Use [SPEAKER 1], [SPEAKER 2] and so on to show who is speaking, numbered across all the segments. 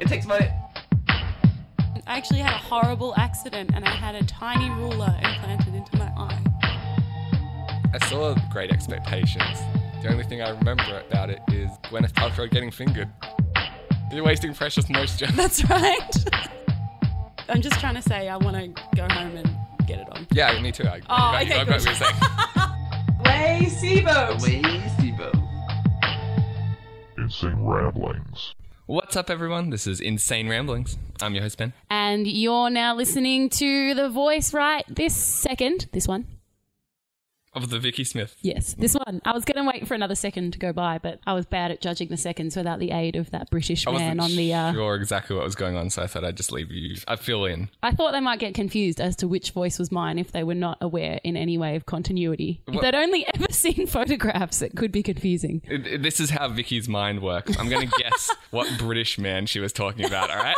[SPEAKER 1] It takes money.
[SPEAKER 2] I actually had a horrible accident and I had a tiny ruler implanted into my eye.
[SPEAKER 3] I saw Great Expectations. The only thing I remember about it is Gwyneth Paltrow getting fingered. You're wasting precious moisture.
[SPEAKER 2] That's right. I'm just trying to say I want to go home and get it on.
[SPEAKER 3] yeah, me too. I,
[SPEAKER 2] Oh,
[SPEAKER 3] I,
[SPEAKER 2] okay,
[SPEAKER 3] I got what
[SPEAKER 2] good.
[SPEAKER 3] you were saying.
[SPEAKER 1] Way SIBO.
[SPEAKER 4] Insane Ramblings.
[SPEAKER 3] What's up, everyone? This is Insane Ramblings. I'm your host, Ben.
[SPEAKER 2] And you're now listening to the voice right this second. This one.
[SPEAKER 3] Of the Vicky Smith.
[SPEAKER 2] Yes, this one. I was going to wait for another second to go by, but I was bad at judging the seconds without the aid of that British
[SPEAKER 3] I wasn't
[SPEAKER 2] man on the. Uh,
[SPEAKER 3] sure exactly what was going on, so I thought I'd just leave you. I fill in.
[SPEAKER 2] I thought they might get confused as to which voice was mine if they were not aware in any way of continuity. If
[SPEAKER 3] Well-
[SPEAKER 2] they'd only ever seen photographs, it could be confusing.
[SPEAKER 3] It- it- This is how Vicky's mind works. I'm going to guess what British man she was talking about, all right?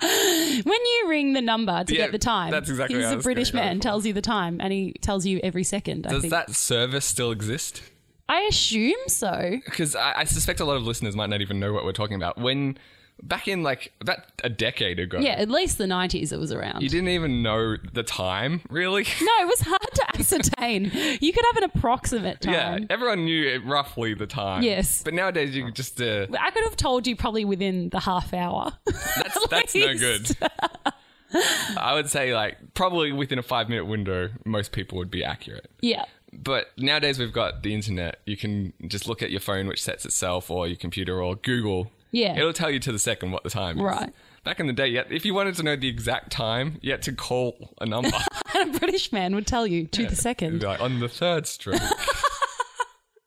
[SPEAKER 2] When you ring the number to
[SPEAKER 3] Yeah,
[SPEAKER 2] get the time,
[SPEAKER 3] that's exactly
[SPEAKER 2] he's
[SPEAKER 3] what I
[SPEAKER 2] a
[SPEAKER 3] was
[SPEAKER 2] British
[SPEAKER 3] gonna go
[SPEAKER 2] man,
[SPEAKER 3] for.
[SPEAKER 2] tells you the time, and he tells you every second. I
[SPEAKER 3] Does
[SPEAKER 2] think.
[SPEAKER 3] that service still exist?
[SPEAKER 2] I assume so.
[SPEAKER 3] because I, I suspect a lot of listeners might not even know what we're talking about. When back in like about a decade ago,
[SPEAKER 2] Yeah, at least the 90s it was around.
[SPEAKER 3] you didn't even know the time really.
[SPEAKER 2] no, it was hard to ascertain. you could have an approximate
[SPEAKER 3] yeah,
[SPEAKER 2] time.
[SPEAKER 3] everyone knew it roughly the time.
[SPEAKER 2] Yes.
[SPEAKER 3] but nowadays you can just uh,
[SPEAKER 2] But I could have told you probably within the half hour.
[SPEAKER 3] that's that's no good. I would say like probably within a five minute window, most people would be accurate.
[SPEAKER 2] yeah.
[SPEAKER 3] But nowadays we've got the internet. You can just look at your phone, which sets itself, or your computer, or Google.
[SPEAKER 2] Yeah.
[SPEAKER 3] It'll tell you to the second what the time is.
[SPEAKER 2] Right.
[SPEAKER 3] Back in the day, yet if you wanted to know the exact time, you had to call a number.
[SPEAKER 2] And a British man would tell you to the
[SPEAKER 3] It'd
[SPEAKER 2] second.
[SPEAKER 3] be like, on the third stroke.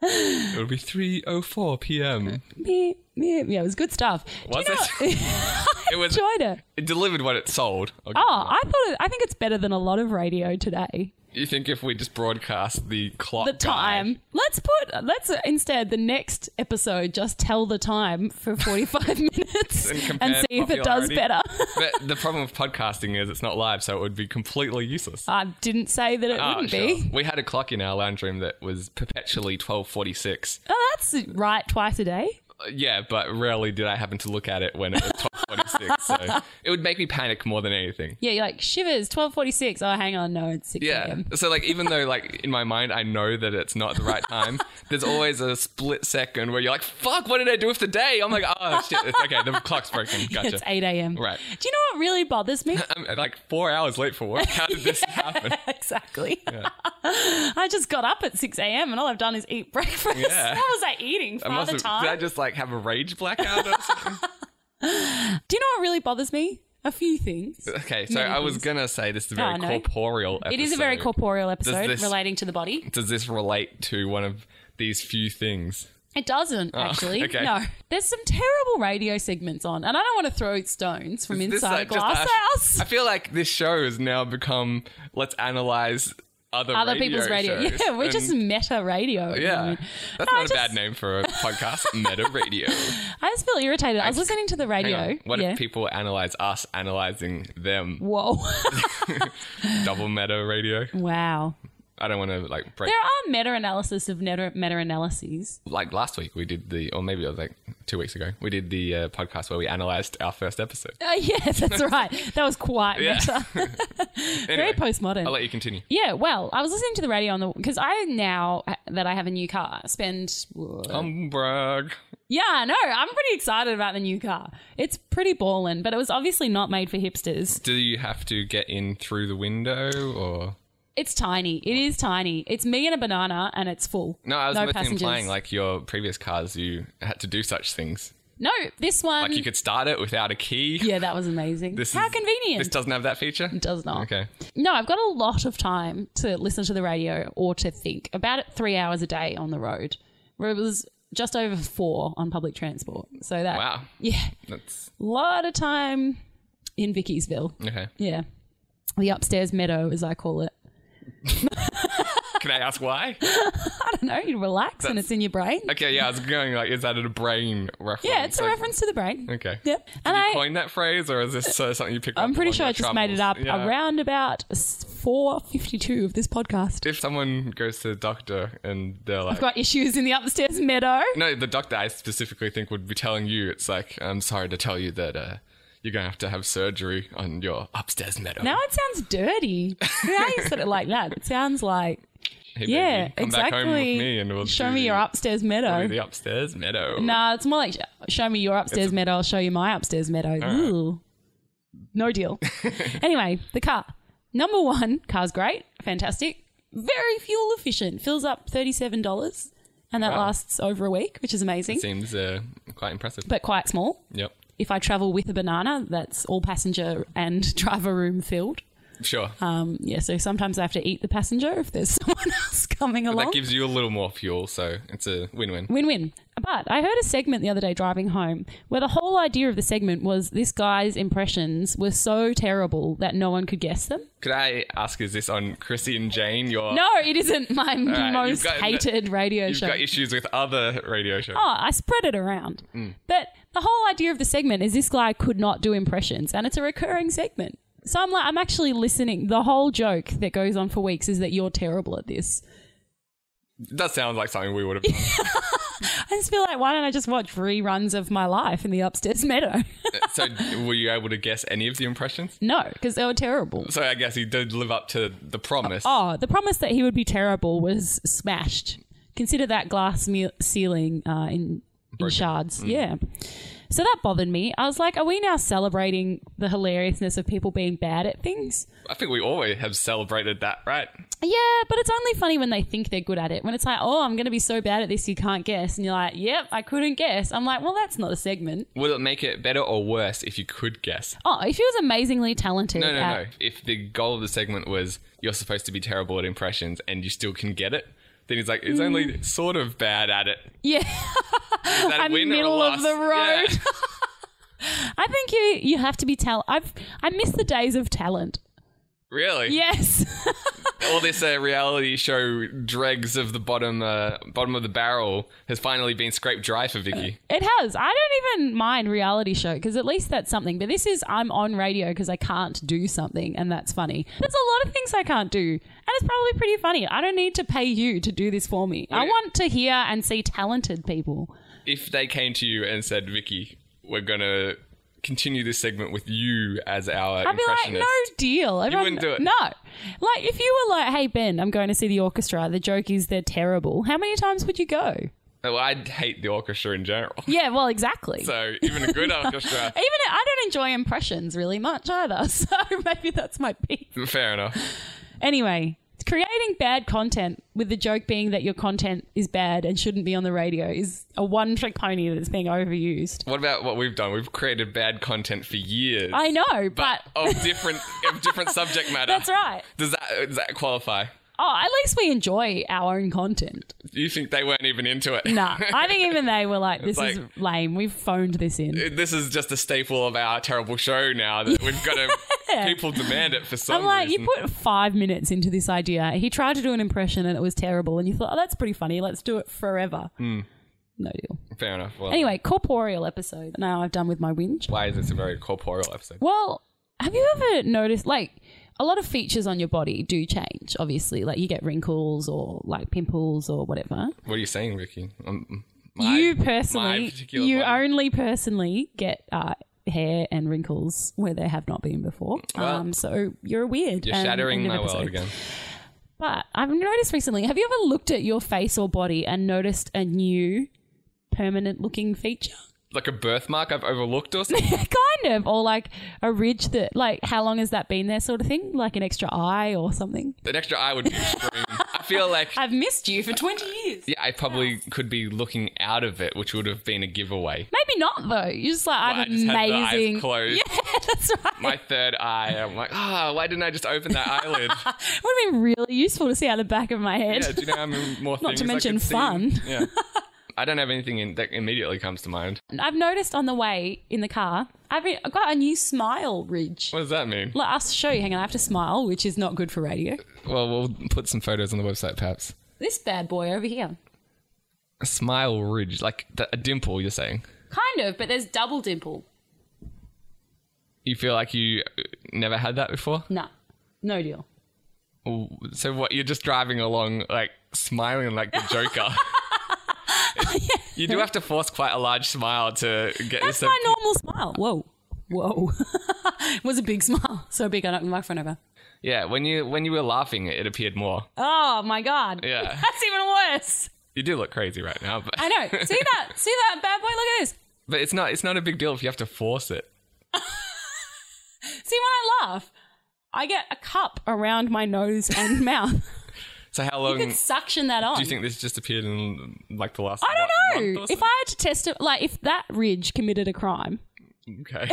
[SPEAKER 3] it would be 3.04 p.m.
[SPEAKER 2] Meh, meh. Yeah, it was good stuff. Do you
[SPEAKER 3] Was
[SPEAKER 2] know-
[SPEAKER 3] it? it was.
[SPEAKER 2] enjoyed it.
[SPEAKER 3] It delivered what it sold. I'll give
[SPEAKER 2] Oh, I thought it, I think it's better than a lot of radio today.
[SPEAKER 3] You You think if we just broadcast the clock?
[SPEAKER 2] The
[SPEAKER 3] guide-
[SPEAKER 2] time. Let's put let's uh, instead the next episode just tell the time for 45 minutes
[SPEAKER 3] And
[SPEAKER 2] and,
[SPEAKER 3] compare
[SPEAKER 2] see if it does
[SPEAKER 3] popularity.
[SPEAKER 2] better.
[SPEAKER 3] But the problem with podcasting is it's not live, so it would be completely useless.
[SPEAKER 2] I didn't say that it
[SPEAKER 3] Ah,
[SPEAKER 2] Uh, wouldn't
[SPEAKER 3] sure.
[SPEAKER 2] be.
[SPEAKER 3] We had a clock in our lounge room that was perpetually 1246.
[SPEAKER 2] Oh, that's right twice a day.
[SPEAKER 3] Uh, Yeah, but rarely did I happen to look at it when it was 1246. so it would make me panic more than anything.
[SPEAKER 2] Yeah, you're like shivers 12:46. Oh, hang on, no, it's 6
[SPEAKER 3] Yeah.
[SPEAKER 2] a.m.
[SPEAKER 3] So like even though like in my mind I know that it's not the right time, there's always a split second where you're like, "Fuck, what did I do with the day?" I'm like, "Oh shit, it's okay, the clock's broken." Gotcha.
[SPEAKER 2] It's 8 a.m.
[SPEAKER 3] Right.
[SPEAKER 2] Do you know what really bothers me?
[SPEAKER 3] I'm uh, like 4 hours late for work. How did this happen?
[SPEAKER 2] exactly. I just got up at 6 a.m. and all I've done is eat breakfast.
[SPEAKER 3] Yeah.
[SPEAKER 2] How was I eating?
[SPEAKER 3] I
[SPEAKER 2] Father
[SPEAKER 3] have,
[SPEAKER 2] time.
[SPEAKER 3] did I just like have a rage blackout or something?
[SPEAKER 2] Do you know what really bothers me? A few things.
[SPEAKER 3] Okay, so
[SPEAKER 2] Many
[SPEAKER 3] I was
[SPEAKER 2] things.
[SPEAKER 3] going to say this is a very
[SPEAKER 2] Oh, no.
[SPEAKER 3] corporeal episode.
[SPEAKER 2] It is a very corporeal episode
[SPEAKER 3] this-
[SPEAKER 2] relating to the body.
[SPEAKER 3] Does this relate to one of these few things?
[SPEAKER 2] It doesn't actually.
[SPEAKER 3] Oh, okay.
[SPEAKER 2] No, there's some terrible radio segments on, and I don't want to throw stones from
[SPEAKER 3] This,
[SPEAKER 2] inside
[SPEAKER 3] like,
[SPEAKER 2] a
[SPEAKER 3] just
[SPEAKER 2] glass
[SPEAKER 3] us-
[SPEAKER 2] house.
[SPEAKER 3] I feel like this show has now become let's analyze other
[SPEAKER 2] Other
[SPEAKER 3] radio
[SPEAKER 2] people's radio.
[SPEAKER 3] shows.
[SPEAKER 2] Yeah, we're
[SPEAKER 3] And-
[SPEAKER 2] just meta radio. at the
[SPEAKER 3] yeah.
[SPEAKER 2] moment.
[SPEAKER 3] That's
[SPEAKER 2] Mm. No, I
[SPEAKER 3] not a bad
[SPEAKER 2] just-
[SPEAKER 3] name for a podcast. Meta radio.
[SPEAKER 2] I just feel irritated. I was listening to the
[SPEAKER 3] Hang on.
[SPEAKER 2] radio.
[SPEAKER 3] What
[SPEAKER 2] yeah.
[SPEAKER 3] if people analyze us analyzing them?
[SPEAKER 2] Whoa.
[SPEAKER 3] Double meta radio.
[SPEAKER 2] wow.
[SPEAKER 3] I don't want to like break.
[SPEAKER 2] There are meta analysis of meta analyses.
[SPEAKER 3] Like last week, we did the, or maybe it was like two weeks ago, we did the uh, podcast where we analyzed our first episode.
[SPEAKER 2] Uh, yes, that's right. That was quite
[SPEAKER 3] Yeah.
[SPEAKER 2] meta. Very
[SPEAKER 3] Anyway,
[SPEAKER 2] postmodern.
[SPEAKER 3] I'll let you continue.
[SPEAKER 2] Yeah, well, I was listening to the radio on the because I now that I have a new car spend.
[SPEAKER 3] Um. Umbrag.
[SPEAKER 2] Yeah, I know. I'm pretty excited about the new car. It's pretty ballin', but it was obviously not made for hipsters.
[SPEAKER 3] Do you have to get in through the window or?
[SPEAKER 2] It's tiny. It is tiny. It's me and a banana, and it's full.
[SPEAKER 3] No, I was
[SPEAKER 2] no
[SPEAKER 3] mostly
[SPEAKER 2] passengers.
[SPEAKER 3] implying like your previous cars, you had to do such things.
[SPEAKER 2] no, this one.
[SPEAKER 3] Like you could start it without a key.
[SPEAKER 2] yeah, that was amazing.
[SPEAKER 3] This
[SPEAKER 2] How
[SPEAKER 3] is-
[SPEAKER 2] convenient. Mm.
[SPEAKER 3] This doesn't have that feature.
[SPEAKER 2] It does not.
[SPEAKER 3] Okay.
[SPEAKER 2] No, I've got a lot of time to listen to the radio or to think about it. Three hours a day on the road, where it was just over four on public transport. So that
[SPEAKER 3] Wow.
[SPEAKER 2] yeah,
[SPEAKER 3] That's
[SPEAKER 2] lot of time in Vickeysville.
[SPEAKER 3] okay.
[SPEAKER 2] Yeah. The upstairs meadow, as I call it.
[SPEAKER 3] Can I ask why?
[SPEAKER 2] I don't know, you relax and it's in your brain.
[SPEAKER 3] Okay, yeah, I was going like, is that a brain reference?
[SPEAKER 2] yeah, it's a
[SPEAKER 3] Like,
[SPEAKER 2] reference to the brain.
[SPEAKER 3] Okay.
[SPEAKER 2] Yep.
[SPEAKER 3] Did
[SPEAKER 2] And
[SPEAKER 3] you
[SPEAKER 2] I,
[SPEAKER 3] coin that phrase, or is this uh, something you picked up?
[SPEAKER 2] I'm pretty
[SPEAKER 3] along
[SPEAKER 2] sure I
[SPEAKER 3] your
[SPEAKER 2] just made it
[SPEAKER 3] travels?
[SPEAKER 2] up
[SPEAKER 3] Yeah.
[SPEAKER 2] around about s- 452 of this podcast.
[SPEAKER 3] If someone goes to the doctor and they're like,
[SPEAKER 2] I've got issues in the upstairs meadow.
[SPEAKER 3] no, the doctor I specifically think would be telling you, it's like, I'm sorry to tell you that uh, you're going to have to have surgery on your upstairs meadow.
[SPEAKER 2] Now it sounds dirty. Now you said it like that. It sounds like,
[SPEAKER 3] Hey, baby,
[SPEAKER 2] yeah,
[SPEAKER 3] come
[SPEAKER 2] exactly.
[SPEAKER 3] back home with me and we'll
[SPEAKER 2] show
[SPEAKER 3] do
[SPEAKER 2] me your upstairs meadow.
[SPEAKER 3] the upstairs meadow.
[SPEAKER 2] Nah, it's more like show me your upstairs meadow, I'll show you my upstairs meadow. Ooh. No deal. anyway, the car. Number one, car's great, fantastic, very fuel efficient, fills up $37, and that
[SPEAKER 3] Wow.
[SPEAKER 2] lasts over a week, which is amazing,
[SPEAKER 3] Seems uh, quite impressive.
[SPEAKER 2] but quite small.
[SPEAKER 3] yep.
[SPEAKER 2] If I travel with a banana, that's all passenger and driver room filled.
[SPEAKER 3] Sure.
[SPEAKER 2] Um, yeah, so sometimes I have to eat the passenger if there's someone else coming along.
[SPEAKER 3] that gives you a little more fuel, so it's a win-win.
[SPEAKER 2] Win win. But I heard a segment the other day driving home where the whole idea of the segment was this guy's impressions were so terrible that no one could guess them.
[SPEAKER 3] Could I ask, is this on Chrissy and Jane? Your
[SPEAKER 2] No, it isn't my
[SPEAKER 3] Oh. right,
[SPEAKER 2] most
[SPEAKER 3] you've got-
[SPEAKER 2] hated radio
[SPEAKER 3] You've
[SPEAKER 2] show.
[SPEAKER 3] got issues with other radio shows.
[SPEAKER 2] Oh, I spread it around.
[SPEAKER 3] Hmm.
[SPEAKER 2] But the whole idea of the segment is this guy could not do impressions, and it's a recurring segment. So I'm like, I'm actually listening. The whole joke that goes on for weeks is that you're terrible at this.
[SPEAKER 3] That sounds like something we would have done.
[SPEAKER 2] I just feel like why don't I just watch reruns of my life in the upstairs meadow?
[SPEAKER 3] so, were you able to guess any of the impressions?
[SPEAKER 2] no, because they were terrible.
[SPEAKER 3] So, I guess he did live up to the promise.
[SPEAKER 2] Oh, the promise that he would be terrible was smashed. Consider that glass me- ceiling uh, in, in
[SPEAKER 3] Mm.
[SPEAKER 2] shards. Yeah. So that bothered me. I was like, are we now celebrating the hilariousness of people being bad at things?
[SPEAKER 3] I think we always have celebrated that, right?
[SPEAKER 2] Yeah, but it's only funny when they think they're good at it. When it's like, oh, I'm going to be so bad at this, you can't guess. And you're like, yep, I couldn't guess. I'm like, well, that's not a segment.
[SPEAKER 3] Would it make it better or worse if you could guess?
[SPEAKER 2] Oh, if he was amazingly talented.
[SPEAKER 3] No, no,
[SPEAKER 2] at-
[SPEAKER 3] no. If the goal of the segment was you're supposed to be terrible at impressions and you still can get it, then he's like, it's only sort of bad at it.
[SPEAKER 2] Mm. Yeah.
[SPEAKER 3] Is that a
[SPEAKER 2] I'm
[SPEAKER 3] win or a
[SPEAKER 2] middle of
[SPEAKER 3] loss?
[SPEAKER 2] the
[SPEAKER 3] Yeah.
[SPEAKER 2] road. I think you you have to be talent. I've I miss the days of talent.
[SPEAKER 3] Really?
[SPEAKER 2] Yes.
[SPEAKER 3] all this uh, reality show dregs of the bottom uh, bottom of the barrel has finally been scraped dry for Vicky.
[SPEAKER 2] It has. I don't even mind reality show because at least that's something. But this is I'm on radio because I can't do something, and that's funny. There's a lot of things I can't do, and it's probably pretty funny. I don't need to pay you to do this for me. I
[SPEAKER 3] do you-
[SPEAKER 2] want to hear and see talented people.
[SPEAKER 3] If they came to you and said, "Vicky, we're gonna continue this segment with you as our
[SPEAKER 2] I'd be like,
[SPEAKER 3] impressionist,"
[SPEAKER 2] no deal. Everyone,
[SPEAKER 3] wouldn't do it.
[SPEAKER 2] No. Like if you were like, hey Ben, I'm going to see the orchestra. The joke is they're terrible. How many times would you go?
[SPEAKER 3] Well, I'd hate the orchestra in general.
[SPEAKER 2] Yeah. Well, exactly.
[SPEAKER 3] So even a good orchestra,
[SPEAKER 2] even I don't enjoy impressions really much either, so maybe that's my beef.
[SPEAKER 3] fair enough.
[SPEAKER 2] Anyway, creating bad content with the joke being that your content is bad and shouldn't be on the radio is a one trick pony that's being overused.
[SPEAKER 3] What about what we've done? We've created bad content for years,
[SPEAKER 2] I know, but,
[SPEAKER 3] of different of different subject matter.
[SPEAKER 2] that's right.
[SPEAKER 3] Does that does that qualify?
[SPEAKER 2] Oh, at least we enjoy our own content.
[SPEAKER 3] You think they weren't even into it?
[SPEAKER 2] Nah, I think even they were like, this is
[SPEAKER 3] like-
[SPEAKER 2] lame. We've phoned this in.
[SPEAKER 3] this is just a staple of our terrible show now that we've got to people demand it for some
[SPEAKER 2] I'm like,
[SPEAKER 3] reason.
[SPEAKER 2] you put five minutes into this idea. He tried to do an impression and it was terrible. And you thought, oh, that's pretty funny. Let's do it forever.
[SPEAKER 3] Hmm.
[SPEAKER 2] No deal.
[SPEAKER 3] Fair enough. Well,
[SPEAKER 2] Anyway, corporeal episode. Now I've done with my whinge.
[SPEAKER 3] why is this a very corporeal episode?
[SPEAKER 2] Well, have you ever noticed like a lot of features on your body do change, obviously. Like you get wrinkles or like pimples or whatever.
[SPEAKER 3] What are you saying, Vicky? Um, my-
[SPEAKER 2] you
[SPEAKER 3] my
[SPEAKER 2] personally
[SPEAKER 3] particular
[SPEAKER 2] you
[SPEAKER 3] body-
[SPEAKER 2] only personally get uh hair and wrinkles where there have not been before.
[SPEAKER 3] Well,
[SPEAKER 2] um so you're weird.
[SPEAKER 3] You're
[SPEAKER 2] and
[SPEAKER 3] shattering
[SPEAKER 2] end of
[SPEAKER 3] my world
[SPEAKER 2] episode.
[SPEAKER 3] again.
[SPEAKER 2] But I've noticed recently, have you ever looked at your face or body and noticed a new permanent looking feature?
[SPEAKER 3] Like a birthmark I've overlooked or something?
[SPEAKER 2] kind of or like a ridge that like how long has that been there sort of thing like an extra eye or something
[SPEAKER 3] An extra eye would be extreme. I feel like
[SPEAKER 2] i've missed you for 20 years
[SPEAKER 3] yeah, I probably could be looking out of it, which would have been a giveaway.
[SPEAKER 2] maybe not though you're just like
[SPEAKER 3] But I
[SPEAKER 2] i'm
[SPEAKER 3] just had the eyes
[SPEAKER 2] amazing
[SPEAKER 3] closed.
[SPEAKER 2] yeah that's right
[SPEAKER 3] My third eye. I'm like, ah, why didn't I just open that eyelid?
[SPEAKER 2] it would have been really useful to see out the back of my head
[SPEAKER 3] Yeah, do you know how many more
[SPEAKER 2] Not to
[SPEAKER 3] things I
[SPEAKER 2] mention
[SPEAKER 3] could see?
[SPEAKER 2] fun.
[SPEAKER 3] Yeah. I don't have anything in, that immediately comes to mind.
[SPEAKER 2] i've noticed on the way in the car i've, been, I've got a new smile ridge
[SPEAKER 3] What does that mean?
[SPEAKER 2] Look, I'll show you. Hang on, I have to smile, which is not good for radio.
[SPEAKER 3] Well, we'll put some photos on the website, perhaps.
[SPEAKER 2] This bad boy over here.
[SPEAKER 3] A smile ridge, like th- a dimple. You're saying
[SPEAKER 2] Kind of, but there's double dimple.
[SPEAKER 3] you feel like you uh, never had that before.
[SPEAKER 2] Nah, no deal.
[SPEAKER 3] Ooh, So what? You're just driving along, like smiling like the Joker. You do have to force quite a large smile to get
[SPEAKER 2] That's
[SPEAKER 3] this.
[SPEAKER 2] my normal smile. Whoa. Whoa. it was a big smile. So big I knocked my microphone over.
[SPEAKER 3] yeah, when you when you were laughing, it, it appeared more.
[SPEAKER 2] Oh my god.
[SPEAKER 3] Yeah.
[SPEAKER 2] That's even worse.
[SPEAKER 3] You do look crazy right now, but
[SPEAKER 2] I know. See that? See that bad boy? Look at this.
[SPEAKER 3] but it's not it's not a big deal if you have to force it.
[SPEAKER 2] See when I laugh, I get a cup around my nose and mouth.
[SPEAKER 3] So how
[SPEAKER 2] I
[SPEAKER 3] long
[SPEAKER 2] could suction that on.
[SPEAKER 3] do you think this just appeared in like the last?
[SPEAKER 2] I don't
[SPEAKER 3] month
[SPEAKER 2] know.
[SPEAKER 3] or so?
[SPEAKER 2] If I had to test it, like if that ridge committed a crime
[SPEAKER 3] okay,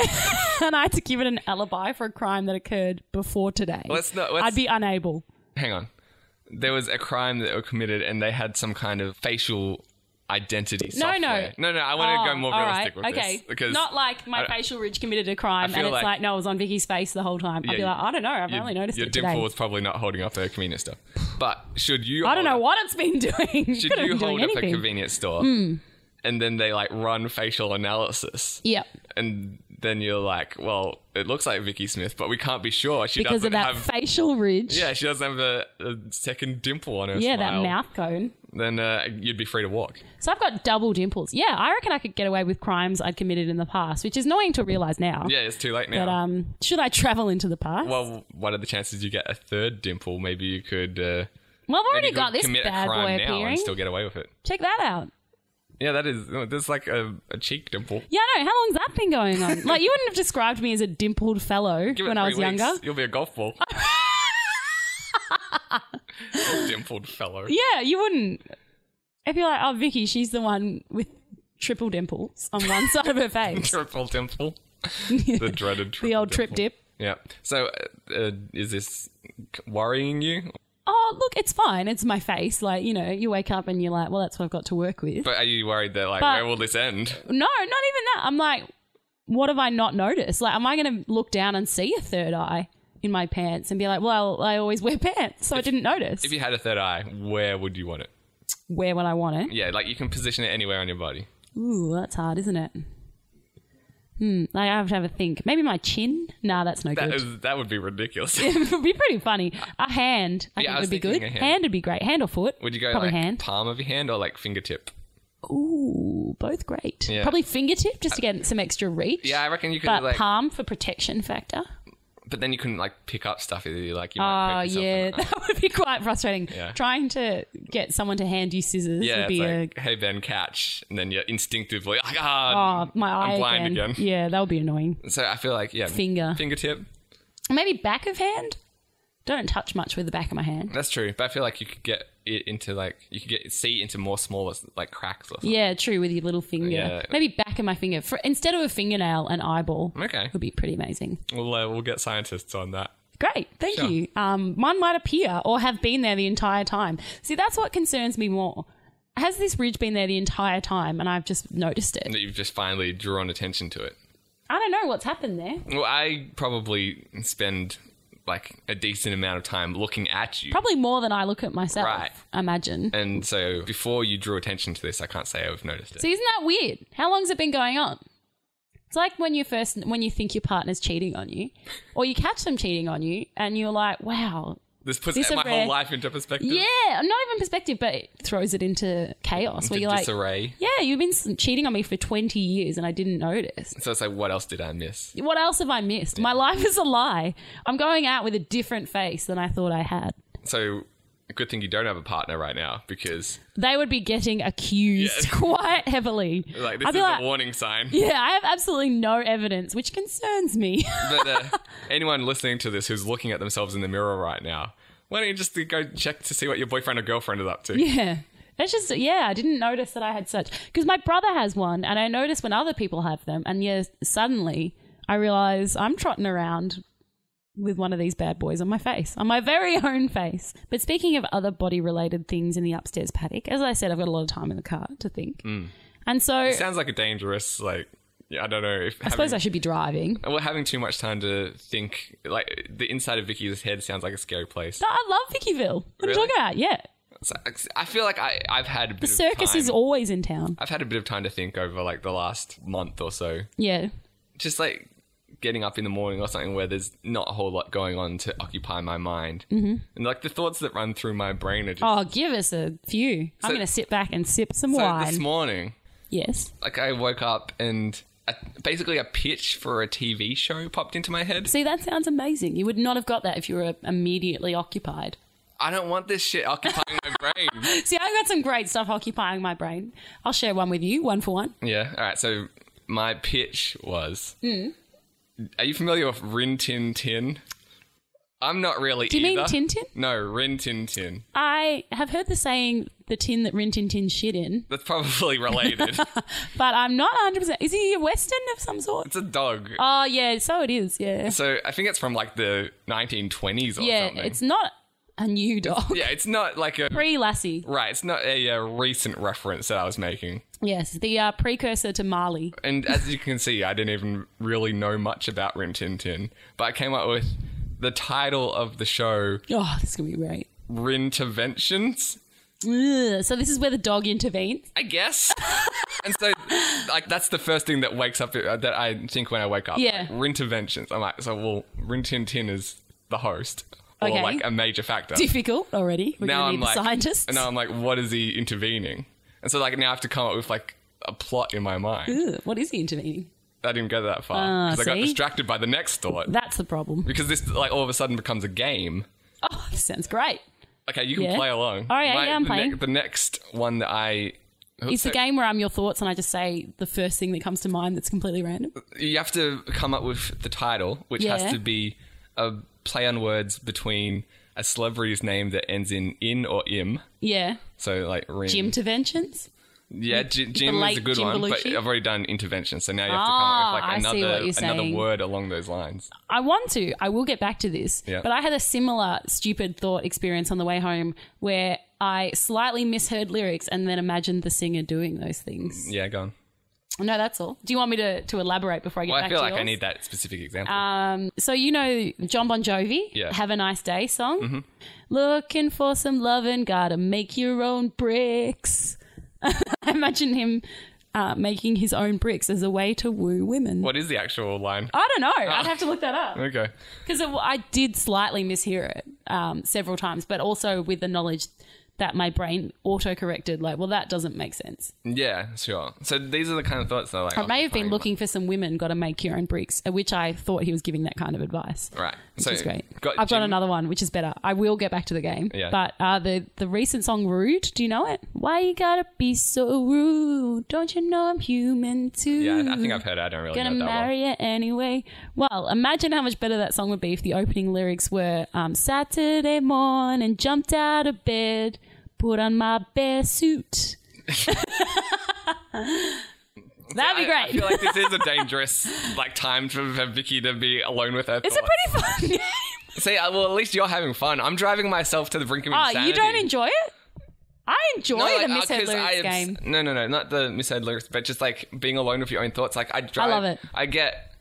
[SPEAKER 2] and I had to give it an alibi for a crime that occurred before today,
[SPEAKER 3] Let's not- let's-
[SPEAKER 2] I'd be unable.
[SPEAKER 3] hang on. There was a crime that were committed, and they had some kind of facial identity.
[SPEAKER 2] No, no.
[SPEAKER 3] software. no, no. I want to
[SPEAKER 2] Oh,
[SPEAKER 3] go more
[SPEAKER 2] all
[SPEAKER 3] realistic
[SPEAKER 2] right.
[SPEAKER 3] with
[SPEAKER 2] okay.
[SPEAKER 3] this because
[SPEAKER 2] not like my
[SPEAKER 3] I-
[SPEAKER 2] facial ridge committed a crime,
[SPEAKER 3] feel
[SPEAKER 2] and it's like,
[SPEAKER 3] like-
[SPEAKER 2] no, it was on Vicky's face the whole time. I'd
[SPEAKER 3] Yeah,
[SPEAKER 2] be like, I don't know, I've
[SPEAKER 3] your,
[SPEAKER 2] only noticed
[SPEAKER 3] your
[SPEAKER 2] it
[SPEAKER 3] dimple
[SPEAKER 2] today.
[SPEAKER 3] was probably not holding up a convenience store. But should you?
[SPEAKER 2] I
[SPEAKER 3] hold
[SPEAKER 2] don't know
[SPEAKER 3] up-
[SPEAKER 2] what it's been doing.
[SPEAKER 3] Should
[SPEAKER 2] Could've
[SPEAKER 3] you
[SPEAKER 2] been doing
[SPEAKER 3] hold up a
[SPEAKER 2] anything. Hmm.
[SPEAKER 3] convenience store, and then they like run facial analysis?
[SPEAKER 2] Yep.
[SPEAKER 3] and then you're like, well, it looks like Vicky Smith, but we can't be sure. She
[SPEAKER 2] Because
[SPEAKER 3] doesn't
[SPEAKER 2] of that
[SPEAKER 3] have.
[SPEAKER 2] facial ridge.
[SPEAKER 3] yeah, she doesn't have a, a second dimple on her.
[SPEAKER 2] Yeah, that
[SPEAKER 3] smile.
[SPEAKER 2] mouth cone.
[SPEAKER 3] Then uh, you'd be free to walk.
[SPEAKER 2] So I've got double dimples. Yeah, I reckon I could get away with crimes I'd committed in the past, which is annoying to realize now.
[SPEAKER 3] Yeah, it's too late now.
[SPEAKER 2] But um, should I travel into the past? Well,
[SPEAKER 3] well, what are the chances you get a third dimple? Maybe you could. Uh,
[SPEAKER 2] I've
[SPEAKER 3] maybe
[SPEAKER 2] already
[SPEAKER 3] you
[SPEAKER 2] got
[SPEAKER 3] could
[SPEAKER 2] this
[SPEAKER 3] commit a
[SPEAKER 2] bad boy
[SPEAKER 3] crime now
[SPEAKER 2] appearing.
[SPEAKER 3] and still get away with it.
[SPEAKER 2] Check that out.
[SPEAKER 3] Yeah, that is. oh, There's like a, a cheek dimple.
[SPEAKER 2] Yeah, I know. How long's that been going on? like, you wouldn't have described me as a dimpled fellow
[SPEAKER 3] Give it
[SPEAKER 2] when I was
[SPEAKER 3] three weeks,
[SPEAKER 2] younger.
[SPEAKER 3] you'll be a golf ball. dimpled fellow.
[SPEAKER 2] Yeah, you wouldn't. If you're like, oh, Vicky, she's the one with triple dimples on one side of her face.
[SPEAKER 3] Triple dimple. The
[SPEAKER 2] the
[SPEAKER 3] dreaded triple
[SPEAKER 2] old trip
[SPEAKER 3] dimple.
[SPEAKER 2] dip.
[SPEAKER 3] Yeah. So, uh, uh, is this worrying you?
[SPEAKER 2] Oh, look, it's fine. It's my face. Like, you know, you wake up and you're like, well, that's what I've got to work with.
[SPEAKER 3] But are you worried that like
[SPEAKER 2] But-
[SPEAKER 3] where will this end?
[SPEAKER 2] no, not even that. I'm like, what have I not noticed? Like, am I going to look down and see a third eye in my pants and be like, well, I always wear pants, so I didn't notice?
[SPEAKER 3] If you had a third eye, where would you want it?
[SPEAKER 2] wear what I want it.
[SPEAKER 3] Yeah, like you can position it anywhere on your body.
[SPEAKER 2] Ooh, that's hard, isn't it? Hmm. I have to have a think. Maybe my chin. Nah, that's no
[SPEAKER 3] That
[SPEAKER 2] good.
[SPEAKER 3] is that would be ridiculous.
[SPEAKER 2] it would be pretty funny. A hand. I
[SPEAKER 3] Yeah,
[SPEAKER 2] think
[SPEAKER 3] I was
[SPEAKER 2] would be
[SPEAKER 3] thinking
[SPEAKER 2] good.
[SPEAKER 3] a
[SPEAKER 2] Hand.
[SPEAKER 3] hand.
[SPEAKER 2] would be great. Hand or foot?
[SPEAKER 3] would you go
[SPEAKER 2] probably
[SPEAKER 3] like
[SPEAKER 2] hand?
[SPEAKER 3] palm of your hand or like fingertip?
[SPEAKER 2] Ooh, both great.
[SPEAKER 3] Yeah.
[SPEAKER 2] Probably fingertip just to get some extra reach.
[SPEAKER 3] Yeah, I reckon you could
[SPEAKER 2] But
[SPEAKER 3] like,
[SPEAKER 2] palm for protection factor.
[SPEAKER 3] but then you couldn't like pick up stuff either. You, Like you
[SPEAKER 2] Oh
[SPEAKER 3] might poke yourself in
[SPEAKER 2] yeah,
[SPEAKER 3] the eye.
[SPEAKER 2] that would be quite frustrating.
[SPEAKER 3] Yeah.
[SPEAKER 2] Trying to get someone to hand you scissors
[SPEAKER 3] yeah.
[SPEAKER 2] would
[SPEAKER 3] It's
[SPEAKER 2] be
[SPEAKER 3] like, hey Ben, catch, and then you're instinctively like,
[SPEAKER 2] a
[SPEAKER 3] ah.
[SPEAKER 2] oh my eye
[SPEAKER 3] blind
[SPEAKER 2] again.
[SPEAKER 3] again.
[SPEAKER 2] Yeah, that would be annoying.
[SPEAKER 3] So I feel like yeah,
[SPEAKER 2] Oh. Finger.
[SPEAKER 3] fingertip.
[SPEAKER 2] Maybe back of hand. Don't touch much with the back of my hand.
[SPEAKER 3] That's true, but I feel like you could get it into like you could get see into more smaller like cracks or something.
[SPEAKER 2] Yeah, true. With your little finger,
[SPEAKER 3] Yeah.
[SPEAKER 2] maybe back of my finger for instead of a fingernail, an eyeball
[SPEAKER 3] Okay,
[SPEAKER 2] would be pretty amazing.
[SPEAKER 3] we'll uh, we'll get scientists on that.
[SPEAKER 2] Great, thank
[SPEAKER 3] Sure.
[SPEAKER 2] you. Um, one might appear or have been there the entire time. See, that's what concerns me more. Has this ridge been there the entire time, and I've just noticed it?
[SPEAKER 3] that you've just finally drawn attention to it.
[SPEAKER 2] I don't know what's happened there.
[SPEAKER 3] Well, I probably spend like a decent amount of time looking at you.
[SPEAKER 2] Probably more than I look at myself.
[SPEAKER 3] Right.
[SPEAKER 2] I imagine.
[SPEAKER 3] and so before you drew attention to this, I can't say I've noticed it.
[SPEAKER 2] See, isn't that weird? How long's it been going on? It's like when you first when you think your partner's cheating on you, or you catch them cheating on you, and you're like, "Wow,
[SPEAKER 3] this puts
[SPEAKER 2] these are
[SPEAKER 3] my
[SPEAKER 2] rare-
[SPEAKER 3] whole life into perspective.
[SPEAKER 2] Yeah, not even perspective, but it throws it into chaos
[SPEAKER 3] Into
[SPEAKER 2] where you're like,
[SPEAKER 3] disarray.
[SPEAKER 2] yeah, you've been s- cheating on me for 20 years and I didn't notice.
[SPEAKER 3] so it's like, what else did I miss?
[SPEAKER 2] What else have I missed? My life is a lie. I'm going out with a different face than I thought I had.
[SPEAKER 3] So, good thing you don't have a partner right now because
[SPEAKER 2] They would be getting accused
[SPEAKER 3] Yeah.
[SPEAKER 2] quite heavily.
[SPEAKER 3] like this
[SPEAKER 2] I'd
[SPEAKER 3] is
[SPEAKER 2] be like,
[SPEAKER 3] a warning sign.
[SPEAKER 2] yeah, I have absolutely no evidence, which concerns me.
[SPEAKER 3] but uh, anyone listening to this who's looking at themselves in the mirror right now, why don't you just go check to see what your boyfriend or girlfriend is up to?
[SPEAKER 2] Yeah. It's just, yeah, I didn't notice that I had such. Because my brother has one, and I notice when other people have them. And yeah, suddenly I realize I'm trotting around with one of these bad boys on my face, on my very own face. But speaking of other body related things in the upstairs paddock, as I said, I've got a lot of time in the car to think.
[SPEAKER 3] Mm.
[SPEAKER 2] And so I
[SPEAKER 3] Sounds like a dangerous like. yeah, I don't know if I
[SPEAKER 2] suppose I should be driving.
[SPEAKER 3] Well, having too much time to think, like the inside of Vicky's head sounds like a scary place.
[SPEAKER 2] No, I love Vickyville. What are you
[SPEAKER 3] Really?
[SPEAKER 2] talking about? Yeah.
[SPEAKER 3] So, I feel like I, I've had a bit
[SPEAKER 2] The circus
[SPEAKER 3] of time.
[SPEAKER 2] is always in town.
[SPEAKER 3] I've had a bit of time to think over like the last month or so.
[SPEAKER 2] Yeah.
[SPEAKER 3] Just like getting up in the morning or something where there's not a whole lot going on to occupy my mind.
[SPEAKER 2] Mm-hmm.
[SPEAKER 3] And like the thoughts that run through my brain are just.
[SPEAKER 2] Oh, give us a few. I'm
[SPEAKER 3] So-
[SPEAKER 2] going to sit back and sip some
[SPEAKER 3] so
[SPEAKER 2] wine.
[SPEAKER 3] this morning,
[SPEAKER 2] yes.
[SPEAKER 3] like I woke up and a, basically a pitch for a TV show popped into my head.
[SPEAKER 2] See, that sounds amazing. You would not have got that if you were uh, immediately occupied.
[SPEAKER 3] I don't want this shit occupying my brain.
[SPEAKER 2] See, I've got some great stuff occupying my brain. I'll share one with you, one for one.
[SPEAKER 3] Yeah. All right. So my pitch was.
[SPEAKER 2] Mm.
[SPEAKER 3] Are you familiar with Rin Tin Tin? I'm not really.
[SPEAKER 2] Do you mean
[SPEAKER 3] either.
[SPEAKER 2] Tin Tin?
[SPEAKER 3] No, Rin Tin Tin.
[SPEAKER 2] I have heard the saying, the tin that Rin Tin Tin shit in,
[SPEAKER 3] That's probably related.
[SPEAKER 2] but I'm not 100%. Is he a Western of some sort?
[SPEAKER 3] it's a dog.
[SPEAKER 2] Oh, yeah, so it is, yeah.
[SPEAKER 3] So I think it's from like the 1920s or
[SPEAKER 2] yeah,
[SPEAKER 3] something.
[SPEAKER 2] it's not a new dog.
[SPEAKER 3] yeah, it's not like a
[SPEAKER 2] Pre Lassie.
[SPEAKER 3] right. It's not a, uh recent reference that I was making.
[SPEAKER 2] Yes, the uh, precursor to Marley.
[SPEAKER 3] And as you can see, I didn't even really know much about Rin Tin Tin, but I came up with the title of the show
[SPEAKER 2] Oh, this is going to be great.
[SPEAKER 3] Rinterventions.
[SPEAKER 2] Ugh, so this is where the dog intervenes.
[SPEAKER 3] I guess. and so, like, that's the first thing that wakes up uh, that I think when I wake up.
[SPEAKER 2] Yeah.
[SPEAKER 3] Like, Rinterventions. I'm like, so well, Rin Tin Tin is the host, or
[SPEAKER 2] Okay.
[SPEAKER 3] like a major factor.
[SPEAKER 2] Difficult already. We're
[SPEAKER 3] now I'm
[SPEAKER 2] going to need the
[SPEAKER 3] like,
[SPEAKER 2] scientists.
[SPEAKER 3] And now I'm like, what is he intervening? And so like now I have to come up with like a plot in my mind.
[SPEAKER 2] Ugh, what is he intervening?
[SPEAKER 3] I didn't go that far
[SPEAKER 2] Ah,
[SPEAKER 3] because I got
[SPEAKER 2] see?
[SPEAKER 3] distracted by the next thought
[SPEAKER 2] That's the problem.
[SPEAKER 3] because this like all of a sudden becomes a game.
[SPEAKER 2] Oh, this sounds great.
[SPEAKER 3] Okay, you can
[SPEAKER 2] Yeah.
[SPEAKER 3] play along.
[SPEAKER 2] All right, yeah, yeah, I'm
[SPEAKER 3] the
[SPEAKER 2] playing.
[SPEAKER 3] the next one that I
[SPEAKER 2] It's
[SPEAKER 3] so
[SPEAKER 2] a game where I'm your thoughts and I just say the first thing that comes to mind that's completely random.
[SPEAKER 3] you have to come up with the title, which has
[SPEAKER 2] Yeah.
[SPEAKER 3] to be a play on words between a celebrity's name that ends in in or im.
[SPEAKER 2] Yeah.
[SPEAKER 3] So like ring.
[SPEAKER 2] Gym interventions.
[SPEAKER 3] Yeah, J- Jim is
[SPEAKER 2] late
[SPEAKER 3] a good
[SPEAKER 2] Jim
[SPEAKER 3] one, but
[SPEAKER 2] Belushi?
[SPEAKER 3] I've already done intervention, so now you have to come
[SPEAKER 2] Ah,
[SPEAKER 3] up
[SPEAKER 2] I
[SPEAKER 3] with
[SPEAKER 2] see
[SPEAKER 3] like
[SPEAKER 2] what you're
[SPEAKER 3] another another
[SPEAKER 2] saying.
[SPEAKER 3] word along those lines.
[SPEAKER 2] I want to. I will get back to this.
[SPEAKER 3] Yeah.
[SPEAKER 2] But I had a similar stupid thought experience on the way home where I slightly misheard lyrics and then imagined the singer doing those things.
[SPEAKER 3] Yeah, go on.
[SPEAKER 2] No, that's all. Do you want me to, to elaborate before I get
[SPEAKER 3] Well, I
[SPEAKER 2] back
[SPEAKER 3] feel
[SPEAKER 2] to
[SPEAKER 3] like I
[SPEAKER 2] yours? Um,
[SPEAKER 3] need that specific example.
[SPEAKER 2] So you know John Bon Jovi,
[SPEAKER 3] Yeah. Mm-hmm.
[SPEAKER 2] "Have a Nice Day" song. Looking for some lovin', gotta make your own bricks. I imagine him uh, making his own bricks as a way to woo women.
[SPEAKER 3] what is the actual line?
[SPEAKER 2] I don't know. I'd have to look that up
[SPEAKER 3] Okay.
[SPEAKER 2] because I did slightly mishear it um, several times, but also with the knowledge that my brain auto-corrected. Like, well, that doesn't make sense.
[SPEAKER 3] Yeah, sure. So these are the kind of thoughts that are like.
[SPEAKER 2] I may have been
[SPEAKER 3] occupying-
[SPEAKER 2] looking for some women. Got to make your own bricks, at which I thought he was giving that kind of advice.
[SPEAKER 3] Right.
[SPEAKER 2] which
[SPEAKER 3] so
[SPEAKER 2] is great.
[SPEAKER 3] Got
[SPEAKER 2] I've
[SPEAKER 3] Jim,
[SPEAKER 2] got another one, which is better. I will get back to the game.
[SPEAKER 3] Yeah.
[SPEAKER 2] But uh, the the recent song "Rude," do you know it? Why you gotta be so rude? Don't you know I'm human too?
[SPEAKER 3] Yeah, I- I think I've heard. It. I don't really
[SPEAKER 2] gonna
[SPEAKER 3] know that well.
[SPEAKER 2] marry you anyway. Well, imagine how much better that song would be if the opening lyrics were um, Saturday morning, jumped out of bed, put on my bear suit. That'd be
[SPEAKER 3] I- I
[SPEAKER 2] great.
[SPEAKER 3] feel like this is a dangerous like time for, for Vicky to be alone with her.
[SPEAKER 2] it's a pretty fun game.
[SPEAKER 3] See, uh, well, at least you're having fun. I'm driving myself to the brink of
[SPEAKER 2] Oh,
[SPEAKER 3] insanity.
[SPEAKER 2] you don't enjoy it? I enjoy
[SPEAKER 3] like,
[SPEAKER 2] the
[SPEAKER 3] uh,
[SPEAKER 2] misheard
[SPEAKER 3] 'cause
[SPEAKER 2] lyrics
[SPEAKER 3] I abs-
[SPEAKER 2] game.
[SPEAKER 3] No, no, no, not the misheard lyrics, but just like being alone with your own thoughts. Like I drive,
[SPEAKER 2] love it.
[SPEAKER 3] I get,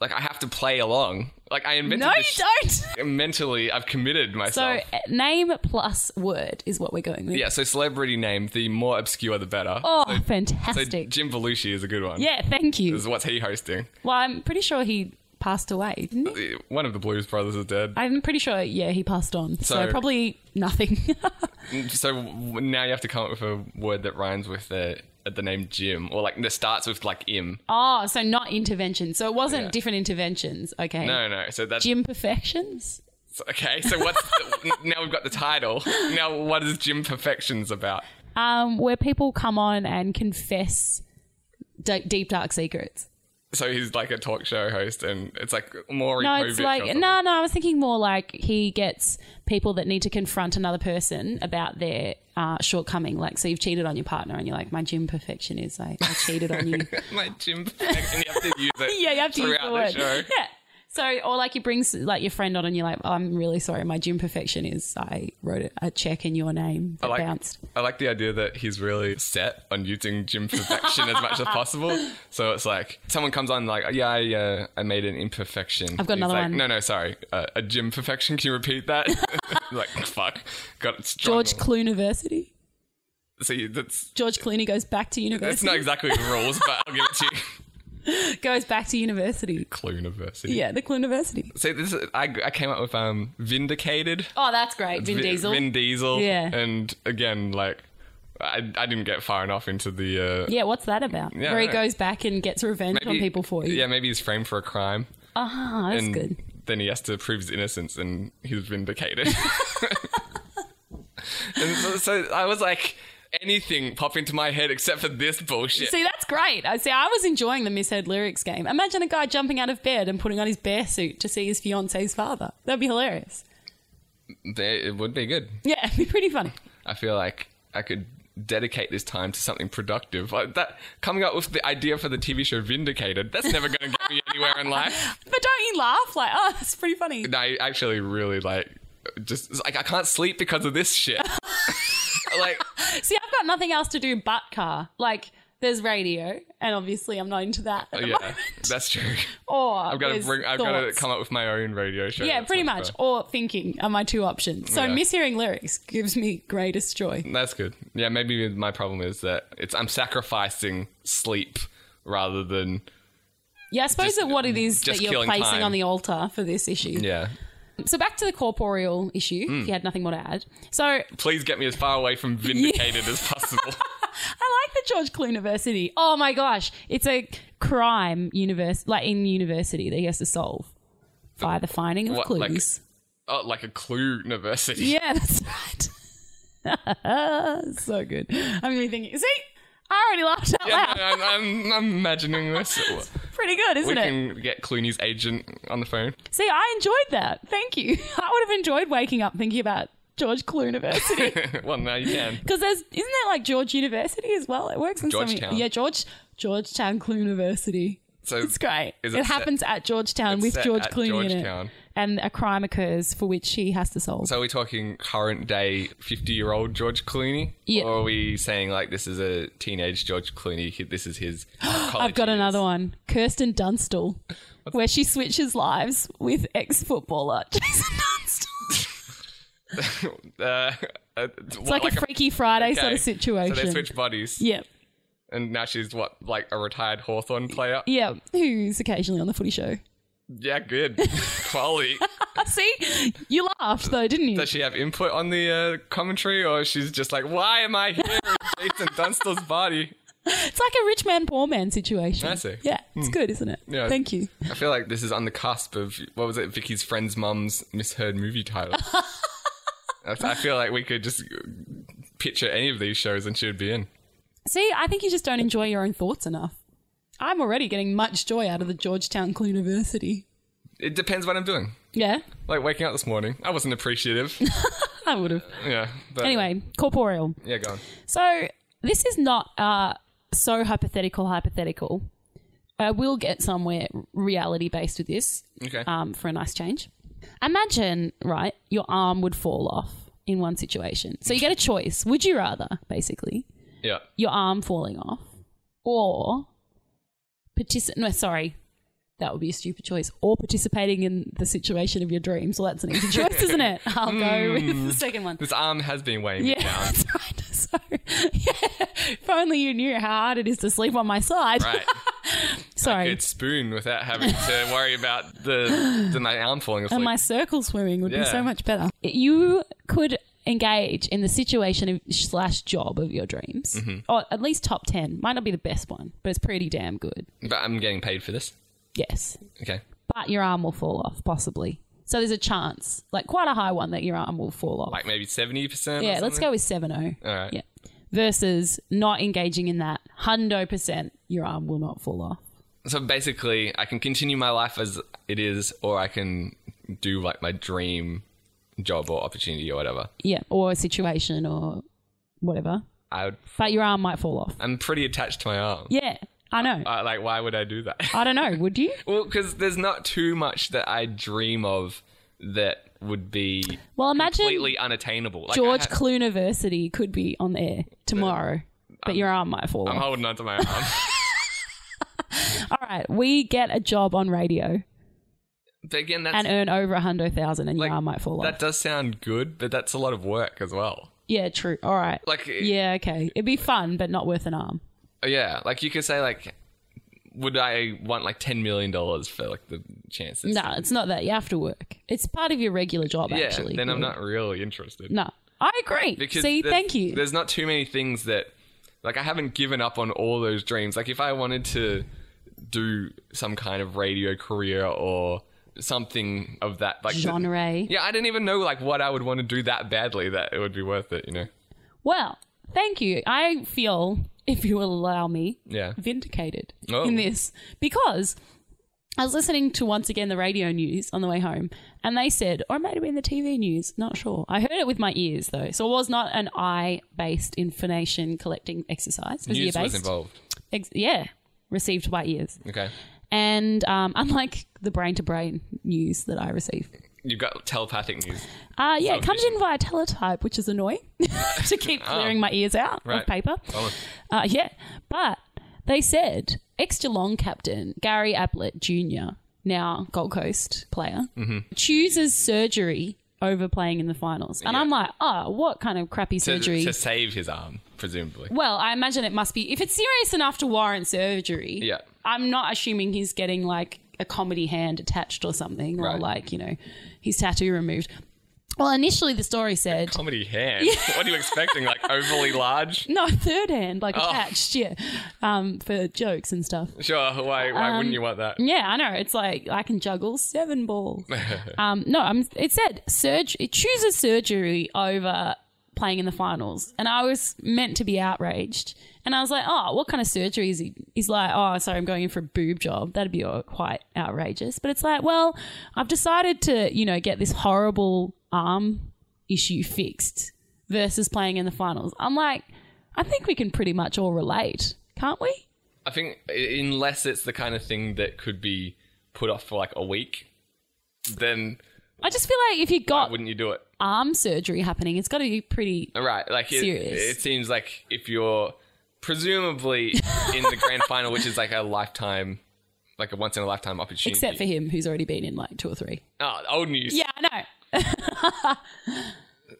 [SPEAKER 3] like I have to play along. Like I invented.
[SPEAKER 2] No, you
[SPEAKER 3] this
[SPEAKER 2] don't.
[SPEAKER 3] sh- mentally, I've committed
[SPEAKER 2] So
[SPEAKER 3] myself.
[SPEAKER 2] uh, name plus word is what we're going with.
[SPEAKER 3] yeah, so celebrity name, the more obscure, the better.
[SPEAKER 2] Oh,
[SPEAKER 3] so
[SPEAKER 2] fantastic.
[SPEAKER 3] Jim Belushi is a good one.
[SPEAKER 2] yeah, thank you.
[SPEAKER 3] This is what's he hosting.
[SPEAKER 2] Well, I'm pretty sure he passed away, didn't he?
[SPEAKER 3] The- One of the Blues Brothers is dead.
[SPEAKER 2] I'm pretty sure, yeah, he passed on. So,
[SPEAKER 3] So-
[SPEAKER 2] probably nothing.
[SPEAKER 3] So w- now you have to come up with a word that rhymes with the the name Jim, or like that starts with like im.
[SPEAKER 2] oh, so not intervention. So it wasn't
[SPEAKER 3] Yeah.
[SPEAKER 2] different interventions. Okay.
[SPEAKER 3] No, no. So that's
[SPEAKER 2] Gym perfections?
[SPEAKER 3] Okay, so what's the, now we've got the title. Now, what is Jim Perfections about?
[SPEAKER 2] Um, where people come on and confess d- deep, dark secrets.
[SPEAKER 3] So he's like a talk show host, and it's like more.
[SPEAKER 2] No, it's like, no, no, I was thinking more like he gets people that need to confront another person about their uh, shortcoming. Like, so you've cheated on your partner and you're like, my gym perfection is I, I cheated on you.
[SPEAKER 3] my Jim Perfection. You have to use it.
[SPEAKER 2] yeah, you have to use the
[SPEAKER 3] throughout
[SPEAKER 2] word.
[SPEAKER 3] the show.
[SPEAKER 2] Yeah. So, or like you bring s- like your friend on, and you're like, "Oh, "I'm really sorry, my gym perfection is I wrote a- a check in your name that
[SPEAKER 3] I like,
[SPEAKER 2] bounced."
[SPEAKER 3] I like the idea that he's really set on using Jim Perfection as much as possible. So it's like someone comes on like, yeah, I, uh, I made an imperfection.
[SPEAKER 2] I've got
[SPEAKER 3] He's
[SPEAKER 2] another
[SPEAKER 3] like,
[SPEAKER 2] one.
[SPEAKER 3] No, no, sorry, uh, a Jim Perfection. Can you repeat that? like, fuck, got it.
[SPEAKER 2] George
[SPEAKER 3] struggle.
[SPEAKER 2] Clooney University.
[SPEAKER 3] See, that's
[SPEAKER 2] George Clooney goes back to
[SPEAKER 3] that's not
[SPEAKER 2] university.
[SPEAKER 3] exactly the rules, but I'll give it to you.
[SPEAKER 2] Goes back to university.
[SPEAKER 3] Clue University.
[SPEAKER 2] Yeah, the Cluniversity.
[SPEAKER 3] See, this is, I, I came up with um vindicated.
[SPEAKER 2] Oh, that's great. Vin
[SPEAKER 3] Vi-
[SPEAKER 2] Diesel.
[SPEAKER 3] Vin Diesel.
[SPEAKER 2] Yeah.
[SPEAKER 3] And again, like, I, I didn't get far enough into the. Uh,
[SPEAKER 2] yeah, what's that about?
[SPEAKER 3] Yeah,
[SPEAKER 2] Where he
[SPEAKER 3] I don't know.
[SPEAKER 2] goes back and gets revenge on people for you.
[SPEAKER 3] Yeah, maybe he's framed for a crime.
[SPEAKER 2] Ah, that's
[SPEAKER 3] and
[SPEAKER 2] good.
[SPEAKER 3] Mm. Then he has to prove his innocence, and he's vindicated. and so, so I was like, anything pop into my head except for this bullshit.
[SPEAKER 2] See, that's great. I see. I was enjoying the misheard lyrics game. Imagine a guy jumping out of bed and putting on his bear suit to see his fiance's father. That'd be hilarious.
[SPEAKER 3] They- it would be good.
[SPEAKER 2] Yeah, it'd be pretty funny.
[SPEAKER 3] I feel like I could dedicate this time to something productive. Like that, coming up with the idea for the TV show Vindicated. That's never going to get me anywhere in life.
[SPEAKER 2] But don't you laugh? Like, oh, that's pretty funny.
[SPEAKER 3] And I actually really like just it's like I can't sleep because of this shit. like
[SPEAKER 2] See, I've got nothing else to do but car. Like, there's radio, and obviously, I'm not into that. at the
[SPEAKER 3] Oh, yeah,
[SPEAKER 2] moment.
[SPEAKER 3] that's true.
[SPEAKER 2] Or
[SPEAKER 3] I've got to bring. I've got to come up with my own radio show.
[SPEAKER 2] Yeah,
[SPEAKER 3] That's
[SPEAKER 2] pretty
[SPEAKER 3] not
[SPEAKER 2] much.
[SPEAKER 3] fair.
[SPEAKER 2] Or thinking are my two options. So
[SPEAKER 3] Yeah.
[SPEAKER 2] mishearing lyrics gives me greatest joy.
[SPEAKER 3] That's good. Yeah, maybe my problem is that it's I'm sacrificing sleep rather than
[SPEAKER 2] Yeah, I suppose
[SPEAKER 3] Just-
[SPEAKER 2] that what it is
[SPEAKER 3] just
[SPEAKER 2] that you're
[SPEAKER 3] killing
[SPEAKER 2] placing
[SPEAKER 3] time.
[SPEAKER 2] on the altar for this issue.
[SPEAKER 3] yeah.
[SPEAKER 2] So back to the corporeal issue,
[SPEAKER 3] Hmm.
[SPEAKER 2] if you had nothing more to add. So I like
[SPEAKER 3] Please get me as far away from vindicated as possible.
[SPEAKER 2] the George Cloonversity. Oh my gosh. It's a crime universe like in university that he has to solve. By the finding of
[SPEAKER 3] What, like-
[SPEAKER 2] clues.
[SPEAKER 3] Oh, like a clue university.
[SPEAKER 2] yeah, that's right. so good. I'm gonna be thinking, see, I already laughed out
[SPEAKER 3] Yeah,
[SPEAKER 2] loud.
[SPEAKER 3] no, I'm, I'm, I'm imagining this.
[SPEAKER 2] Pretty good,
[SPEAKER 3] We
[SPEAKER 2] isn't it?
[SPEAKER 3] can get Clooney's agent on the phone.
[SPEAKER 2] See, I enjoyed that. Thank you. I would have enjoyed waking up thinking about George Clooniversity
[SPEAKER 3] well, now you can.
[SPEAKER 2] because there's isn't there like George University as well? It works in so many-
[SPEAKER 3] Georgetown.
[SPEAKER 2] Yeah, George Georgetown Clooniversity.
[SPEAKER 3] So
[SPEAKER 2] It's great.
[SPEAKER 3] Is
[SPEAKER 2] it
[SPEAKER 3] it set-
[SPEAKER 2] happens at Georgetown
[SPEAKER 3] it's
[SPEAKER 2] with
[SPEAKER 3] set
[SPEAKER 2] George
[SPEAKER 3] at
[SPEAKER 2] Clooney in
[SPEAKER 3] Georgetown.
[SPEAKER 2] it, and a crime occurs for which he has to solve.
[SPEAKER 3] So are we talking current day 50 year old George Clooney?
[SPEAKER 2] Yeah.
[SPEAKER 3] Or are we saying like this is a teenage George Clooney? he- This is his.
[SPEAKER 2] I've got another one, Kirsten Dunstall, where she switches lives with ex-footballer Jason Dunstall.
[SPEAKER 3] one. uh, uh, it's
[SPEAKER 2] It's like, a Freaky Friday sort of situation.
[SPEAKER 3] So they switch bodies.
[SPEAKER 2] yeah.
[SPEAKER 3] And now she's what, like a retired Hawthorn player?
[SPEAKER 2] Yeah, who's occasionally on the footy show.
[SPEAKER 3] Yeah, good. Quality.
[SPEAKER 2] See, you laughed though, didn't you?
[SPEAKER 3] Does she have input on the uh, commentary or she's just like, why am I here in Jason Dunstall's body?
[SPEAKER 2] It's like a rich man, poor man situation.
[SPEAKER 3] I see. Hmm.
[SPEAKER 2] Yeah, it's good, isn't it?
[SPEAKER 3] Yeah.
[SPEAKER 2] Thank you.
[SPEAKER 3] I feel like this is on the cusp of what was it? Vicky's friend's mum's misheard movie title. I I feel like we could just picture any of these shows and she would be in.
[SPEAKER 2] See, I think you just don't enjoy your own thoughts enough. I'm already getting much joy out of the Georgetown Cluniversity.
[SPEAKER 3] It depends what I'm doing.
[SPEAKER 2] Yeah,
[SPEAKER 3] Like waking up this morning, I wasn't appreciative.
[SPEAKER 2] I would have.
[SPEAKER 3] yeah. But,
[SPEAKER 2] Anyway, corporeal.
[SPEAKER 3] Yeah, go on.
[SPEAKER 2] So this is not uh, so hypothetical, hypothetical. I will get somewhere reality based with this.
[SPEAKER 3] Okay.
[SPEAKER 2] um, for a nice change. Imagine, right, your arm would fall off in one situation. So you get a choice. Would you rather, basically,
[SPEAKER 3] yeah.
[SPEAKER 2] your arm falling off or participate? No, sorry. That would be a stupid choice. Or participating in the situation of your dreams. Well, that's an easy choice, isn't it? I'll go with the second one.
[SPEAKER 3] Hmm. This arm has been weighing
[SPEAKER 2] Yeah,
[SPEAKER 3] me down.
[SPEAKER 2] that's right. So, yeah. If only you knew how hard it is to sleep on my side.
[SPEAKER 3] Right.
[SPEAKER 2] Sorry.
[SPEAKER 3] Good spoon without having to worry about the, the my arm falling asleep.
[SPEAKER 2] and my circle swimming would
[SPEAKER 3] Yeah.
[SPEAKER 2] be so much better. You could engage in the situation of slash job of your dreams,
[SPEAKER 3] Mm-hmm.
[SPEAKER 2] or at least top ten. Might not be the best one, but it's pretty damn good.
[SPEAKER 3] but I'm getting paid for this.
[SPEAKER 2] Yes,
[SPEAKER 3] Okay.
[SPEAKER 2] but your arm will fall off possibly. So there's a chance, like quite a high one, that your arm will fall off.
[SPEAKER 3] Like maybe 70%?
[SPEAKER 2] yeah, let's go with seven zero.
[SPEAKER 3] All right.
[SPEAKER 2] Yeah, versus not engaging in that hundo percent, your arm will not fall off.
[SPEAKER 3] so basically i can continue my life as it is or i can do like my dream job or opportunity or whatever
[SPEAKER 2] Yeah, or a situation or whatever,
[SPEAKER 3] i would
[SPEAKER 2] but your arm might fall off.
[SPEAKER 3] i'm pretty attached to my arm
[SPEAKER 2] Yeah, I know.
[SPEAKER 3] Uh, like why would i do that
[SPEAKER 2] I don't know. Would you?
[SPEAKER 3] well because there's not too much that i dream of that would be
[SPEAKER 2] Well, imagine
[SPEAKER 3] completely unattainable like I
[SPEAKER 2] George
[SPEAKER 3] ha-
[SPEAKER 2] Clooniversity could be on the air tomorrow, but your arm might fall
[SPEAKER 3] um, i'm
[SPEAKER 2] off.
[SPEAKER 3] holding on to my arm
[SPEAKER 2] All right, we get a job on radio
[SPEAKER 3] but again that's
[SPEAKER 2] and earn over a hundred thousand, and
[SPEAKER 3] like,
[SPEAKER 2] your arm might fall off.
[SPEAKER 3] that does sound good but that's a lot of work as well
[SPEAKER 2] yeah, true. All right.
[SPEAKER 3] like
[SPEAKER 2] yeah, okay. It'd be fun, but not worth an arm.
[SPEAKER 3] yeah like you could say like would I want like ten million dollars for like the chances?
[SPEAKER 2] No, it's not that. You have to work. It's part of your regular job,
[SPEAKER 3] yeah,
[SPEAKER 2] actually.
[SPEAKER 3] then I'm not really interested.
[SPEAKER 2] No. I agree.
[SPEAKER 3] Because
[SPEAKER 2] See,
[SPEAKER 3] there-
[SPEAKER 2] thank you.
[SPEAKER 3] There's not too many things that, like, I haven't given up on all those dreams. Like, if I wanted to do some kind of radio career or something of that, like,
[SPEAKER 2] Genre.
[SPEAKER 3] yeah, I didn't even know like what I would want to do that badly that it would be worth it. You know?
[SPEAKER 2] Well, thank you. I feel, if you allow me,
[SPEAKER 3] Yeah.
[SPEAKER 2] vindicated
[SPEAKER 3] Oh.
[SPEAKER 2] in this because I was listening to once again the radio news on the way home, and they said, or it might have been the TV news, not sure. I heard it with my ears though, so it was not an eye-based information collecting exercise. It was
[SPEAKER 3] News was
[SPEAKER 2] ear-based.
[SPEAKER 3] involved.
[SPEAKER 2] Ex- yeah, received by ears,
[SPEAKER 3] Okay.
[SPEAKER 2] and um, unlike the brain-to-brain news that I receive,
[SPEAKER 3] You got telepathic news.
[SPEAKER 2] uh, yeah, it comes
[SPEAKER 3] Television.
[SPEAKER 2] in via teletype, which is annoying to keep clearing my ears out
[SPEAKER 3] Right.
[SPEAKER 2] of paper.
[SPEAKER 3] Oh,
[SPEAKER 2] Uh, yeah, but they said ex Geelong captain Gary Ablett Jr., now Gold Coast player, chooses surgery over playing in the finals. And I'm like, oh, what kind of crappy
[SPEAKER 3] to,
[SPEAKER 2] surgery?
[SPEAKER 3] to save his arm, presumably.
[SPEAKER 2] well, I imagine it must be if it's serious enough to warrant surgery.
[SPEAKER 3] Yeah.
[SPEAKER 2] I'm not assuming he's getting like a comedy hand attached or something, or
[SPEAKER 3] Right.
[SPEAKER 2] like you know, his tattoo removed. Well, initially the story said
[SPEAKER 3] Comedy hand. What are you expecting? Like overly large?
[SPEAKER 2] no third hand, like
[SPEAKER 3] Oh.
[SPEAKER 2] attached, yeah, um, for jokes and stuff.
[SPEAKER 3] Sure. Why? Why
[SPEAKER 2] Um,
[SPEAKER 3] wouldn't you want that?
[SPEAKER 2] Yeah, I know. It's like I can juggle seven balls. um, no, I'm, it said surg- it chooses surgery over playing in the finals, and I was meant to be outraged. And I was like, oh, what kind of surgery is he? He's like, oh, sorry, I'm going in for a boob job. That'd be uh, quite outrageous. But it's like, well, I've decided to, you know, get this horrible arm issue fixed versus playing in the finals. I'm like, I think we can pretty much all relate, can't we?
[SPEAKER 3] I think i- unless it's the kind of thing that could be put off for like a week, then
[SPEAKER 2] I just feel like if you got
[SPEAKER 3] wouldn't you do it?
[SPEAKER 2] arm surgery happening. It's got to be pretty.
[SPEAKER 3] Right. Like it,
[SPEAKER 2] Serious.
[SPEAKER 3] it seems like if you're presumably in the grand final, which is like a lifetime, like a once in a lifetime opportunity.
[SPEAKER 2] Except for him, who's already been in like two or three.
[SPEAKER 3] oh, old news.
[SPEAKER 2] Yeah, I know.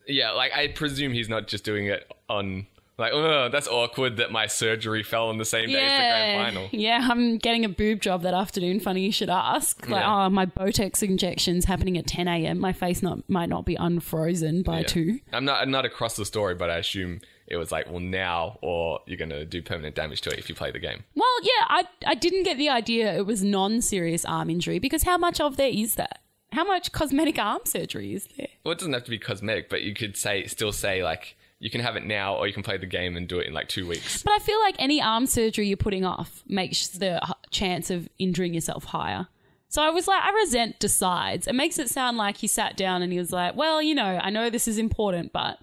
[SPEAKER 3] Yeah, like I presume he's not just doing it on like oh that's awkward that my surgery fell on the same day as the grand
[SPEAKER 2] Yeah,
[SPEAKER 3] final.
[SPEAKER 2] yeah. I'm getting a boob job that afternoon. Funny you should ask. Like,
[SPEAKER 3] Yeah.
[SPEAKER 2] oh, my Botox injections happening at 10 a.m. My face not might not be unfrozen by
[SPEAKER 3] Yeah.
[SPEAKER 2] two.
[SPEAKER 3] I'm not I'm not across the story, but I assume it was like well now or you're gonna do permanent damage to it if you play the game.
[SPEAKER 2] Well, yeah, I I didn't get the idea it was non-serious arm injury because how much of there is that? How much cosmetic arm surgery is there?
[SPEAKER 3] Well, it doesn't have to be cosmetic, but you could say still say like you can have it now, or you can play the game and do it in like two weeks.
[SPEAKER 2] But I feel like any arm surgery you're putting off makes the h- chance of injuring yourself higher. So I was like, I resent decides. It makes it sound like he sat down and he was like, well, you know, I know this is important, but,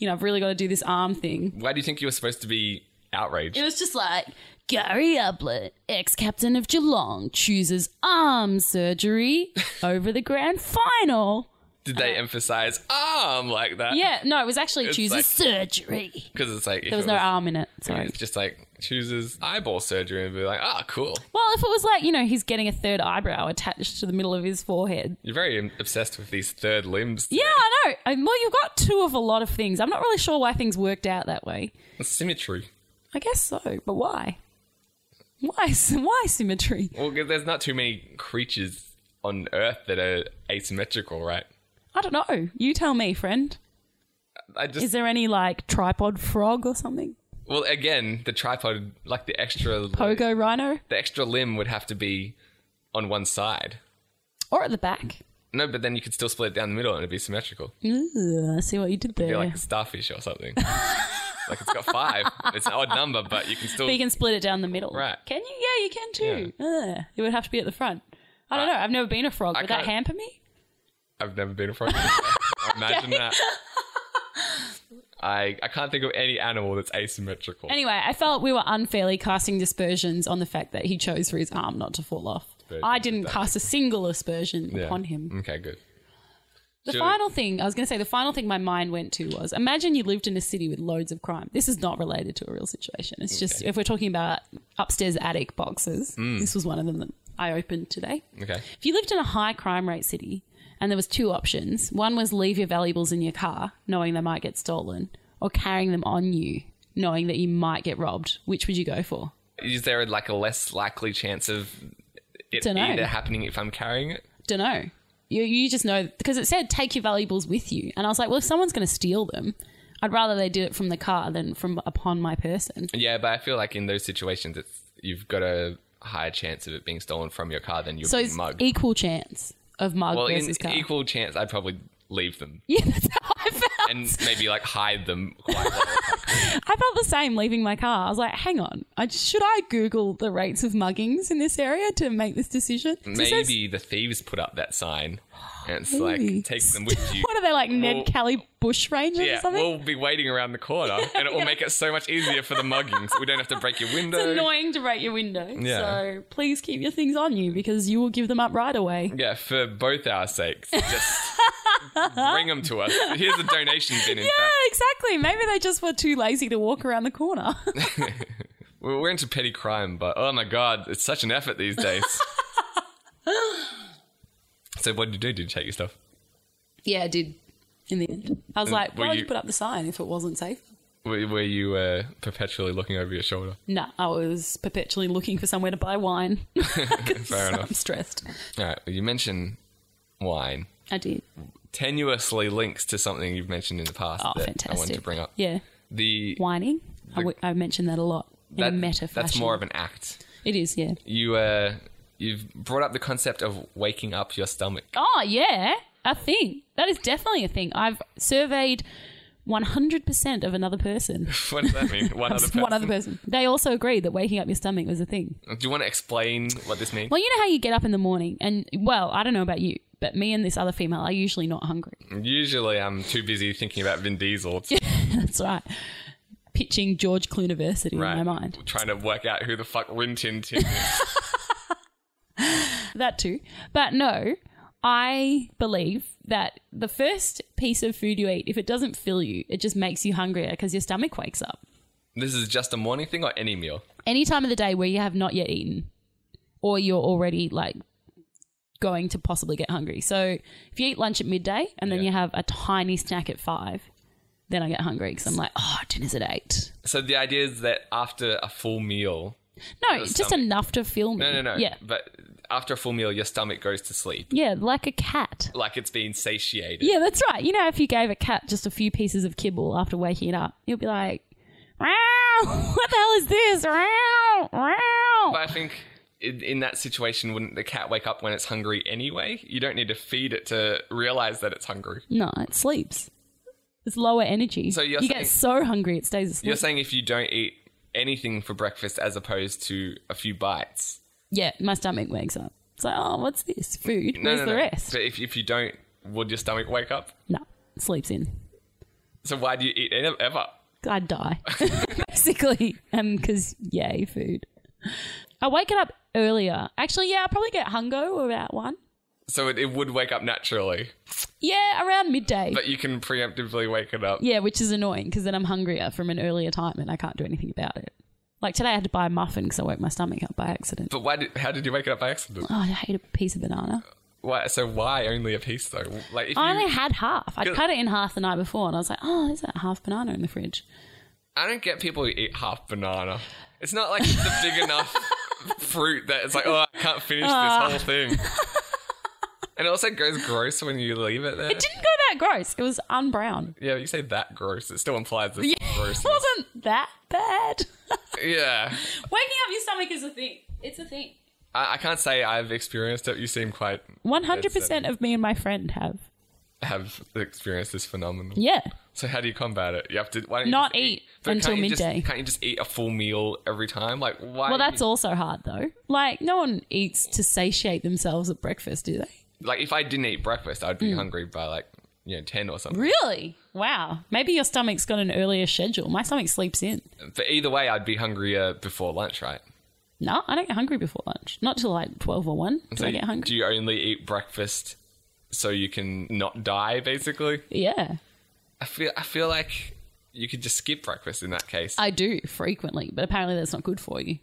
[SPEAKER 2] you know, I've really got to do this arm thing.
[SPEAKER 3] Why do you think you were supposed to be outraged?
[SPEAKER 2] It was just like, Gary Ablett, ex captain of Geelong, chooses arm surgery over the grand final.
[SPEAKER 3] Did they emphasize arm like that?
[SPEAKER 2] Yeah, no, it was actually
[SPEAKER 3] It's
[SPEAKER 2] chooses
[SPEAKER 3] like-
[SPEAKER 2] surgery.
[SPEAKER 3] because it's like if
[SPEAKER 2] There was
[SPEAKER 3] it
[SPEAKER 2] no arm in it. Sorry.
[SPEAKER 3] It's just like chooses eyeball surgery and be like, ah, cool.
[SPEAKER 2] Well, if it was like, you know, he's getting a third eyebrow attached to the middle of his forehead,
[SPEAKER 3] You're very im- obsessed with these third limbs.
[SPEAKER 2] Yeah, I know. I- Well, you've got two of a lot of things. I'm not really sure why things worked out that way.
[SPEAKER 3] Symmetry.
[SPEAKER 2] I guess so, but why? Why? Why symmetry?
[SPEAKER 3] Well, 'cause there's not too many creatures on Earth that are asymmetrical, right?
[SPEAKER 2] I don't know. You tell me, friend.
[SPEAKER 3] I just
[SPEAKER 2] Is there any like tripod frog or something?
[SPEAKER 3] well again the tripod like the extra
[SPEAKER 2] Pogo rhino
[SPEAKER 3] the extra limb would have to be on one side.
[SPEAKER 2] or at the back?
[SPEAKER 3] No, but then you could still split it down the middle and it'd be symmetrical. It'd
[SPEAKER 2] Ooh, I see what you did
[SPEAKER 3] be
[SPEAKER 2] there.
[SPEAKER 3] like a starfish or something. like it's got five. It's an odd number, but you can still.
[SPEAKER 2] but you can split it down the middle,
[SPEAKER 3] Right.
[SPEAKER 2] Can you? Yeah, you can too. Ugh. It would have to be at the front. I don't know. I've never been a frog.
[SPEAKER 3] I
[SPEAKER 2] Would that
[SPEAKER 3] can't-
[SPEAKER 2] hamper me?
[SPEAKER 3] I've never been a frog. before. Imagine that. I, I can't think of any animal that's asymmetrical.
[SPEAKER 2] Anyway, I felt we were unfairly casting dispersions on the fact that he chose for his arm not to fall off.
[SPEAKER 3] Dispersions,
[SPEAKER 2] I didn't cast a single aspersion
[SPEAKER 3] Yeah. Mm.
[SPEAKER 2] upon him.
[SPEAKER 3] Okay, good.
[SPEAKER 2] The
[SPEAKER 3] Should we-
[SPEAKER 2] final thing I was going to say, the final thing my mind went to was imagine you lived in a city with loads of crime. This is not related to a real situation. It's just if we're talking about upstairs attic boxes, this was one of them that I opened today.
[SPEAKER 3] Okay.
[SPEAKER 2] If you lived in a high crime rate city and there was two options, one was leave your valuables in your car knowing they might get stolen or carrying them on you knowing that you might get robbed, which would you go for?
[SPEAKER 3] Is there like a less likely chance of it
[SPEAKER 2] Dunno.
[SPEAKER 3] either happening if I'm carrying it?
[SPEAKER 2] Don't know. You, you just know because it said take your valuables with you, and I was like, well, if someone's going to steal them, I'd rather they did it from the car than from upon my person.
[SPEAKER 3] Yeah, but I feel like in those situations, it's you've got a higher chance of it being stolen from your car than you're
[SPEAKER 2] So
[SPEAKER 3] being
[SPEAKER 2] it's
[SPEAKER 3] mugged.
[SPEAKER 2] equal chance of mug
[SPEAKER 3] well, in
[SPEAKER 2] versus car.
[SPEAKER 3] equal chance, I'd probably leave them
[SPEAKER 2] yeah, that's how I felt.
[SPEAKER 3] and maybe like hide them quite well.
[SPEAKER 2] I felt the same leaving my car. I was like, hang on, I just, should I Google the rates of muggings in this area to make this decision? So it says-
[SPEAKER 3] maybe the thieves put up that sign and it's
[SPEAKER 2] Maybe.
[SPEAKER 3] like take them with you.
[SPEAKER 2] What are they like, Ned
[SPEAKER 3] Well-
[SPEAKER 2] Kelly bush rangers or
[SPEAKER 3] yeah,
[SPEAKER 2] something?
[SPEAKER 3] we'll be waiting around the corner and it will make it so much easier for the muggings. We don't have to break your window.
[SPEAKER 2] it's annoying to break your window.
[SPEAKER 3] Yeah.
[SPEAKER 2] So please keep your things on you because you will give them up right away.
[SPEAKER 3] Yeah, for both our sakes. Just bring them to us. Here's a donation bin, in
[SPEAKER 2] Yeah,
[SPEAKER 3] fact.
[SPEAKER 2] exactly. Maybe they just were too lazy to walk around the corner.
[SPEAKER 3] We're we're into petty crime, but oh my god, it's such an effort these days. so what did you do? Did you take your stuff?
[SPEAKER 2] yeah, I did. In the end, I was like,
[SPEAKER 3] were
[SPEAKER 2] why would you
[SPEAKER 3] you-
[SPEAKER 2] put up the sign if it wasn't safe?
[SPEAKER 3] Were, were you uh, perpetually looking over your shoulder?
[SPEAKER 2] No, I was perpetually looking for somewhere to buy wine.
[SPEAKER 3] Fair enough.
[SPEAKER 2] I'm stressed.
[SPEAKER 3] All right. Well, you mentioned wine.
[SPEAKER 2] I did.
[SPEAKER 3] Tenuously links to something you've mentioned in the past
[SPEAKER 2] Oh,
[SPEAKER 3] that
[SPEAKER 2] fantastic.
[SPEAKER 3] I wanted to bring up.
[SPEAKER 2] Yeah.
[SPEAKER 3] The
[SPEAKER 2] Whining. I, w- I mentioned that a lot in a
[SPEAKER 3] that-
[SPEAKER 2] meta fashion.
[SPEAKER 3] that's more of an act.
[SPEAKER 2] It is, yeah.
[SPEAKER 3] You uh, you've brought up the concept of waking up your stomach.
[SPEAKER 2] Oh, yeah. A thing. That is definitely a thing. I've surveyed 100% of another person.
[SPEAKER 3] What does that mean? One other person. Mm.
[SPEAKER 2] One other person. They also agreed that waking up your stomach was a thing.
[SPEAKER 3] Do you want to explain what this means?
[SPEAKER 2] Well, you know how you get up in the morning, and well, I don't know about you, but me and this other female are usually not hungry.
[SPEAKER 3] Usually, I'm too busy thinking about Vin Diesel. to
[SPEAKER 2] That's right. Pitching George Clooniversity in my mind.
[SPEAKER 3] Trying to work out who the fuck Rin Tin Tin is.
[SPEAKER 2] That too. But no, I believe that the first piece of food you eat, if it doesn't fill you, it just makes you hungrier because your stomach wakes up.
[SPEAKER 3] this is just a morning thing or any meal?
[SPEAKER 2] Any time of the day where you have not yet eaten or you're already like going to possibly get hungry. So if you eat lunch at midday and then
[SPEAKER 3] Yeah.
[SPEAKER 2] you have a tiny snack at five, then I get hungry because I'm like, oh, dinner's at eight.
[SPEAKER 3] So the idea is that after a full meal,
[SPEAKER 2] No, just
[SPEAKER 3] stomach.
[SPEAKER 2] enough to fill me.
[SPEAKER 3] no, no, no,
[SPEAKER 2] Yeah.
[SPEAKER 3] but after a full meal, your stomach goes to sleep,
[SPEAKER 2] Yeah, like a cat.
[SPEAKER 3] like it's been satiated.
[SPEAKER 2] Yeah, that's right. You know, if you gave a cat just a few pieces of kibble after waking it up, you'll be like, "Wow, what the hell is this? Wow, wow."
[SPEAKER 3] But I think in, in that situation, wouldn't the cat wake up when it's hungry anyway? You don't need to feed it to realize that it's hungry.
[SPEAKER 2] No, it sleeps. It's lower energy.
[SPEAKER 3] So you're
[SPEAKER 2] you
[SPEAKER 3] saying-
[SPEAKER 2] get so hungry it stays
[SPEAKER 3] You're
[SPEAKER 2] asleep.
[SPEAKER 3] saying if you don't eat anything for breakfast as opposed to a few bites.
[SPEAKER 2] yeah, my stomach wakes up. It's like, oh, what's this food?
[SPEAKER 3] No,
[SPEAKER 2] Where's
[SPEAKER 3] no,
[SPEAKER 2] the
[SPEAKER 3] no.
[SPEAKER 2] rest?
[SPEAKER 3] But if, if you don't, would your stomach wake up?
[SPEAKER 2] no, it sleeps in.
[SPEAKER 3] So why do you eat ev- ever?
[SPEAKER 2] I'd die, basically. Um, because yay, food. I wake it up earlier. Actually, yeah, I probably get hungo about one.
[SPEAKER 3] So it, it would wake up naturally,
[SPEAKER 2] Yeah, around midday.
[SPEAKER 3] but you can preemptively wake it up.
[SPEAKER 2] Yeah, which is annoying because then I'm hungrier from an earlier time and I can't do anything about it. Like today, I had to buy a muffin because I woke my stomach up by accident.
[SPEAKER 3] But why? Did, how did you wake it up by accident?
[SPEAKER 2] Oh, I hate a piece of banana.
[SPEAKER 3] Why? So why only a piece though? Like if you,
[SPEAKER 2] I only had half. I
[SPEAKER 3] Good.
[SPEAKER 2] cut it in half the night before, and I was like, "Oh, there's that half banana in the fridge."
[SPEAKER 3] I don't get people who eat half banana. It's not like it's a big enough fruit that it's like, oh, I can't finish
[SPEAKER 2] Ah."
[SPEAKER 3] this whole thing. And it also goes gross when you leave it there.
[SPEAKER 2] It didn't go that gross. It was unbrown.
[SPEAKER 3] yeah, you say that gross. It still implies this
[SPEAKER 2] Yeah, it
[SPEAKER 3] gross.
[SPEAKER 2] wasn't that bad.
[SPEAKER 3] Yeah,
[SPEAKER 2] Waking up your stomach is a thing. It's a thing.
[SPEAKER 3] I, I can't say I've experienced it. You seem quite
[SPEAKER 2] One hundred percent of me and my friend have.
[SPEAKER 3] have experienced this phenomenon.
[SPEAKER 2] Yeah,
[SPEAKER 3] So how do you combat it? You have to why don't you
[SPEAKER 2] Not
[SPEAKER 3] just
[SPEAKER 2] eat until
[SPEAKER 3] can't you just-
[SPEAKER 2] midday.
[SPEAKER 3] can't you just eat a full meal every time? Like why?
[SPEAKER 2] well, that's
[SPEAKER 3] all.
[SPEAKER 2] also hard though. Like, no one eats to satiate themselves at breakfast, do they?
[SPEAKER 3] Like if I didn't eat breakfast, I'd be hungry by like you know ten or something.
[SPEAKER 2] Mm. Really? Wow. Maybe your stomach's got an earlier schedule. My stomach sleeps in.
[SPEAKER 3] But either way, I'd be hungrier before lunch, right?
[SPEAKER 2] No, I don't get hungry before lunch. Not till like 12 or 1 do
[SPEAKER 3] So
[SPEAKER 2] I get hungry.
[SPEAKER 3] Do you only eat breakfast so you can not die? Basically,
[SPEAKER 2] yeah,
[SPEAKER 3] I feel I feel like you could just skip breakfast in that case.
[SPEAKER 2] I do frequently, but apparently that's not good for you.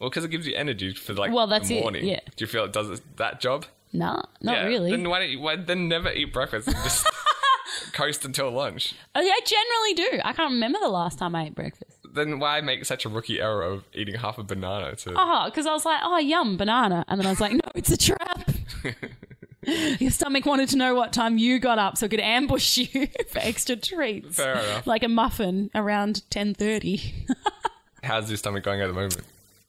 [SPEAKER 3] well, because it gives you energy for like
[SPEAKER 2] Well, that's
[SPEAKER 3] the
[SPEAKER 2] it,
[SPEAKER 3] morning.
[SPEAKER 2] yeah.
[SPEAKER 3] Do you feel it does it- that job?
[SPEAKER 2] Nah, not
[SPEAKER 3] yeah.
[SPEAKER 2] really.
[SPEAKER 3] Then why don't you? Why, then never eat breakfast. And just coast until lunch.
[SPEAKER 2] Oh, I I generally do. I can't remember the last time I ate breakfast.
[SPEAKER 3] then why make such a rookie error of eating half a banana? To
[SPEAKER 2] Oh, because I was like, oh, yum, banana. And then I was like, no, it's a trap. Your stomach wanted to know what time you got up so it could ambush you for extra treats.
[SPEAKER 3] Fair enough.
[SPEAKER 2] Like a muffin around 10.30.
[SPEAKER 3] how's your stomach going at the moment?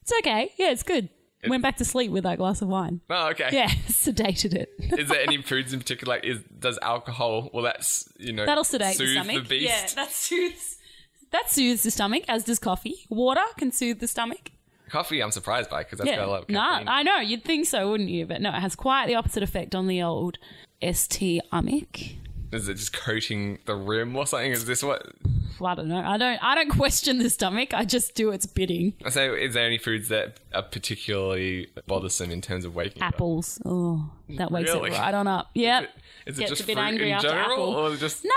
[SPEAKER 2] It's okay. Yeah, it's good. Went back to sleep with that glass of wine.
[SPEAKER 3] Oh, okay.
[SPEAKER 2] Yeah, sedated it.
[SPEAKER 3] Is there any foods in particular? Like, is does alcohol? Well, that's you know
[SPEAKER 2] That'll sedate the
[SPEAKER 3] soothe
[SPEAKER 2] stomach.
[SPEAKER 3] beast.
[SPEAKER 1] Yeah, that soothes.
[SPEAKER 2] that soothes the stomach, as does coffee. Water can soothe the stomach.
[SPEAKER 3] Coffee, I'm surprised by because that's
[SPEAKER 2] Yeah.
[SPEAKER 3] got a lot of
[SPEAKER 2] Nah,
[SPEAKER 3] caffeine.
[SPEAKER 2] I know. You'd think so, wouldn't you? But no, it has quite the opposite effect on the old ST amic.
[SPEAKER 3] Is it just coating the rim or something? Is this what?
[SPEAKER 2] I don't know. I don't. I don't question the stomach. I just do its bidding.
[SPEAKER 3] So, is there any foods that are particularly bothersome in terms of waking up?
[SPEAKER 2] Apples. Oh, that wakes
[SPEAKER 3] Really?
[SPEAKER 2] it right on up. Yep.
[SPEAKER 3] Is it
[SPEAKER 2] Gets
[SPEAKER 3] just
[SPEAKER 2] a bit
[SPEAKER 3] fruit
[SPEAKER 2] angry
[SPEAKER 3] in
[SPEAKER 2] after
[SPEAKER 3] general,
[SPEAKER 2] apple.
[SPEAKER 3] or just
[SPEAKER 2] Nah,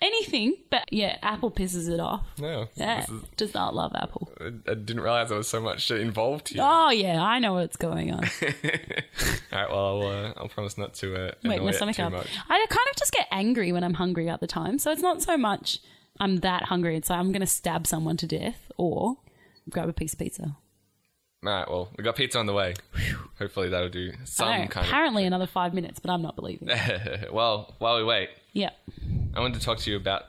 [SPEAKER 2] anything. But yeah, apple pisses it off.
[SPEAKER 3] no?
[SPEAKER 2] Yeah,
[SPEAKER 3] This is-
[SPEAKER 2] does not love apple.
[SPEAKER 3] I I didn't realize there was so much involved here.
[SPEAKER 2] Oh yeah, I know what's going on.
[SPEAKER 3] All right, well, I'll, uh, I'll promise not to uh,
[SPEAKER 2] Wake
[SPEAKER 3] annoy
[SPEAKER 2] my
[SPEAKER 3] it
[SPEAKER 2] stomach
[SPEAKER 3] too
[SPEAKER 2] up.
[SPEAKER 3] much.
[SPEAKER 2] I kind of just get angry when I'm hungry at the time, so it's not so much I'm that hungry. It's like I'm going to stab someone to death or grab a piece of pizza.
[SPEAKER 3] All right, well, we got pizza on the way. Hopefully, that'll do
[SPEAKER 2] I
[SPEAKER 3] some
[SPEAKER 2] know,
[SPEAKER 3] kind
[SPEAKER 2] apparently another five minutes, but I'm not believing. it.
[SPEAKER 3] of. well, while we wait,
[SPEAKER 2] yeah,
[SPEAKER 3] I wanted to talk to you about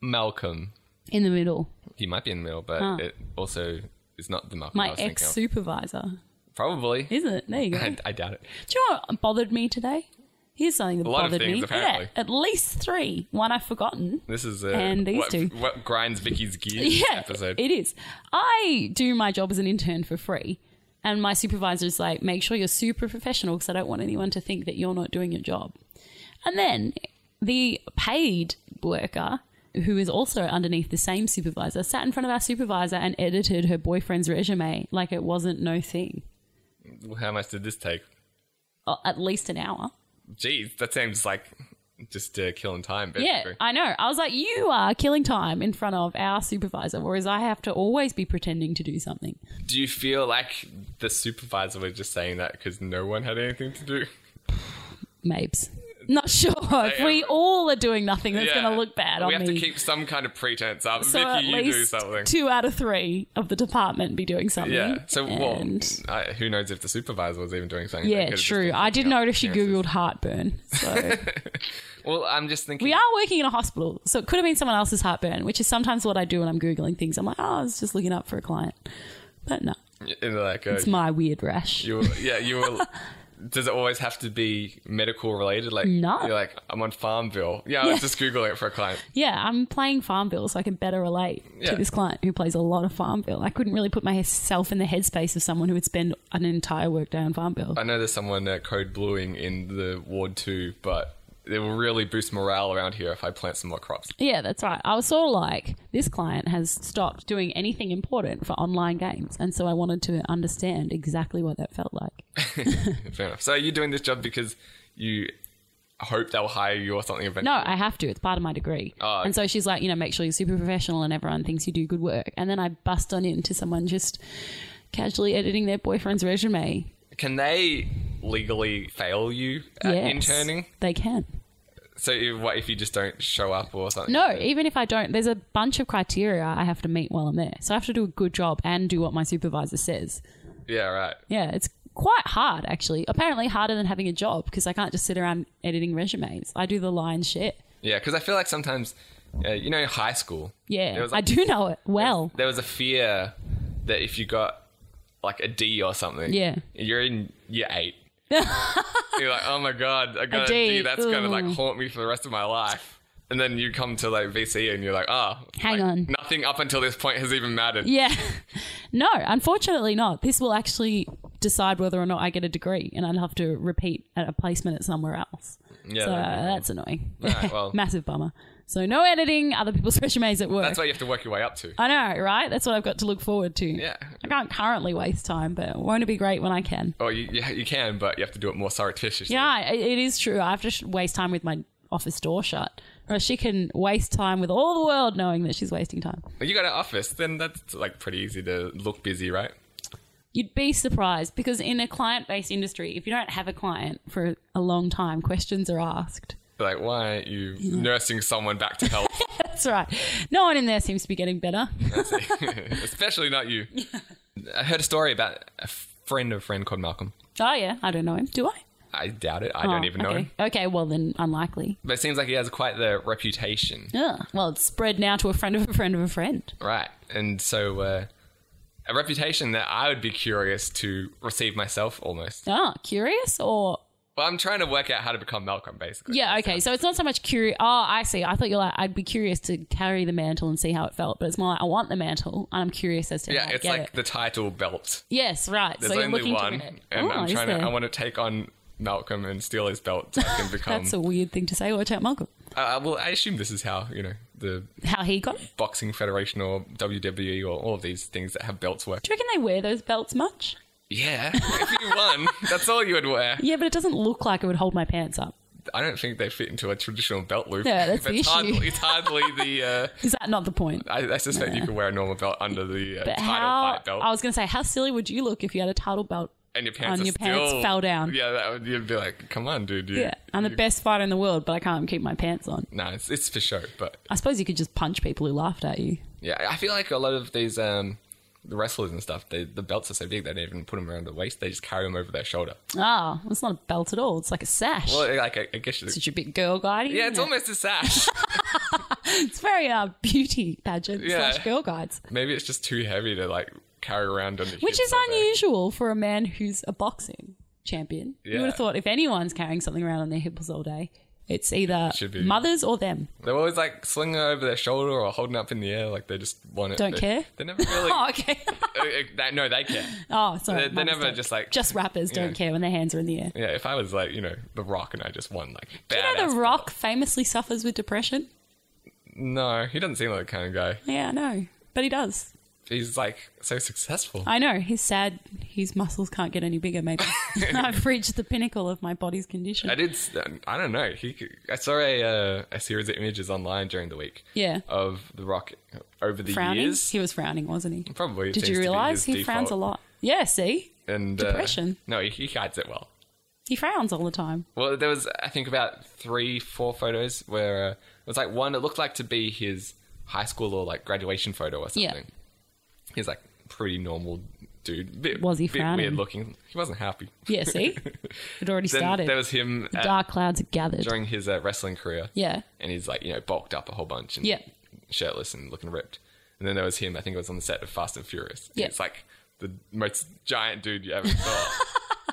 [SPEAKER 3] Malcolm.
[SPEAKER 2] in the middle.
[SPEAKER 3] He might be in the middle, but
[SPEAKER 2] Huh.
[SPEAKER 3] it also is not the Malcolm I
[SPEAKER 2] My
[SPEAKER 3] was
[SPEAKER 2] ex
[SPEAKER 3] thinking
[SPEAKER 2] supervisor.
[SPEAKER 3] of. Probably.
[SPEAKER 2] Is it? There you go.
[SPEAKER 3] I,
[SPEAKER 2] Do
[SPEAKER 3] I doubt it.
[SPEAKER 2] you know what bothered me today? Here's something that
[SPEAKER 3] A lot of
[SPEAKER 2] bothered
[SPEAKER 3] things,
[SPEAKER 2] me.
[SPEAKER 3] apparently.
[SPEAKER 2] Yeah, at least three. One I've forgotten.
[SPEAKER 3] This is uh,
[SPEAKER 2] And these
[SPEAKER 3] what,
[SPEAKER 2] two.
[SPEAKER 3] what grinds Vicky's gears
[SPEAKER 2] Yeah,
[SPEAKER 3] episode.
[SPEAKER 2] it is. I do my job as an intern for free, and my supervisor's like, make sure you're super professional because I don't want anyone to think that you're not doing your job. And then the paid worker, who is also underneath the same supervisor, sat in front of our supervisor and edited her boyfriend's resume like it wasn't no thing.
[SPEAKER 3] How much did this take?
[SPEAKER 2] Uh, At least an hour.
[SPEAKER 3] Jeez, that seems like just uh, killing time.
[SPEAKER 2] Yeah,
[SPEAKER 3] Basically.
[SPEAKER 2] I know. I was like, you are killing time in front of our supervisor, whereas I have to always be pretending to do something.
[SPEAKER 3] Do you feel like the supervisor was just saying that because no one had anything to do?
[SPEAKER 2] Mabes. Not sure. If we all are doing nothing, that's
[SPEAKER 3] Yeah.
[SPEAKER 2] going to look bad
[SPEAKER 3] We
[SPEAKER 2] on
[SPEAKER 3] have
[SPEAKER 2] me.
[SPEAKER 3] to keep some kind of pretense up.
[SPEAKER 2] so at
[SPEAKER 3] Vicky, you do
[SPEAKER 2] least
[SPEAKER 3] something.
[SPEAKER 2] two out of three of the department be doing something.
[SPEAKER 3] yeah. So
[SPEAKER 2] And-
[SPEAKER 3] well, I, who knows if the supervisor was even doing something? They
[SPEAKER 2] Yeah,
[SPEAKER 3] could've just
[SPEAKER 2] true.
[SPEAKER 3] been
[SPEAKER 2] I did
[SPEAKER 3] picking up
[SPEAKER 2] notice she
[SPEAKER 3] appearances.
[SPEAKER 2] googled heartburn. So
[SPEAKER 3] Well, I'm just thinking.
[SPEAKER 2] we are working in a hospital, so it could have been someone else's heartburn, which is sometimes what I do when I'm googling things. I'm like, oh, I was just looking up for a client, but no,
[SPEAKER 3] in like a,
[SPEAKER 2] it's my weird rash.
[SPEAKER 3] you were- yeah, you were. Does it always have to be medical related? Like,
[SPEAKER 2] No.
[SPEAKER 3] You're like, I'm on Farmville. Yeah, I was
[SPEAKER 2] Yeah.
[SPEAKER 3] just googling it for a client.
[SPEAKER 2] Yeah, I'm playing Farmville, so I can better relate
[SPEAKER 3] Yeah.
[SPEAKER 2] to this client who plays a lot of Farmville. I couldn't really put myself in the headspace of someone who would spend an entire workday on Farmville.
[SPEAKER 3] I know there's someone uh, code bluing in the ward too, but it will really boost morale around here if I plant some more crops.
[SPEAKER 2] Yeah, that's right. I was sort of like, this client has stopped doing anything important for online games, and so I wanted to understand exactly what that felt like.
[SPEAKER 3] Fair enough. So, are you doing this job because you hope they'll hire you or something eventually?
[SPEAKER 2] No, I have to. It's part of my degree.
[SPEAKER 3] Oh,
[SPEAKER 2] And so she's like, you know, make sure you're super professional and everyone thinks you do good work. And then I bust on into someone just casually editing their boyfriend's resume.
[SPEAKER 3] Can they legally fail you at
[SPEAKER 2] Yes,
[SPEAKER 3] interning?
[SPEAKER 2] They can.
[SPEAKER 3] So, if, what if you just don't show up or something?
[SPEAKER 2] No, even if I don't, there's a bunch of criteria I have to meet while I'm there. So I have to do a good job and do what my supervisor says.
[SPEAKER 3] Yeah, right.
[SPEAKER 2] Yeah, it's quite hard actually. Apparently harder than having a job because I can't just sit around editing resumes. I do the lion's shit.
[SPEAKER 3] Yeah, because I feel like sometimes, uh, you know, high school. There
[SPEAKER 2] Yeah,
[SPEAKER 3] was, like,
[SPEAKER 2] I do know it well.
[SPEAKER 3] There was a fear that if you got like a D or something,
[SPEAKER 2] Yeah.
[SPEAKER 3] you're in year eight. you're like, oh my god, I got a D.
[SPEAKER 2] D,
[SPEAKER 3] That's gonna like
[SPEAKER 2] ooh.
[SPEAKER 3] haunt me for the rest of my life. And then you come to like VC and you're like, oh,
[SPEAKER 2] Hang
[SPEAKER 3] like,
[SPEAKER 2] on.
[SPEAKER 3] nothing up until this point has even mattered.
[SPEAKER 2] Yeah. No, unfortunately not. This will actually decide whether or not I get a degree and I'd have to repeat at a placement at somewhere else.
[SPEAKER 3] Oh, Yeah,
[SPEAKER 2] so
[SPEAKER 3] that'd be cool.
[SPEAKER 2] that's annoying.
[SPEAKER 3] Right, well-
[SPEAKER 2] Massive bummer. So no editing other people's resumes at work.
[SPEAKER 3] That's why you have to work your way up to.
[SPEAKER 2] I know, right? That's what I've got to look forward to.
[SPEAKER 3] Yeah.
[SPEAKER 2] I can't currently waste time, but won't it be great when I can?
[SPEAKER 3] Or Oh, you, you, you can, but you have to do it more surreptitiously.
[SPEAKER 2] Yeah, it, it is true. I have to sh- waste time with my office door shut. Or she can waste time with all the world knowing that she's wasting time.
[SPEAKER 3] But you got an office, then that's like pretty easy to look busy, right?
[SPEAKER 2] You'd be surprised because in a client based industry, if you don't have a client for a long time, questions are asked.
[SPEAKER 3] Like, why aren't you nursing someone back to health?
[SPEAKER 2] That's right. No one in there seems to be getting better.
[SPEAKER 3] Especially not you. I heard a story about a friend of a friend called Malcolm.
[SPEAKER 2] Oh, yeah. I don't know him. Do I?
[SPEAKER 3] I doubt it. I don't
[SPEAKER 2] Oh,
[SPEAKER 3] even know
[SPEAKER 2] okay.
[SPEAKER 3] him.
[SPEAKER 2] Okay, well, then unlikely.
[SPEAKER 3] But it seems like he has quite the reputation.
[SPEAKER 2] Yeah. Well, it's spread now to a friend of a friend of a friend.
[SPEAKER 3] Right. And so, uh, a reputation that I would be curious to receive myself almost.
[SPEAKER 2] Ah, curious or.
[SPEAKER 3] Well, I'm trying to work out how to become Malcolm, basically.
[SPEAKER 2] Yeah, okay. So it's not so much curious. Oh, I see. I thought you're like, I'd be curious to carry the mantle and see how it felt, but it's more like, I want the mantle and I'm curious as to
[SPEAKER 3] Yeah,
[SPEAKER 2] how I
[SPEAKER 3] it's
[SPEAKER 2] get
[SPEAKER 3] like
[SPEAKER 2] it.
[SPEAKER 3] the title belt.
[SPEAKER 2] Yes, right.
[SPEAKER 3] There's
[SPEAKER 2] so you're
[SPEAKER 3] only
[SPEAKER 2] looking
[SPEAKER 3] one,
[SPEAKER 2] to win it.
[SPEAKER 3] and
[SPEAKER 2] oh,
[SPEAKER 3] I'm
[SPEAKER 2] is
[SPEAKER 3] trying
[SPEAKER 2] there?
[SPEAKER 3] to. I want to take on Malcolm and steal his belt so I can become.
[SPEAKER 2] That's a weird thing to say. Watch out, Malcolm.
[SPEAKER 3] uh, well, I assume this is how you know the
[SPEAKER 2] How he got it?
[SPEAKER 3] boxing federation or WWE or all of these things that have belts work.
[SPEAKER 2] Do you reckon they wear those belts much?
[SPEAKER 3] Yeah, if you won, that's all you would wear.
[SPEAKER 2] Yeah, but it doesn't look like it would hold my pants up.
[SPEAKER 3] I don't think they fit into a traditional belt loop.
[SPEAKER 2] Yeah, that's the
[SPEAKER 3] it's
[SPEAKER 2] issue.
[SPEAKER 3] Hardly, it's hardly the. Uh,
[SPEAKER 2] Is that not the point?
[SPEAKER 3] I, I suspect you could wear a normal belt under the uh,
[SPEAKER 2] But
[SPEAKER 3] title
[SPEAKER 2] how?
[SPEAKER 3] fight belt,
[SPEAKER 2] I was going to say, how silly would you look if you had a title belt?
[SPEAKER 3] and your pants
[SPEAKER 2] on
[SPEAKER 3] are
[SPEAKER 2] your pants
[SPEAKER 3] still-
[SPEAKER 2] fell down.
[SPEAKER 3] Yeah, that would, you'd be like, "Come on, dude." You,
[SPEAKER 2] Yeah, I'm the best fighter in the world, but I can't keep my pants on.
[SPEAKER 3] No, it's, it's for show, but
[SPEAKER 2] I suppose you could just punch people who laughed at you.
[SPEAKER 3] yeah, I feel like a lot of these um, the wrestlers and stuff, they, the belts are so big they don't even put them around the waist; they just carry them over their shoulder.
[SPEAKER 2] Ah, it's not a belt at all. It's like a sash.
[SPEAKER 3] Well, like I, I guess, you
[SPEAKER 2] Such a big girl guide.
[SPEAKER 3] yeah, it's almost a sash.
[SPEAKER 2] it's very uh, beauty pageant
[SPEAKER 3] Yeah.
[SPEAKER 2] slash girl guides,
[SPEAKER 3] Maybe it's just too heavy to like carry around on the
[SPEAKER 2] which
[SPEAKER 3] hips
[SPEAKER 2] is
[SPEAKER 3] or something.
[SPEAKER 2] unusual for a man who's a boxing champion. You would
[SPEAKER 3] Yeah.
[SPEAKER 2] have thought if anyone's carrying something around on their hips all day, it's either
[SPEAKER 3] Should be.
[SPEAKER 2] mothers or them.
[SPEAKER 3] They're always like slinging it over their shoulder or holding up in the air, like they just want it.
[SPEAKER 2] Don't
[SPEAKER 3] they,
[SPEAKER 2] care?
[SPEAKER 3] They never really.
[SPEAKER 2] Oh, okay.
[SPEAKER 3] Uh, uh, they- no, they care.
[SPEAKER 2] oh,
[SPEAKER 3] They-
[SPEAKER 2] sorry. my
[SPEAKER 3] they never
[SPEAKER 2] mistake.
[SPEAKER 3] just, like-
[SPEAKER 2] just rappers don't
[SPEAKER 3] Yeah.
[SPEAKER 2] care when their hands are in the air.
[SPEAKER 3] Yeah, if I was like you know the Rock and I just won like.
[SPEAKER 2] You know, The Rock famously suffers with depression.
[SPEAKER 3] No, he doesn't seem like the kind of guy.
[SPEAKER 2] Yeah, I know, but he does.
[SPEAKER 3] He's like so successful.
[SPEAKER 2] I know. He's sad. His muscles can't get any bigger, maybe. I've reached the pinnacle of my body's condition.
[SPEAKER 3] I did. s- I don't know. He. could- I saw a uh, a series of images online during the week.
[SPEAKER 2] Yeah.
[SPEAKER 3] Of the Rock over the
[SPEAKER 2] frowning?
[SPEAKER 3] years.
[SPEAKER 2] He was frowning, wasn't he?
[SPEAKER 3] Probably.
[SPEAKER 2] Did you realize he frowns a lot? Yeah, see?
[SPEAKER 3] And
[SPEAKER 2] Depression.
[SPEAKER 3] Uh, no, he, he hides it well.
[SPEAKER 2] He frowns all the time.
[SPEAKER 3] Well, there was I think about three, four photos where uh, it was like one that looked like to be his high school or like graduation photo or something.
[SPEAKER 2] Yeah.
[SPEAKER 3] He's like pretty normal dude. Bit,
[SPEAKER 2] Was he
[SPEAKER 3] bit
[SPEAKER 2] frowning?
[SPEAKER 3] Weird looking. He wasn't happy.
[SPEAKER 2] Yeah, see? it already
[SPEAKER 3] Then
[SPEAKER 2] started.
[SPEAKER 3] there was him at-
[SPEAKER 2] Dark clouds are gathered.
[SPEAKER 3] during his uh, wrestling career.
[SPEAKER 2] Yeah.
[SPEAKER 3] and he's like you know bulked up a whole bunch and
[SPEAKER 2] Yeah.
[SPEAKER 3] shirtless and looking ripped. And then there was him. I think it was on the set of Fast and Furious.
[SPEAKER 2] Yeah.
[SPEAKER 3] it's like the most giant dude you ever saw.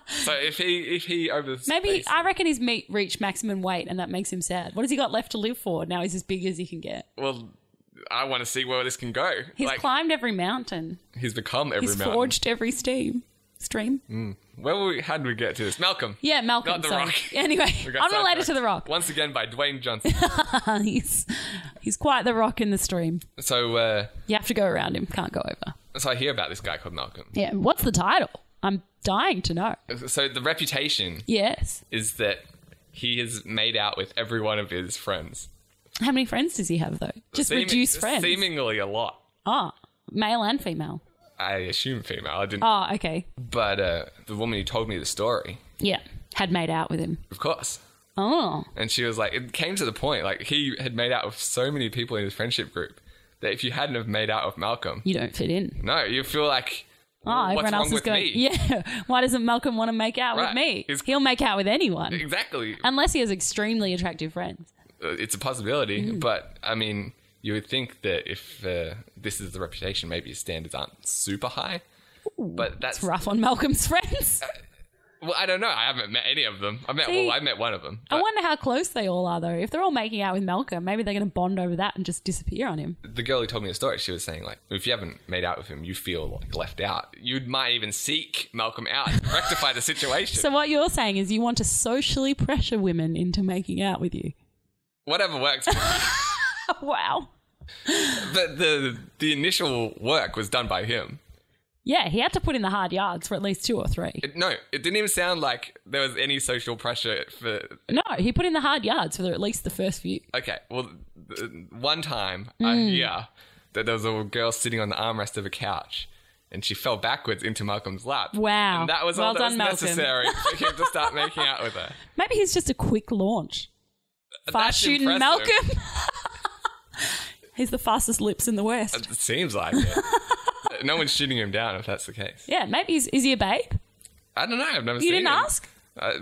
[SPEAKER 3] so if he if he over
[SPEAKER 2] Maybe I reckon he's meat reached maximum weight and that makes him sad. What has he got left to live for? Now he's as big as he can get.
[SPEAKER 3] well. I want to see where this can go.
[SPEAKER 2] He's
[SPEAKER 3] like,
[SPEAKER 2] climbed every mountain.
[SPEAKER 3] he's become every
[SPEAKER 2] He's
[SPEAKER 3] mountain.
[SPEAKER 2] forged every steam stream.
[SPEAKER 3] Where were we, how did we get to this? Malcolm.
[SPEAKER 2] Yeah, Malcolm.
[SPEAKER 3] Not The
[SPEAKER 2] sorry.
[SPEAKER 3] Rock.
[SPEAKER 2] Anyway,
[SPEAKER 3] We got
[SPEAKER 2] unrelated to
[SPEAKER 3] sidetracked.
[SPEAKER 2] the Rock.
[SPEAKER 3] Once again by Dwayne Johnson.
[SPEAKER 2] he's he's quite the rock in the stream.
[SPEAKER 3] so, uh,
[SPEAKER 2] You have to go around him. Can't go over.
[SPEAKER 3] so I hear about this guy called Malcolm.
[SPEAKER 2] Yeah. What's the title? I'm dying to know.
[SPEAKER 3] So the reputation
[SPEAKER 2] Yes.
[SPEAKER 3] is that he has made out with every one of his friends.
[SPEAKER 2] How many friends does he have though? Just
[SPEAKER 3] Seemi-
[SPEAKER 2] reduce friends.
[SPEAKER 3] Seemingly a lot.
[SPEAKER 2] ah, male and female.
[SPEAKER 3] I assume female. I didn't.
[SPEAKER 2] Ah, okay.
[SPEAKER 3] But uh, the woman who told me the story,
[SPEAKER 2] Yeah. Had made out with him.
[SPEAKER 3] of course.
[SPEAKER 2] Oh.
[SPEAKER 3] And she was like, it came to the point, like, he had made out with so many people in his friendship group that if you hadn't have made out with Malcolm,
[SPEAKER 2] You don't fit in.
[SPEAKER 3] no, you feel like,
[SPEAKER 2] Oh,
[SPEAKER 3] what's wrong
[SPEAKER 2] everyone else is
[SPEAKER 3] with
[SPEAKER 2] going.
[SPEAKER 3] me?
[SPEAKER 2] Yeah. Why doesn't Malcolm want to make out with
[SPEAKER 3] Right.
[SPEAKER 2] me?
[SPEAKER 3] He's-
[SPEAKER 2] He'll make out with anyone.
[SPEAKER 3] Exactly.
[SPEAKER 2] Unless he has extremely attractive friends.
[SPEAKER 3] Uh, it's a possibility,
[SPEAKER 2] Mm-hmm.
[SPEAKER 3] but I mean, you would think that if uh, this is the reputation, maybe his standards aren't super high. but that's
[SPEAKER 2] It's rough on Malcolm's
[SPEAKER 3] Uh,
[SPEAKER 2] friends.
[SPEAKER 3] well, I don't know. I haven't met any of them. I met
[SPEAKER 2] See-
[SPEAKER 3] well, I met one of them.
[SPEAKER 2] I
[SPEAKER 3] but
[SPEAKER 2] wonder how close they all are, though. If they're all making out with Malcolm, maybe they're going to bond over that and just disappear on him.
[SPEAKER 3] the girl who told me the story, she was saying like, if you haven't made out with him, you feel like left out. You might even seek Malcolm out, to rectify the situation.
[SPEAKER 2] So, what you're saying is you want to socially pressure women into making out with you.
[SPEAKER 3] Whatever works.
[SPEAKER 2] wow.
[SPEAKER 3] but the the initial work was done by him.
[SPEAKER 2] Yeah, he had to put in the hard yards for at least two or three.
[SPEAKER 3] It, no, it didn't even sound like there was any social pressure for
[SPEAKER 2] No, he put in the hard yards for the, at least the first few.
[SPEAKER 3] Okay, well, th- one time I
[SPEAKER 2] Mm.
[SPEAKER 3] hear that there was a girl sitting on the armrest of a couch, and she fell backwards into Malcolm's lap.
[SPEAKER 2] Wow.
[SPEAKER 3] and that was
[SPEAKER 2] Well
[SPEAKER 3] all that was
[SPEAKER 2] done, Malcolm.
[SPEAKER 3] necessary for him to start making out with her.
[SPEAKER 2] Maybe he's just a quick launch. Fast
[SPEAKER 3] That's
[SPEAKER 2] shooting
[SPEAKER 3] impressive.
[SPEAKER 2] Malcolm. He's the fastest lips in the West.
[SPEAKER 3] It seems like it. no one's shooting him down if that's the case.
[SPEAKER 2] Yeah, maybe he's, is he a babe?
[SPEAKER 3] I don't know. I've never seen
[SPEAKER 2] You didn't
[SPEAKER 3] him.
[SPEAKER 2] ask?
[SPEAKER 3] I,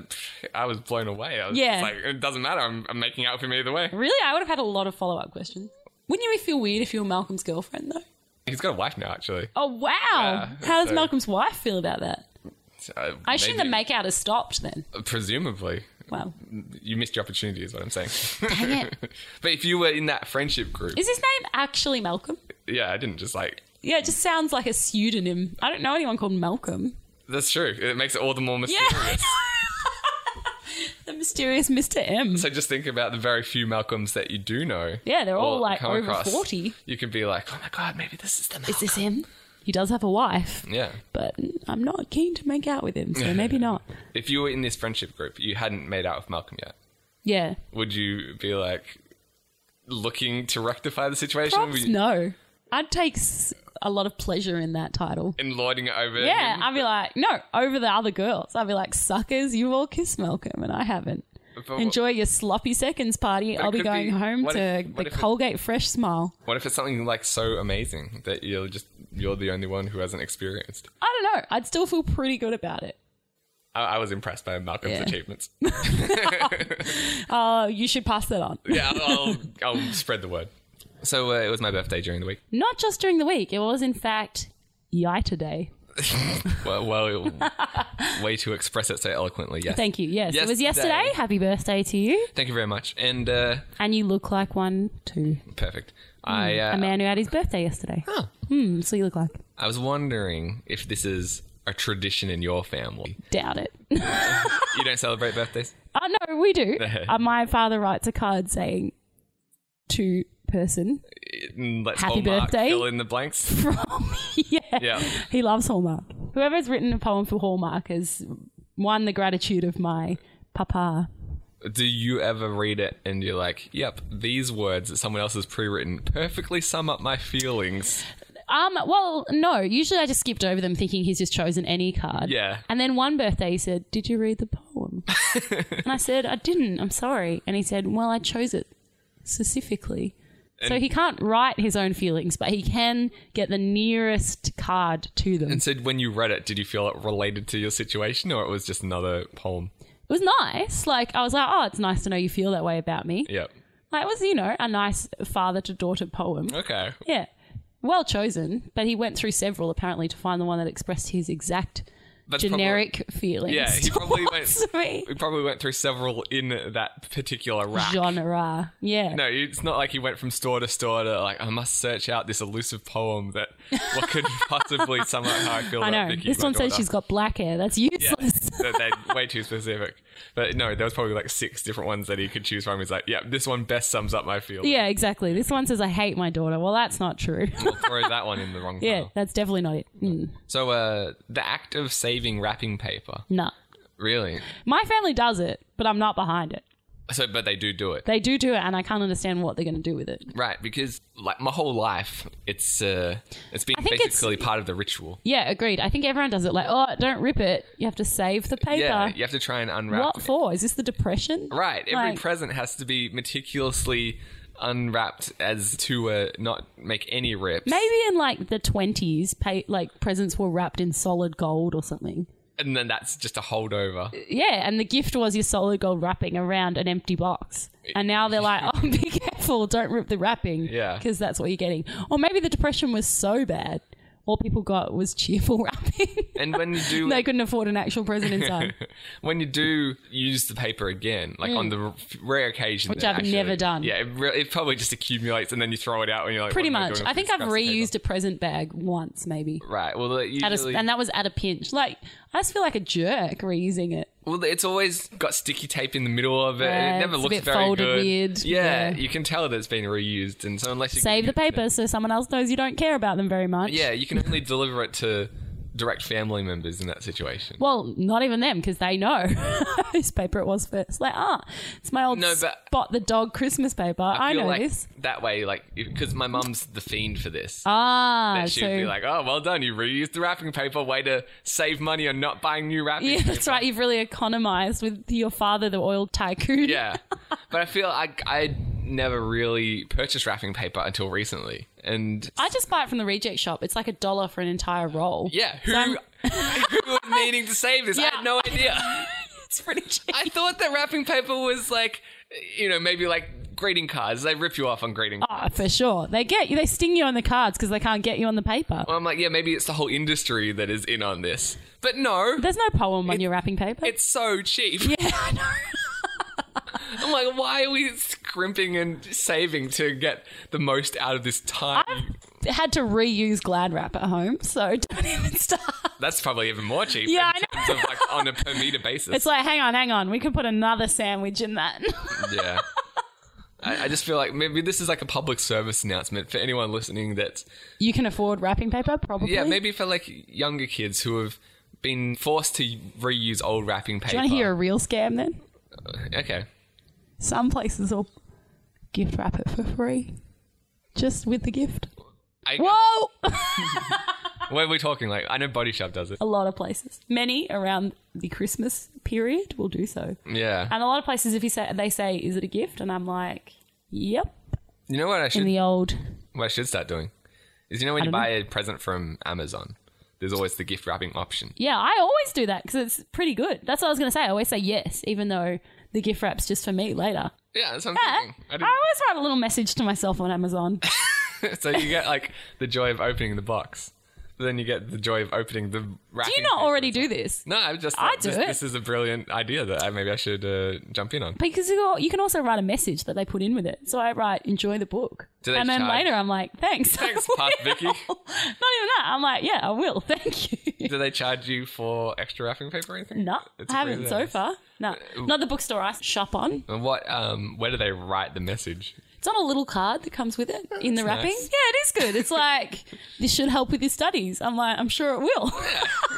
[SPEAKER 3] I was blown away. I was
[SPEAKER 2] Yeah.
[SPEAKER 3] just like, it doesn't matter. I'm, I'm making out with him either way.
[SPEAKER 2] Really? I would have had a lot of follow up questions. Wouldn't you feel weird if you were Malcolm's girlfriend, though?
[SPEAKER 3] He's got a wife now, actually.
[SPEAKER 2] Oh, wow.
[SPEAKER 3] Yeah,
[SPEAKER 2] How does
[SPEAKER 3] so-
[SPEAKER 2] Malcolm's wife feel about that?
[SPEAKER 3] Uh,
[SPEAKER 2] I assume the
[SPEAKER 3] maybe- Uh,
[SPEAKER 2] makeout has stopped then.
[SPEAKER 3] Presumably.
[SPEAKER 2] Wow.
[SPEAKER 3] You missed your opportunity, is what I'm saying.
[SPEAKER 2] Dang it.
[SPEAKER 3] but if you were in that friendship group,
[SPEAKER 2] Is his name actually Malcolm?
[SPEAKER 3] yeah, I didn't just like.
[SPEAKER 2] Yeah, it just sounds like a pseudonym. I don't know anyone called Malcolm.
[SPEAKER 3] That's true. It makes it all the more
[SPEAKER 2] Yeah.
[SPEAKER 3] mysterious.
[SPEAKER 2] the mysterious Mr. M.
[SPEAKER 3] So just think about the very few Malcolms that you do know.
[SPEAKER 2] Yeah, they're all,
[SPEAKER 3] or
[SPEAKER 2] like,
[SPEAKER 3] come
[SPEAKER 2] over
[SPEAKER 3] across.
[SPEAKER 2] 40.
[SPEAKER 3] You could be like, oh my god, maybe this is the Malcolm.
[SPEAKER 2] Is this him? He does have a wife,
[SPEAKER 3] yeah.
[SPEAKER 2] but I'm not keen to make out with him, so maybe not.
[SPEAKER 3] If you were in this friendship group, you hadn't made out with Malcolm yet.
[SPEAKER 2] Yeah.
[SPEAKER 3] Would you be like looking to rectify the situation?
[SPEAKER 2] Props,
[SPEAKER 3] Would you-
[SPEAKER 2] no. I'd take s- a lot of pleasure in that title.
[SPEAKER 3] And lording it over.
[SPEAKER 2] Yeah,
[SPEAKER 3] him?
[SPEAKER 2] I'd be like, no, over the other girls. I'd be like, suckers, you all kissed Malcolm and I haven't.
[SPEAKER 3] But what-
[SPEAKER 2] Enjoy your sloppy seconds party.
[SPEAKER 3] it
[SPEAKER 2] I'll be
[SPEAKER 3] could
[SPEAKER 2] going
[SPEAKER 3] be-
[SPEAKER 2] home
[SPEAKER 3] what
[SPEAKER 2] to
[SPEAKER 3] if- what if
[SPEAKER 2] the
[SPEAKER 3] it-
[SPEAKER 2] Colgate Fresh Smile.
[SPEAKER 3] What if it's something like so amazing that you're just you're the only one who hasn't experienced?
[SPEAKER 2] I don't know. I'd still feel pretty good about it.
[SPEAKER 3] I, I was impressed by Malcolm's
[SPEAKER 2] Yeah.
[SPEAKER 3] achievements.
[SPEAKER 2] Oh, you should pass that on.
[SPEAKER 3] yeah, I'll, I'll, I'll spread the word. So uh, it was my birthday during the week.
[SPEAKER 2] Not just during the week. It was, in fact, Yita Day.
[SPEAKER 3] Well, well way to express it so eloquently. Yes,
[SPEAKER 2] Thank you. Yes, it was
[SPEAKER 3] Yesterday.
[SPEAKER 2] yesterday. Happy birthday to you.
[SPEAKER 3] Thank you very much. And uh,
[SPEAKER 2] And you look like one too.
[SPEAKER 3] perfect. I uh,
[SPEAKER 2] A man who had his birthday yesterday. Huh. Hmm, so you look like.
[SPEAKER 3] I was wondering if this is a tradition in your family.
[SPEAKER 2] Doubt it.
[SPEAKER 3] You don't celebrate birthdays.
[SPEAKER 2] Oh no, we do. uh, my father writes a card saying to person
[SPEAKER 3] Mm, Let's
[SPEAKER 2] Happy
[SPEAKER 3] hallmark,
[SPEAKER 2] birthday.
[SPEAKER 3] Fill in the blanks.
[SPEAKER 2] from yeah.
[SPEAKER 3] Yeah.
[SPEAKER 2] He loves Hallmark. Whoever's written a poem for Hallmark has won the gratitude of my papa.
[SPEAKER 3] Do you ever read it and you're like, "Yep, these words that someone else has pre-written perfectly sum up my feelings."
[SPEAKER 2] Um, well, no. Usually I just skipped over them thinking he's just chosen any card.
[SPEAKER 3] Yeah.
[SPEAKER 2] And then one birthday he said, Did you read the poem? and I said, I didn't, I'm sorry. And he said, Well, I chose it specifically. so he can't write his own feelings, but he can get the nearest card to them.
[SPEAKER 3] And so, when you read it, did you feel it related to your situation, or it was just another poem?
[SPEAKER 2] it was nice. Like I was like, Oh, it's nice to know you feel that way about me.
[SPEAKER 3] Yep.
[SPEAKER 2] Like, it was, you know, a nice father to daughter poem.
[SPEAKER 3] Okay.
[SPEAKER 2] Yeah. Well chosen, but he went through several apparently to find the one that expressed his exact
[SPEAKER 3] That's probably-
[SPEAKER 2] generic feelings.
[SPEAKER 3] Yeah, he probably went-
[SPEAKER 2] towards me.
[SPEAKER 3] We probably went through several in that particular rack.
[SPEAKER 2] genre. Yeah.
[SPEAKER 3] No, it's not like he went from store to store to like I must search out this elusive poem that what could possibly sum up how I feel
[SPEAKER 2] I
[SPEAKER 3] about
[SPEAKER 2] know.
[SPEAKER 3] Vicky.
[SPEAKER 2] this
[SPEAKER 3] my
[SPEAKER 2] one says
[SPEAKER 3] daughter.
[SPEAKER 2] she's got black hair. That's useless.
[SPEAKER 3] That- they're way too specific. But no, there was probably like six different ones that he could choose from. He's like, yeah, this one best sums up my feelings.
[SPEAKER 2] Yeah, exactly. This one says I hate my daughter. Well, that's not true.
[SPEAKER 3] We'll throw that one in the wrong
[SPEAKER 2] yeah,
[SPEAKER 3] pile.
[SPEAKER 2] that's definitely not it. Mm,
[SPEAKER 3] So uh, the act of saving wrapping paper,
[SPEAKER 2] nah.
[SPEAKER 3] really.
[SPEAKER 2] My family does it, but I'm not behind it.
[SPEAKER 3] So, but they do do it.
[SPEAKER 2] They do do it, and I can't understand what they're going to do with it.
[SPEAKER 3] Right, because like my whole life, it's uh, it's been
[SPEAKER 2] I think it's-
[SPEAKER 3] basically part of the ritual.
[SPEAKER 2] Yeah, agreed. I think everyone does it. Like, oh, don't rip it. You have to save the paper.
[SPEAKER 3] Yeah, you have to try and unwrap.
[SPEAKER 2] What for? Is this the depression?
[SPEAKER 3] Right. Every
[SPEAKER 2] Like-
[SPEAKER 3] present has to be meticulously unwrapped as to uh, not make any rips.
[SPEAKER 2] Maybe in like the twenties, pa- like presents were wrapped in solid gold or something.
[SPEAKER 3] And then that's just a holdover.
[SPEAKER 2] Yeah, and the gift was your solid gold wrapping around an empty box. And now they're like, "Oh, be careful! Don't rip the wrapping."
[SPEAKER 3] Yeah.
[SPEAKER 2] because that's what you're getting. Or maybe the depression was so bad, all people got was cheerful wrapping.
[SPEAKER 3] And when you do
[SPEAKER 2] they couldn't afford an actual present inside,
[SPEAKER 3] when you do use the paper again, like on the r- rare occasion,
[SPEAKER 2] Mm. Which
[SPEAKER 3] that
[SPEAKER 2] I've
[SPEAKER 3] actually-
[SPEAKER 2] never done.
[SPEAKER 3] Yeah, it, re- it probably just accumulates and then you throw it out when you're like.
[SPEAKER 2] pretty
[SPEAKER 3] what am
[SPEAKER 2] much.
[SPEAKER 3] doing
[SPEAKER 2] I
[SPEAKER 3] with
[SPEAKER 2] think
[SPEAKER 3] these
[SPEAKER 2] I've
[SPEAKER 3] scraps of paper?
[SPEAKER 2] reused a present bag once, maybe.
[SPEAKER 3] Right. Well, it
[SPEAKER 2] At a,
[SPEAKER 3] usually,
[SPEAKER 2] and that was at a pinch. Like I just feel like a jerk reusing it.
[SPEAKER 3] well, it's always got sticky tape in the middle of it. and
[SPEAKER 2] Yeah,
[SPEAKER 3] it never
[SPEAKER 2] it's a
[SPEAKER 3] looks
[SPEAKER 2] bit
[SPEAKER 3] very
[SPEAKER 2] folded
[SPEAKER 3] good.
[SPEAKER 2] weird.
[SPEAKER 3] Yeah,
[SPEAKER 2] Yeah.
[SPEAKER 3] you can tell that it's been reused, and so unless you
[SPEAKER 2] Save the
[SPEAKER 3] can-
[SPEAKER 2] paper so someone else knows you don't care about them very much.
[SPEAKER 3] Yeah, you can only deliver it to direct family members in that situation.
[SPEAKER 2] Well, not even them because they know whose paper it was first. Like, ah, it's my old
[SPEAKER 3] No, but-
[SPEAKER 2] spot the dog Christmas paper. I,
[SPEAKER 3] feel
[SPEAKER 2] know
[SPEAKER 3] like
[SPEAKER 2] this.
[SPEAKER 3] That way, like, because my mum's the fiend for this.
[SPEAKER 2] Ah,
[SPEAKER 3] That she would
[SPEAKER 2] so
[SPEAKER 3] be like, oh, well done. You reused the wrapping paper. Way to save money on not buying new wrapping
[SPEAKER 2] yeah,
[SPEAKER 3] paper.
[SPEAKER 2] that's right. You've really economized with your father, the oil tycoon.
[SPEAKER 3] Yeah. but I feel like I never really purchased wrapping paper until recently. And
[SPEAKER 2] I just buy it from the reject shop. It's like a dollar for an entire roll.
[SPEAKER 3] yeah, who,
[SPEAKER 2] So I'm-
[SPEAKER 3] who was needing to save this? I
[SPEAKER 2] Yeah.
[SPEAKER 3] had no idea.
[SPEAKER 2] it's pretty cheap.
[SPEAKER 3] I thought that wrapping paper was like, you know, maybe like greeting cards. They rip you off on greeting cards.
[SPEAKER 2] Ah, for sure. They get you. They sting you on the cards because they can't get you on the paper.
[SPEAKER 3] I'm like, yeah, maybe it's the whole industry that is in on this. But no,
[SPEAKER 2] There's no poem on your wrapping paper.
[SPEAKER 3] it's so cheap.
[SPEAKER 2] yeah, I know.
[SPEAKER 3] I'm like, why are we scrimping and saving to get the most out of this time?
[SPEAKER 2] had to reuse Glad Wrap at home, so don't even start.
[SPEAKER 3] That's probably even more cheap.
[SPEAKER 2] Yeah,
[SPEAKER 3] in
[SPEAKER 2] I know.
[SPEAKER 3] terms of like on a per meter basis.
[SPEAKER 2] It's like, hang on, hang on, we can put another sandwich in that.
[SPEAKER 3] yeah. I, I just feel like maybe this is like a public service announcement for anyone listening that's
[SPEAKER 2] you can afford wrapping paper, probably.
[SPEAKER 3] yeah, maybe for like younger kids who have been forced to reuse old wrapping paper.
[SPEAKER 2] Do you want to hear a real scam then?
[SPEAKER 3] Okay.
[SPEAKER 2] Some places will gift wrap it for free, just with the gift.
[SPEAKER 3] I,
[SPEAKER 2] Whoa!
[SPEAKER 3] What are we talking? Like I know Body Shop does it.
[SPEAKER 2] a lot of places, many around the Christmas period, will do so.
[SPEAKER 3] Yeah.
[SPEAKER 2] And a lot of places, if you say they say, "Is it a gift?" and I'm like, "Yep."
[SPEAKER 3] You know what I
[SPEAKER 2] In
[SPEAKER 3] should
[SPEAKER 2] the old,
[SPEAKER 3] what I should start doing? Is you know when you
[SPEAKER 2] don't
[SPEAKER 3] buy a present from Amazon, there's always the gift wrapping option.
[SPEAKER 2] yeah, I always do that because it's pretty good. That's what I was going to say. I always say yes, even though the gift wrap's just for me later.
[SPEAKER 3] Yeah, that's what I'm
[SPEAKER 2] Yeah. Oh.
[SPEAKER 3] thinking.
[SPEAKER 2] I,
[SPEAKER 3] I didn't-
[SPEAKER 2] always write a little message to myself on Amazon.
[SPEAKER 3] so you get like the joy of opening the box. But then you get the joy of opening the
[SPEAKER 2] Do
[SPEAKER 3] wrapping.
[SPEAKER 2] you not
[SPEAKER 3] paper.
[SPEAKER 2] already do this?
[SPEAKER 3] No, I'm just.
[SPEAKER 2] I
[SPEAKER 3] thought
[SPEAKER 2] do
[SPEAKER 3] this,
[SPEAKER 2] it.
[SPEAKER 3] this is a brilliant idea that I, maybe I should uh, jump in on.
[SPEAKER 2] Because you you can also write a message that they put in with it. So I write, enjoy the book.
[SPEAKER 3] Do they
[SPEAKER 2] and then
[SPEAKER 3] charge-
[SPEAKER 2] later I'm like, thanks. I
[SPEAKER 3] Thanks, Puff
[SPEAKER 2] will."
[SPEAKER 3] Vicky.
[SPEAKER 2] Not even that. I'm like, yeah, I will. Thank you.
[SPEAKER 3] Do they charge you for extra wrapping paper or anything?
[SPEAKER 2] No,
[SPEAKER 3] It's
[SPEAKER 2] I haven't
[SPEAKER 3] free
[SPEAKER 2] so
[SPEAKER 3] there.
[SPEAKER 2] far. No,
[SPEAKER 3] Uh,
[SPEAKER 2] not the bookstore I shop on.
[SPEAKER 3] And what? Um, where do they write the message?
[SPEAKER 2] It's on a little card that comes with it in the
[SPEAKER 3] that's
[SPEAKER 2] wrapping.
[SPEAKER 3] nice.
[SPEAKER 2] Yeah, it is good. It's like, this should help with your studies. I'm like, I'm sure it will.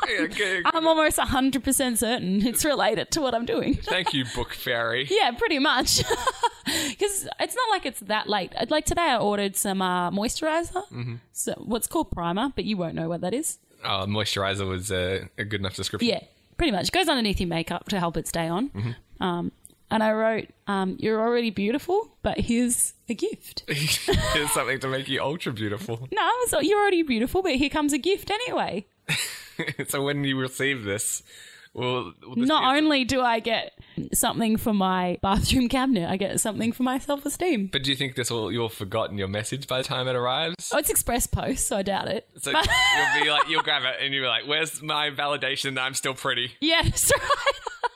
[SPEAKER 3] Yeah, good.
[SPEAKER 2] I'm almost 100% certain it's related to what I'm doing.
[SPEAKER 3] Thank you, Book Fairy.
[SPEAKER 2] Yeah, pretty much. Because it's not like it's that late. I'd- Like today, I ordered some uh, moisturizer.
[SPEAKER 3] Mm-hmm.
[SPEAKER 2] So what's called primer, but you won't know what that is.
[SPEAKER 3] Oh, moisturizer was uh, a good enough description.
[SPEAKER 2] Yeah, pretty much. It goes underneath your makeup to help it stay on.
[SPEAKER 3] Mm-hmm.
[SPEAKER 2] Um, and I wrote, um, "You're already beautiful, but here's a gift."
[SPEAKER 3] Here's something to make you ultra beautiful.
[SPEAKER 2] No, I was like, "You're already beautiful, but here comes a gift anyway."
[SPEAKER 3] so when you receive this, well,
[SPEAKER 2] Not only do I get something for my bathroom cabinet, I get something for my self-esteem.
[SPEAKER 3] But do you think this will you'll have forgotten your message by the time it arrives?
[SPEAKER 2] Oh, it's express post, so I doubt it.
[SPEAKER 3] So
[SPEAKER 2] But-
[SPEAKER 3] you'll be like, you'll grab it and you'll be like, where's my validation that I'm still pretty?
[SPEAKER 2] Yeah, that's right.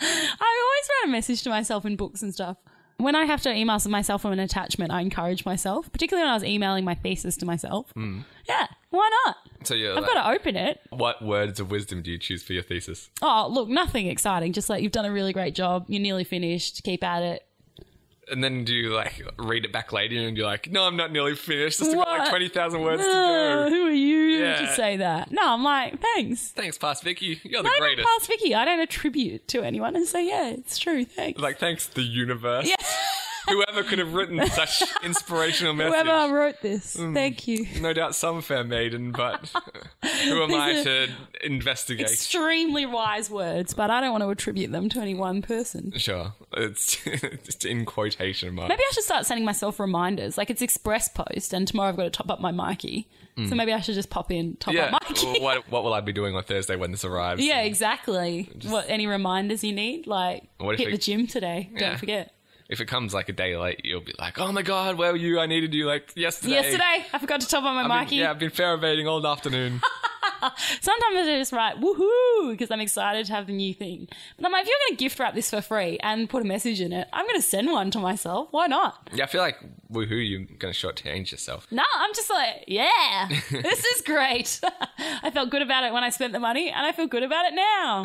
[SPEAKER 2] I always write a message to myself in books and stuff. When I have to email myself from an attachment, I encourage myself, particularly when I was emailing my thesis to myself.
[SPEAKER 3] Hmm.
[SPEAKER 2] Yeah, why not?
[SPEAKER 3] So you're
[SPEAKER 2] I've
[SPEAKER 3] like,
[SPEAKER 2] got to open it.
[SPEAKER 3] what words of wisdom do you choose for your thesis?
[SPEAKER 2] Oh, look, nothing exciting. Just like you've done a really great job. You're nearly finished. Keep at it.
[SPEAKER 3] And then do you like read it back later and you're like, no, I'm not nearly finished. There's still got
[SPEAKER 2] What?
[SPEAKER 3] like 20,000 words
[SPEAKER 2] Uh,
[SPEAKER 3] to go.
[SPEAKER 2] who are you
[SPEAKER 3] Yeah.
[SPEAKER 2] to say that? No, I'm like, thanks.
[SPEAKER 3] Thanks, Past Vicky. You're the
[SPEAKER 2] I don't
[SPEAKER 3] greatest.
[SPEAKER 2] pass Vicky. I don't attribute to anyone and say, yeah, it's true. Thanks.
[SPEAKER 3] Like, thanks, the universe. Whoever could have written such inspirational message. Mm.
[SPEAKER 2] Whoever wrote this, thank you.
[SPEAKER 3] No doubt some fair maiden, but who am I
[SPEAKER 2] These
[SPEAKER 3] to investigate?
[SPEAKER 2] extremely wise words, but I don't want to attribute them to any one person.
[SPEAKER 3] sure. It's, it's in quotation marks.
[SPEAKER 2] Maybe I should start sending myself reminders. Like it's express post, and tomorrow I've got to top up my Mikey. So maybe I should just pop in, top
[SPEAKER 3] Mm. yeah.
[SPEAKER 2] up Mikey.
[SPEAKER 3] Well, what, what will I be doing on Thursday when this arrives?
[SPEAKER 2] yeah, exactly. what any reminders you need? Like
[SPEAKER 3] What if
[SPEAKER 2] hit
[SPEAKER 3] it-
[SPEAKER 2] the gym today.
[SPEAKER 3] Yeah.
[SPEAKER 2] Don't forget.
[SPEAKER 3] If it comes like a day late, you'll be like, oh my God, where were you? I needed you like yesterday.
[SPEAKER 2] Yesterday I forgot to top up my
[SPEAKER 3] I've been-
[SPEAKER 2] Mikey.
[SPEAKER 3] yeah, I've been fairbaiting all afternoon.
[SPEAKER 2] Sometimes I just write woohoo because I'm excited to have the new thing. But I'm like, if you're going to gift wrap this for free and put a message in it, I'm going to send one to myself. Why not?
[SPEAKER 3] yeah, I feel like woohoo, you're going to shortchange yourself.
[SPEAKER 2] No, I'm just like, yeah, this is great. I felt good about it when I spent the money, and I feel good about it now.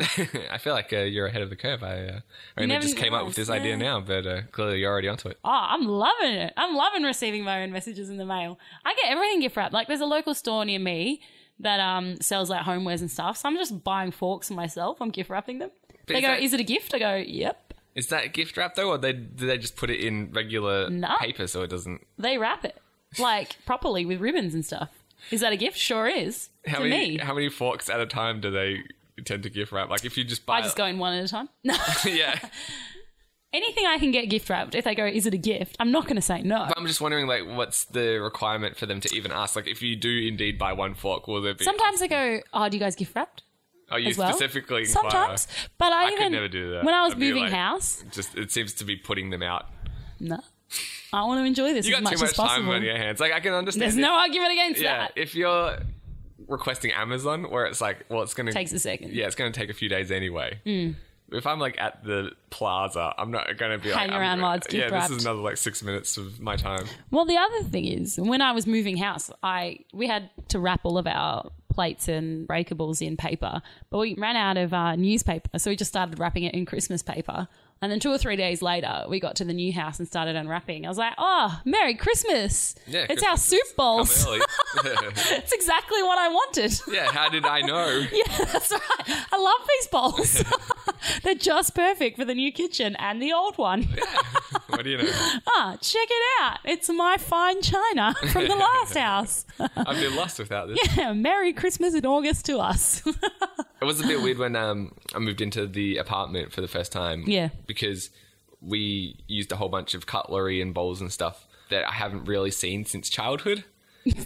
[SPEAKER 3] I feel like uh, you're ahead of the curve. I uh, only
[SPEAKER 2] never
[SPEAKER 3] just came up
[SPEAKER 2] know,
[SPEAKER 3] with this
[SPEAKER 2] yeah.
[SPEAKER 3] idea now, but uh, clearly you're already onto it.
[SPEAKER 2] Oh, I'm loving it. I'm loving receiving my own messages in the mail. I get everything gift wrapped. Like, there's a local store near me that um, sells like homewares and stuff. So I'm just buying forks for myself. I'm gift wrapping them. they
[SPEAKER 3] is
[SPEAKER 2] go,
[SPEAKER 3] that-
[SPEAKER 2] "Is it a gift?" I go, "Yep."
[SPEAKER 3] Is that gift wrap though, or they do they just put it in regular
[SPEAKER 2] No.
[SPEAKER 3] paper so it doesn't?
[SPEAKER 2] They wrap it like properly with ribbons and stuff. Is that a gift? Sure is
[SPEAKER 3] How
[SPEAKER 2] to
[SPEAKER 3] many
[SPEAKER 2] me.
[SPEAKER 3] how many forks at a time do they tend to gift wrap? Like if you just buy,
[SPEAKER 2] I just go in one at a time. No.
[SPEAKER 3] yeah,
[SPEAKER 2] Anything I can get gift wrapped, if they go, is it a gift? I'm not going to say no.
[SPEAKER 3] But I'm just wondering, like, what's the requirement for them to even ask? Like, if you do indeed buy one fork, will there be?
[SPEAKER 2] Sometimes they go, oh, do you guys gift wrapped?
[SPEAKER 3] are you
[SPEAKER 2] as well.
[SPEAKER 3] specifically inquire?
[SPEAKER 2] Sometimes. But I,
[SPEAKER 3] I could
[SPEAKER 2] even,
[SPEAKER 3] never do that.
[SPEAKER 2] when I was
[SPEAKER 3] I'd be
[SPEAKER 2] moving
[SPEAKER 3] like-
[SPEAKER 2] house,
[SPEAKER 3] Just it seems to be putting them out.
[SPEAKER 2] no. I want to enjoy this
[SPEAKER 3] You
[SPEAKER 2] as
[SPEAKER 3] got
[SPEAKER 2] much
[SPEAKER 3] too much
[SPEAKER 2] as possible.
[SPEAKER 3] time on your hands. Like, I can understand.
[SPEAKER 2] There's
[SPEAKER 3] if-
[SPEAKER 2] no argument against
[SPEAKER 3] yeah.
[SPEAKER 2] that.
[SPEAKER 3] If you're requesting Amazon, where it's like, well, it's gonna
[SPEAKER 2] Takes a Mm. second.
[SPEAKER 3] yeah, it's gonna take a few days anyway. If I'm like at the plaza, I'm not gonna be
[SPEAKER 2] Hang
[SPEAKER 3] like, I'm
[SPEAKER 2] around while it's
[SPEAKER 3] yeah, this
[SPEAKER 2] gift wrapped.
[SPEAKER 3] is another like six minutes of my time.
[SPEAKER 2] Well, the other thing is, when I was moving house, I we had to wrap all of our plates and breakables in paper, but we ran out of uh, newspaper, so we just started wrapping it in Christmas paper. And then two or three days later, we got to the new house and started unwrapping. I was like, "Oh, Merry Christmas!
[SPEAKER 3] Yeah,
[SPEAKER 2] it's
[SPEAKER 3] Christmas
[SPEAKER 2] our soup
[SPEAKER 3] I'm
[SPEAKER 2] bowls.
[SPEAKER 3] early.
[SPEAKER 2] it's exactly what I wanted."
[SPEAKER 3] yeah, how did I know?
[SPEAKER 2] Yeah, that's right. I love these bowls. They're just perfect for the new kitchen and the old one.
[SPEAKER 3] What do you know?
[SPEAKER 2] Ah, check it out. It's my fine china from the last house.
[SPEAKER 3] I've been lost without this.
[SPEAKER 2] Merry Christmas in August to us.
[SPEAKER 3] It was a bit weird when um, I moved into the apartment for the first time.
[SPEAKER 2] Yeah.
[SPEAKER 3] Because we used a whole bunch of cutlery and bowls and stuff that I haven't really seen since childhood.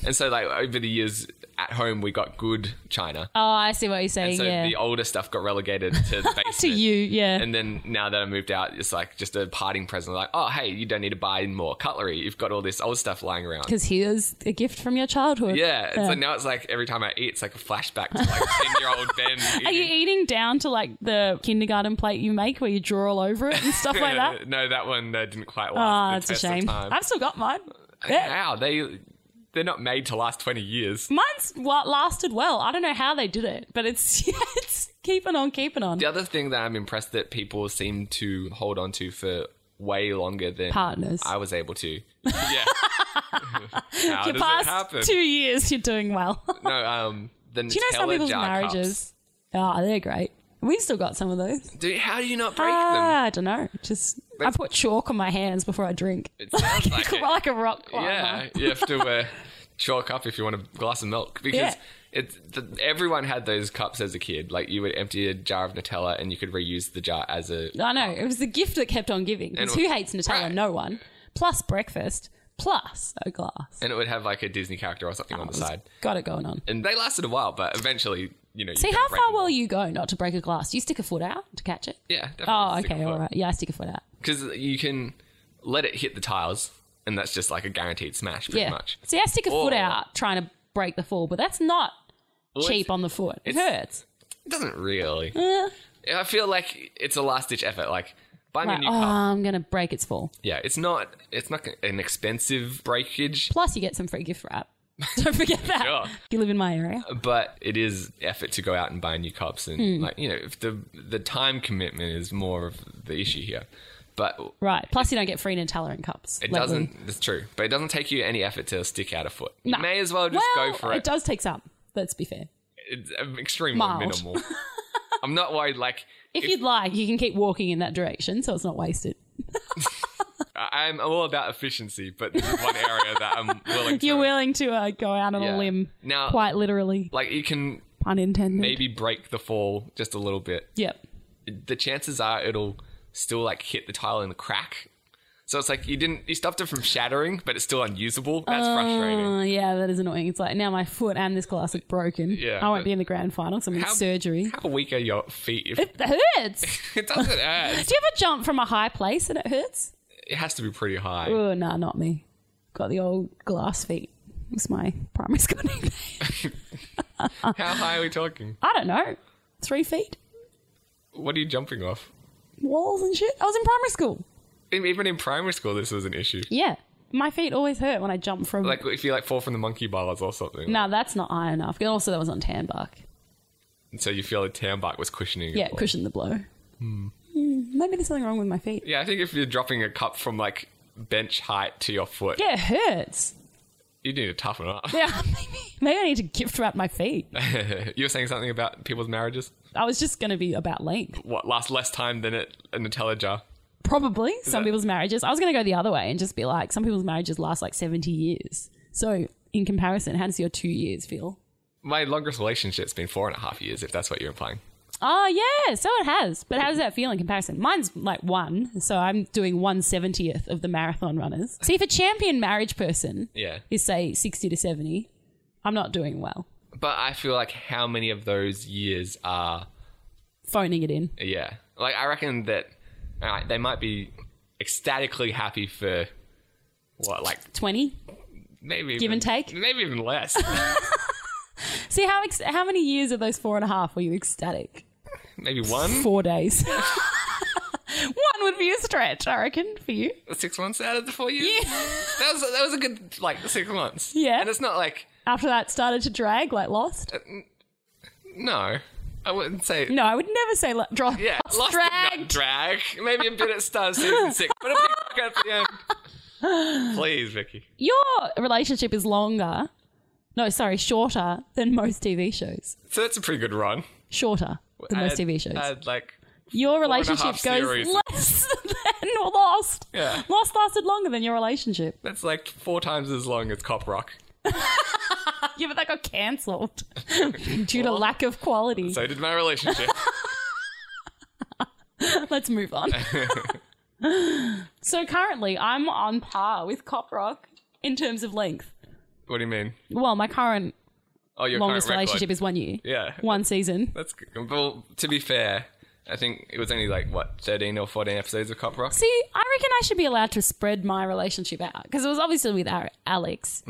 [SPEAKER 3] and so, like, over the years at home, we got good china.
[SPEAKER 2] oh, I see what you're saying.
[SPEAKER 3] so
[SPEAKER 2] yeah.
[SPEAKER 3] the older stuff got relegated to the basement.
[SPEAKER 2] to you, yeah.
[SPEAKER 3] And then now that I moved out, it's like just a parting present. Like, oh, hey, you don't need to buy more cutlery. You've got all this old stuff lying around.
[SPEAKER 2] Because here's a gift from your childhood.
[SPEAKER 3] Yeah, it's like now it's like every time I eat, it's like a flashback to like ten year old Ben.
[SPEAKER 2] Are you
[SPEAKER 3] eating-
[SPEAKER 2] eating down to like the kindergarten plate you make where you draw all over it and stuff like that?
[SPEAKER 3] no, that one uh, didn't quite
[SPEAKER 2] Ah,
[SPEAKER 3] last.
[SPEAKER 2] it's a shame.
[SPEAKER 3] Wow,
[SPEAKER 2] I've still got mine. Yeah.
[SPEAKER 3] they they're not made to last twenty years.
[SPEAKER 2] Mine's wa- lasted well. I don't know how they did it, but it's yeah, it's keeping on, keeping on.
[SPEAKER 3] The other thing that I'm impressed that people seem to hold on to for way longer than
[SPEAKER 2] Partners.
[SPEAKER 3] I was able to. Yeah. How
[SPEAKER 2] Your
[SPEAKER 3] does it happen?
[SPEAKER 2] past two years, you're doing well.
[SPEAKER 3] no, um, the
[SPEAKER 2] Do you know some people's marriages? Ah, they're great. We've still got some of those.
[SPEAKER 3] Dude, how do you not break them?
[SPEAKER 2] Ah, I don't know. Just I put chalk on my hands before I drink.
[SPEAKER 3] It sounds like it.
[SPEAKER 2] like a rock climber.
[SPEAKER 3] Yeah, you have to uh, chalk up if you want a glass of milk because
[SPEAKER 2] Yeah.
[SPEAKER 3] it's the, everyone had those cups as a kid. Like you would empty a jar of Nutella and you could reuse the jar as a.
[SPEAKER 2] I know. It was the gift that kept on giving. Because
[SPEAKER 3] And-
[SPEAKER 2] who hates Nutella?
[SPEAKER 3] Right.
[SPEAKER 2] No one. Plus breakfast. Plus a glass.
[SPEAKER 3] And it would have like a Disney character or something on the side.
[SPEAKER 2] Got it going on.
[SPEAKER 3] And they lasted a while, but eventually, you know. you
[SPEAKER 2] See
[SPEAKER 3] can
[SPEAKER 2] how
[SPEAKER 3] break
[SPEAKER 2] far
[SPEAKER 3] them.
[SPEAKER 2] will you go not to break a glass? You stick a foot out to catch it.
[SPEAKER 3] Yeah.
[SPEAKER 2] Oh, okay, all right. Yeah, I stick a foot out.
[SPEAKER 3] Because you can let it hit the tiles, and that's just like a guaranteed smash, pretty
[SPEAKER 2] yeah.
[SPEAKER 3] much.
[SPEAKER 2] See, I stick a foot
[SPEAKER 3] Or-
[SPEAKER 2] out trying to break the fall, but that's not
[SPEAKER 3] Well, it's-
[SPEAKER 2] cheap on the foot. It
[SPEAKER 3] it's-
[SPEAKER 2] hurts.
[SPEAKER 3] It doesn't really. I feel like it's a last ditch effort. Like buying
[SPEAKER 2] Like,
[SPEAKER 3] a new
[SPEAKER 2] oh,
[SPEAKER 3] cup.
[SPEAKER 2] I'm gonna break its fall.
[SPEAKER 3] Yeah, it's not. It's not an expensive breakage.
[SPEAKER 2] Plus, you get some free gift wrap. Don't forget that.
[SPEAKER 3] Sure. Uh,
[SPEAKER 2] You live in my area.
[SPEAKER 3] but it is effort to go out and buy new cups and
[SPEAKER 2] Hmm.
[SPEAKER 3] like you know if the the time commitment is more of the issue here but
[SPEAKER 2] Right. Plus, you don't get free Nutella in cups.
[SPEAKER 3] it
[SPEAKER 2] lately.
[SPEAKER 3] doesn't it's true but it doesn't take you any effort to stick out a foot you
[SPEAKER 2] Nah.
[SPEAKER 3] may as well just
[SPEAKER 2] Well,
[SPEAKER 3] go for it,
[SPEAKER 2] does take some. Let's be fair.
[SPEAKER 3] it's um, extremely
[SPEAKER 2] Mild.
[SPEAKER 3] minimal i'm not worried like
[SPEAKER 2] If,
[SPEAKER 3] If-
[SPEAKER 2] you'd like, you can keep walking in that direction, so it's not wasted.
[SPEAKER 3] I- i'm all about efficiency but this is one area that i'm willing to
[SPEAKER 2] You're willing to uh, go out on
[SPEAKER 3] Yeah.
[SPEAKER 2] a limb,
[SPEAKER 3] now
[SPEAKER 2] quite literally,
[SPEAKER 3] like you can
[SPEAKER 2] pun intended.
[SPEAKER 3] maybe break the fall just a little bit
[SPEAKER 2] Yep.
[SPEAKER 3] the chances are it'll still like hit the tile in the crack. So it's like you didn't you stopped it from shattering, but it's still unusable. That's frustrating.
[SPEAKER 2] Uh, yeah, that is annoying. It's like now my foot and this glass are broken.
[SPEAKER 3] Yeah,
[SPEAKER 2] I won't
[SPEAKER 3] but-
[SPEAKER 2] be in the grand final 'cause I'm in
[SPEAKER 3] How-
[SPEAKER 2] surgery.
[SPEAKER 3] How weak are your feet? If,
[SPEAKER 2] It hurts.
[SPEAKER 3] it doesn't hurt.
[SPEAKER 2] Do you ever jump from a high place and it hurts?
[SPEAKER 3] It has to be pretty high.
[SPEAKER 2] Oh, nah, not me. Got the old glass feet. It was my primary school nickname.
[SPEAKER 3] How high are we talking?
[SPEAKER 2] I don't know. Three feet?
[SPEAKER 3] What are you jumping off?
[SPEAKER 2] Walls and shit? I was in primary school.
[SPEAKER 3] Even in primary school, this was an issue.
[SPEAKER 2] Yeah. My feet always hurt when I jump from.
[SPEAKER 3] Like if you like fall from the monkey bars or something,
[SPEAKER 2] no, that's not high enough. And Also, that was on tan bark.
[SPEAKER 3] so you feel the tan bark was cushioning. your
[SPEAKER 2] Yeah,
[SPEAKER 3] fall.
[SPEAKER 2] cushion the blow. Hmm, maybe there's something wrong with my feet.
[SPEAKER 3] yeah. I think if you're dropping a cup from like bench height to your foot,
[SPEAKER 2] Yeah, it hurts.
[SPEAKER 3] you need to toughen up.
[SPEAKER 2] Yeah, maybe. Maybe I need to gift wrap my feet.
[SPEAKER 3] you were saying something about people's marriages.
[SPEAKER 2] I was just going to be about length.
[SPEAKER 3] What last less time than it, a Nutella jar?
[SPEAKER 2] Probably some
[SPEAKER 3] that-
[SPEAKER 2] people's marriages. I was going to go the other way and just be like, some people's marriages last like 70 years. So, in comparison, how does your two years feel?
[SPEAKER 3] My longest relationship's been four and a half years, if that's what you're implying.
[SPEAKER 2] Oh yeah, so it has. But how does that feel in comparison? Mine's like one, so I'm doing one seventieth of the marathon runners. See, if a champion marriage person
[SPEAKER 3] Yeah.
[SPEAKER 2] is say sixty to seventy, I'm not doing well.
[SPEAKER 3] But I feel like how many of those years are
[SPEAKER 2] Phoning it in.
[SPEAKER 3] Yeah. Like, I reckon that uh, they might be ecstatically happy for what, like
[SPEAKER 2] Twenty.
[SPEAKER 3] maybe.
[SPEAKER 2] Give
[SPEAKER 3] even,
[SPEAKER 2] and take?
[SPEAKER 3] Maybe even less.
[SPEAKER 2] See how ex- how many years of those four and a half were you ecstatic?
[SPEAKER 3] maybe one,
[SPEAKER 2] Four days. One would be a stretch, I reckon, for you.
[SPEAKER 3] six months out of the four years. That was, that was a good, like, six months.
[SPEAKER 2] Yeah.
[SPEAKER 3] And it's not like,
[SPEAKER 2] After that started to drag, like lost.
[SPEAKER 3] no, I wouldn't say.
[SPEAKER 2] No, I would never say lo- draw.
[SPEAKER 3] Yeah,
[SPEAKER 2] lost,
[SPEAKER 3] lost
[SPEAKER 2] dragged.
[SPEAKER 3] It, not drag. Maybe a bit at start of season six, but a bit back at the end. Please, Vicky.
[SPEAKER 2] Your relationship is longer. No, sorry, shorter than most TV shows.
[SPEAKER 3] So that's a pretty good run.
[SPEAKER 2] Shorter than most
[SPEAKER 3] Add-
[SPEAKER 2] TV shows.
[SPEAKER 3] add, like,
[SPEAKER 2] your
[SPEAKER 3] and a half
[SPEAKER 2] relationship goes
[SPEAKER 3] series.
[SPEAKER 2] less than Lost.
[SPEAKER 3] Yeah.
[SPEAKER 2] Lost lasted longer than your relationship.
[SPEAKER 3] that's like four times as long as Cop Rock.
[SPEAKER 2] Yeah, but that got cancelled due to lack of quality.
[SPEAKER 3] So did my relationship.
[SPEAKER 2] Let's move on. so currently, I'm on par with Cop Rock in terms of length.
[SPEAKER 3] what do you mean?
[SPEAKER 2] Well, my current
[SPEAKER 3] Oh, your
[SPEAKER 2] longest
[SPEAKER 3] current record.
[SPEAKER 2] relationship is one year,
[SPEAKER 3] yeah.
[SPEAKER 2] one season.
[SPEAKER 3] That's good. Well, to be fair, I think it was only like what thirteen or fourteen episodes of Cop Rock.
[SPEAKER 2] See, I reckon I should be allowed to spread my relationship out because it was obviously with Ar- Alex,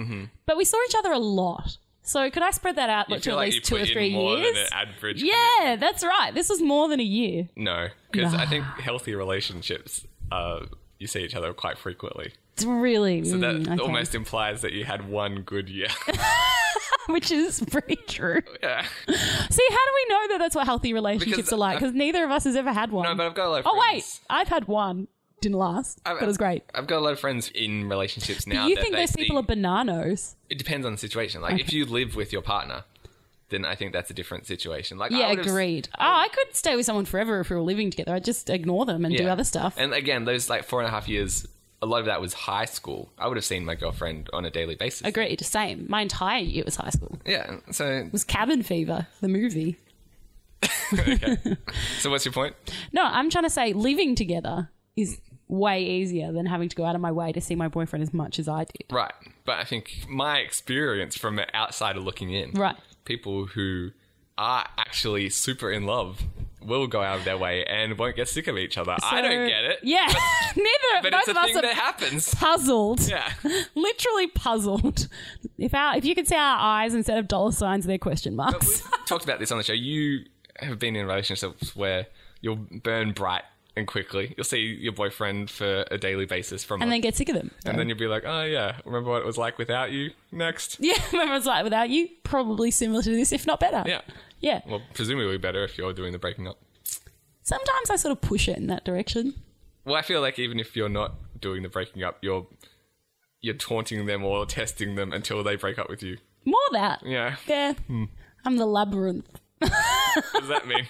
[SPEAKER 2] but we saw each other a lot. So could I spread that out
[SPEAKER 3] Mm-hmm. You
[SPEAKER 2] to
[SPEAKER 3] feel
[SPEAKER 2] at
[SPEAKER 3] like you
[SPEAKER 2] least two
[SPEAKER 3] put
[SPEAKER 2] or
[SPEAKER 3] in
[SPEAKER 2] three
[SPEAKER 3] more
[SPEAKER 2] years?
[SPEAKER 3] than an average.
[SPEAKER 2] yeah, that's right. This was more than a year.
[SPEAKER 3] No, because I think healthy relationships, uh, you see each other quite frequently.
[SPEAKER 2] It's really,
[SPEAKER 3] So that
[SPEAKER 2] mm, okay.
[SPEAKER 3] almost implies that you had one good year.
[SPEAKER 2] which is pretty true.
[SPEAKER 3] yeah.
[SPEAKER 2] See, how do we know that that's what healthy relationships
[SPEAKER 3] Because
[SPEAKER 2] are like? Because neither of us has ever had one.
[SPEAKER 3] No, but I've got a lot. Of
[SPEAKER 2] oh wait,
[SPEAKER 3] friends-
[SPEAKER 2] I've had one. Didn't last.
[SPEAKER 3] I've-
[SPEAKER 2] but it was great.
[SPEAKER 3] I've got a lot of friends in relationships now.
[SPEAKER 2] you
[SPEAKER 3] that
[SPEAKER 2] think
[SPEAKER 3] they
[SPEAKER 2] those people
[SPEAKER 3] see-
[SPEAKER 2] are bananas?
[SPEAKER 3] It depends on the situation. Like if you live with your partner, then I think that's a different situation. Like I
[SPEAKER 2] Yeah,
[SPEAKER 3] would've-
[SPEAKER 2] agreed. Oh, I could stay with someone forever if we were living together. I'd just ignore them and do
[SPEAKER 3] Yeah.
[SPEAKER 2] other stuff.
[SPEAKER 3] And again, those like four and a half years, a lot of that was high school. I would have seen my girlfriend on a daily basis.
[SPEAKER 2] agreed. Same. My entire year was high school. It
[SPEAKER 3] Yeah. So,
[SPEAKER 2] was Cabin Fever, the movie.
[SPEAKER 3] so what's your point?
[SPEAKER 2] No, I'm trying to say living together is way easier than having to go out of my way to see my boyfriend as much as I did.
[SPEAKER 3] Right. But I think my experience from an outsider looking in,
[SPEAKER 2] Right.
[SPEAKER 3] people who are actually super in love will go out of their way and won't get sick of each other. I
[SPEAKER 2] So-
[SPEAKER 3] don't get it.
[SPEAKER 2] Yeah, neither.
[SPEAKER 3] But
[SPEAKER 2] both
[SPEAKER 3] it's a
[SPEAKER 2] of us
[SPEAKER 3] thing
[SPEAKER 2] are
[SPEAKER 3] that happens.
[SPEAKER 2] puzzled.
[SPEAKER 3] Yeah.
[SPEAKER 2] literally puzzled. If our if you could see our eyes instead of dollar signs, they're question marks.
[SPEAKER 3] We've talked about this on the show. You have been in relationships where you'll burn bright and quickly. You'll see your boyfriend for a daily basis from
[SPEAKER 2] And
[SPEAKER 3] a
[SPEAKER 2] then get sick of them.
[SPEAKER 3] And then you'll be like, oh, yeah, remember what it was like without you? Next.
[SPEAKER 2] yeah, everyone's like, without you, probably similar to this, if not better.
[SPEAKER 3] Yeah.
[SPEAKER 2] Yeah.
[SPEAKER 3] Well, presumably better if you're doing the breaking up.
[SPEAKER 2] Sometimes I sort of push it in that direction.
[SPEAKER 3] Well, I feel like even if you're not doing the breaking up, you're you're taunting them or testing them until they break up with you.
[SPEAKER 2] More that.
[SPEAKER 3] Yeah.
[SPEAKER 2] Yeah. I'm the labyrinth.
[SPEAKER 3] What does that mean?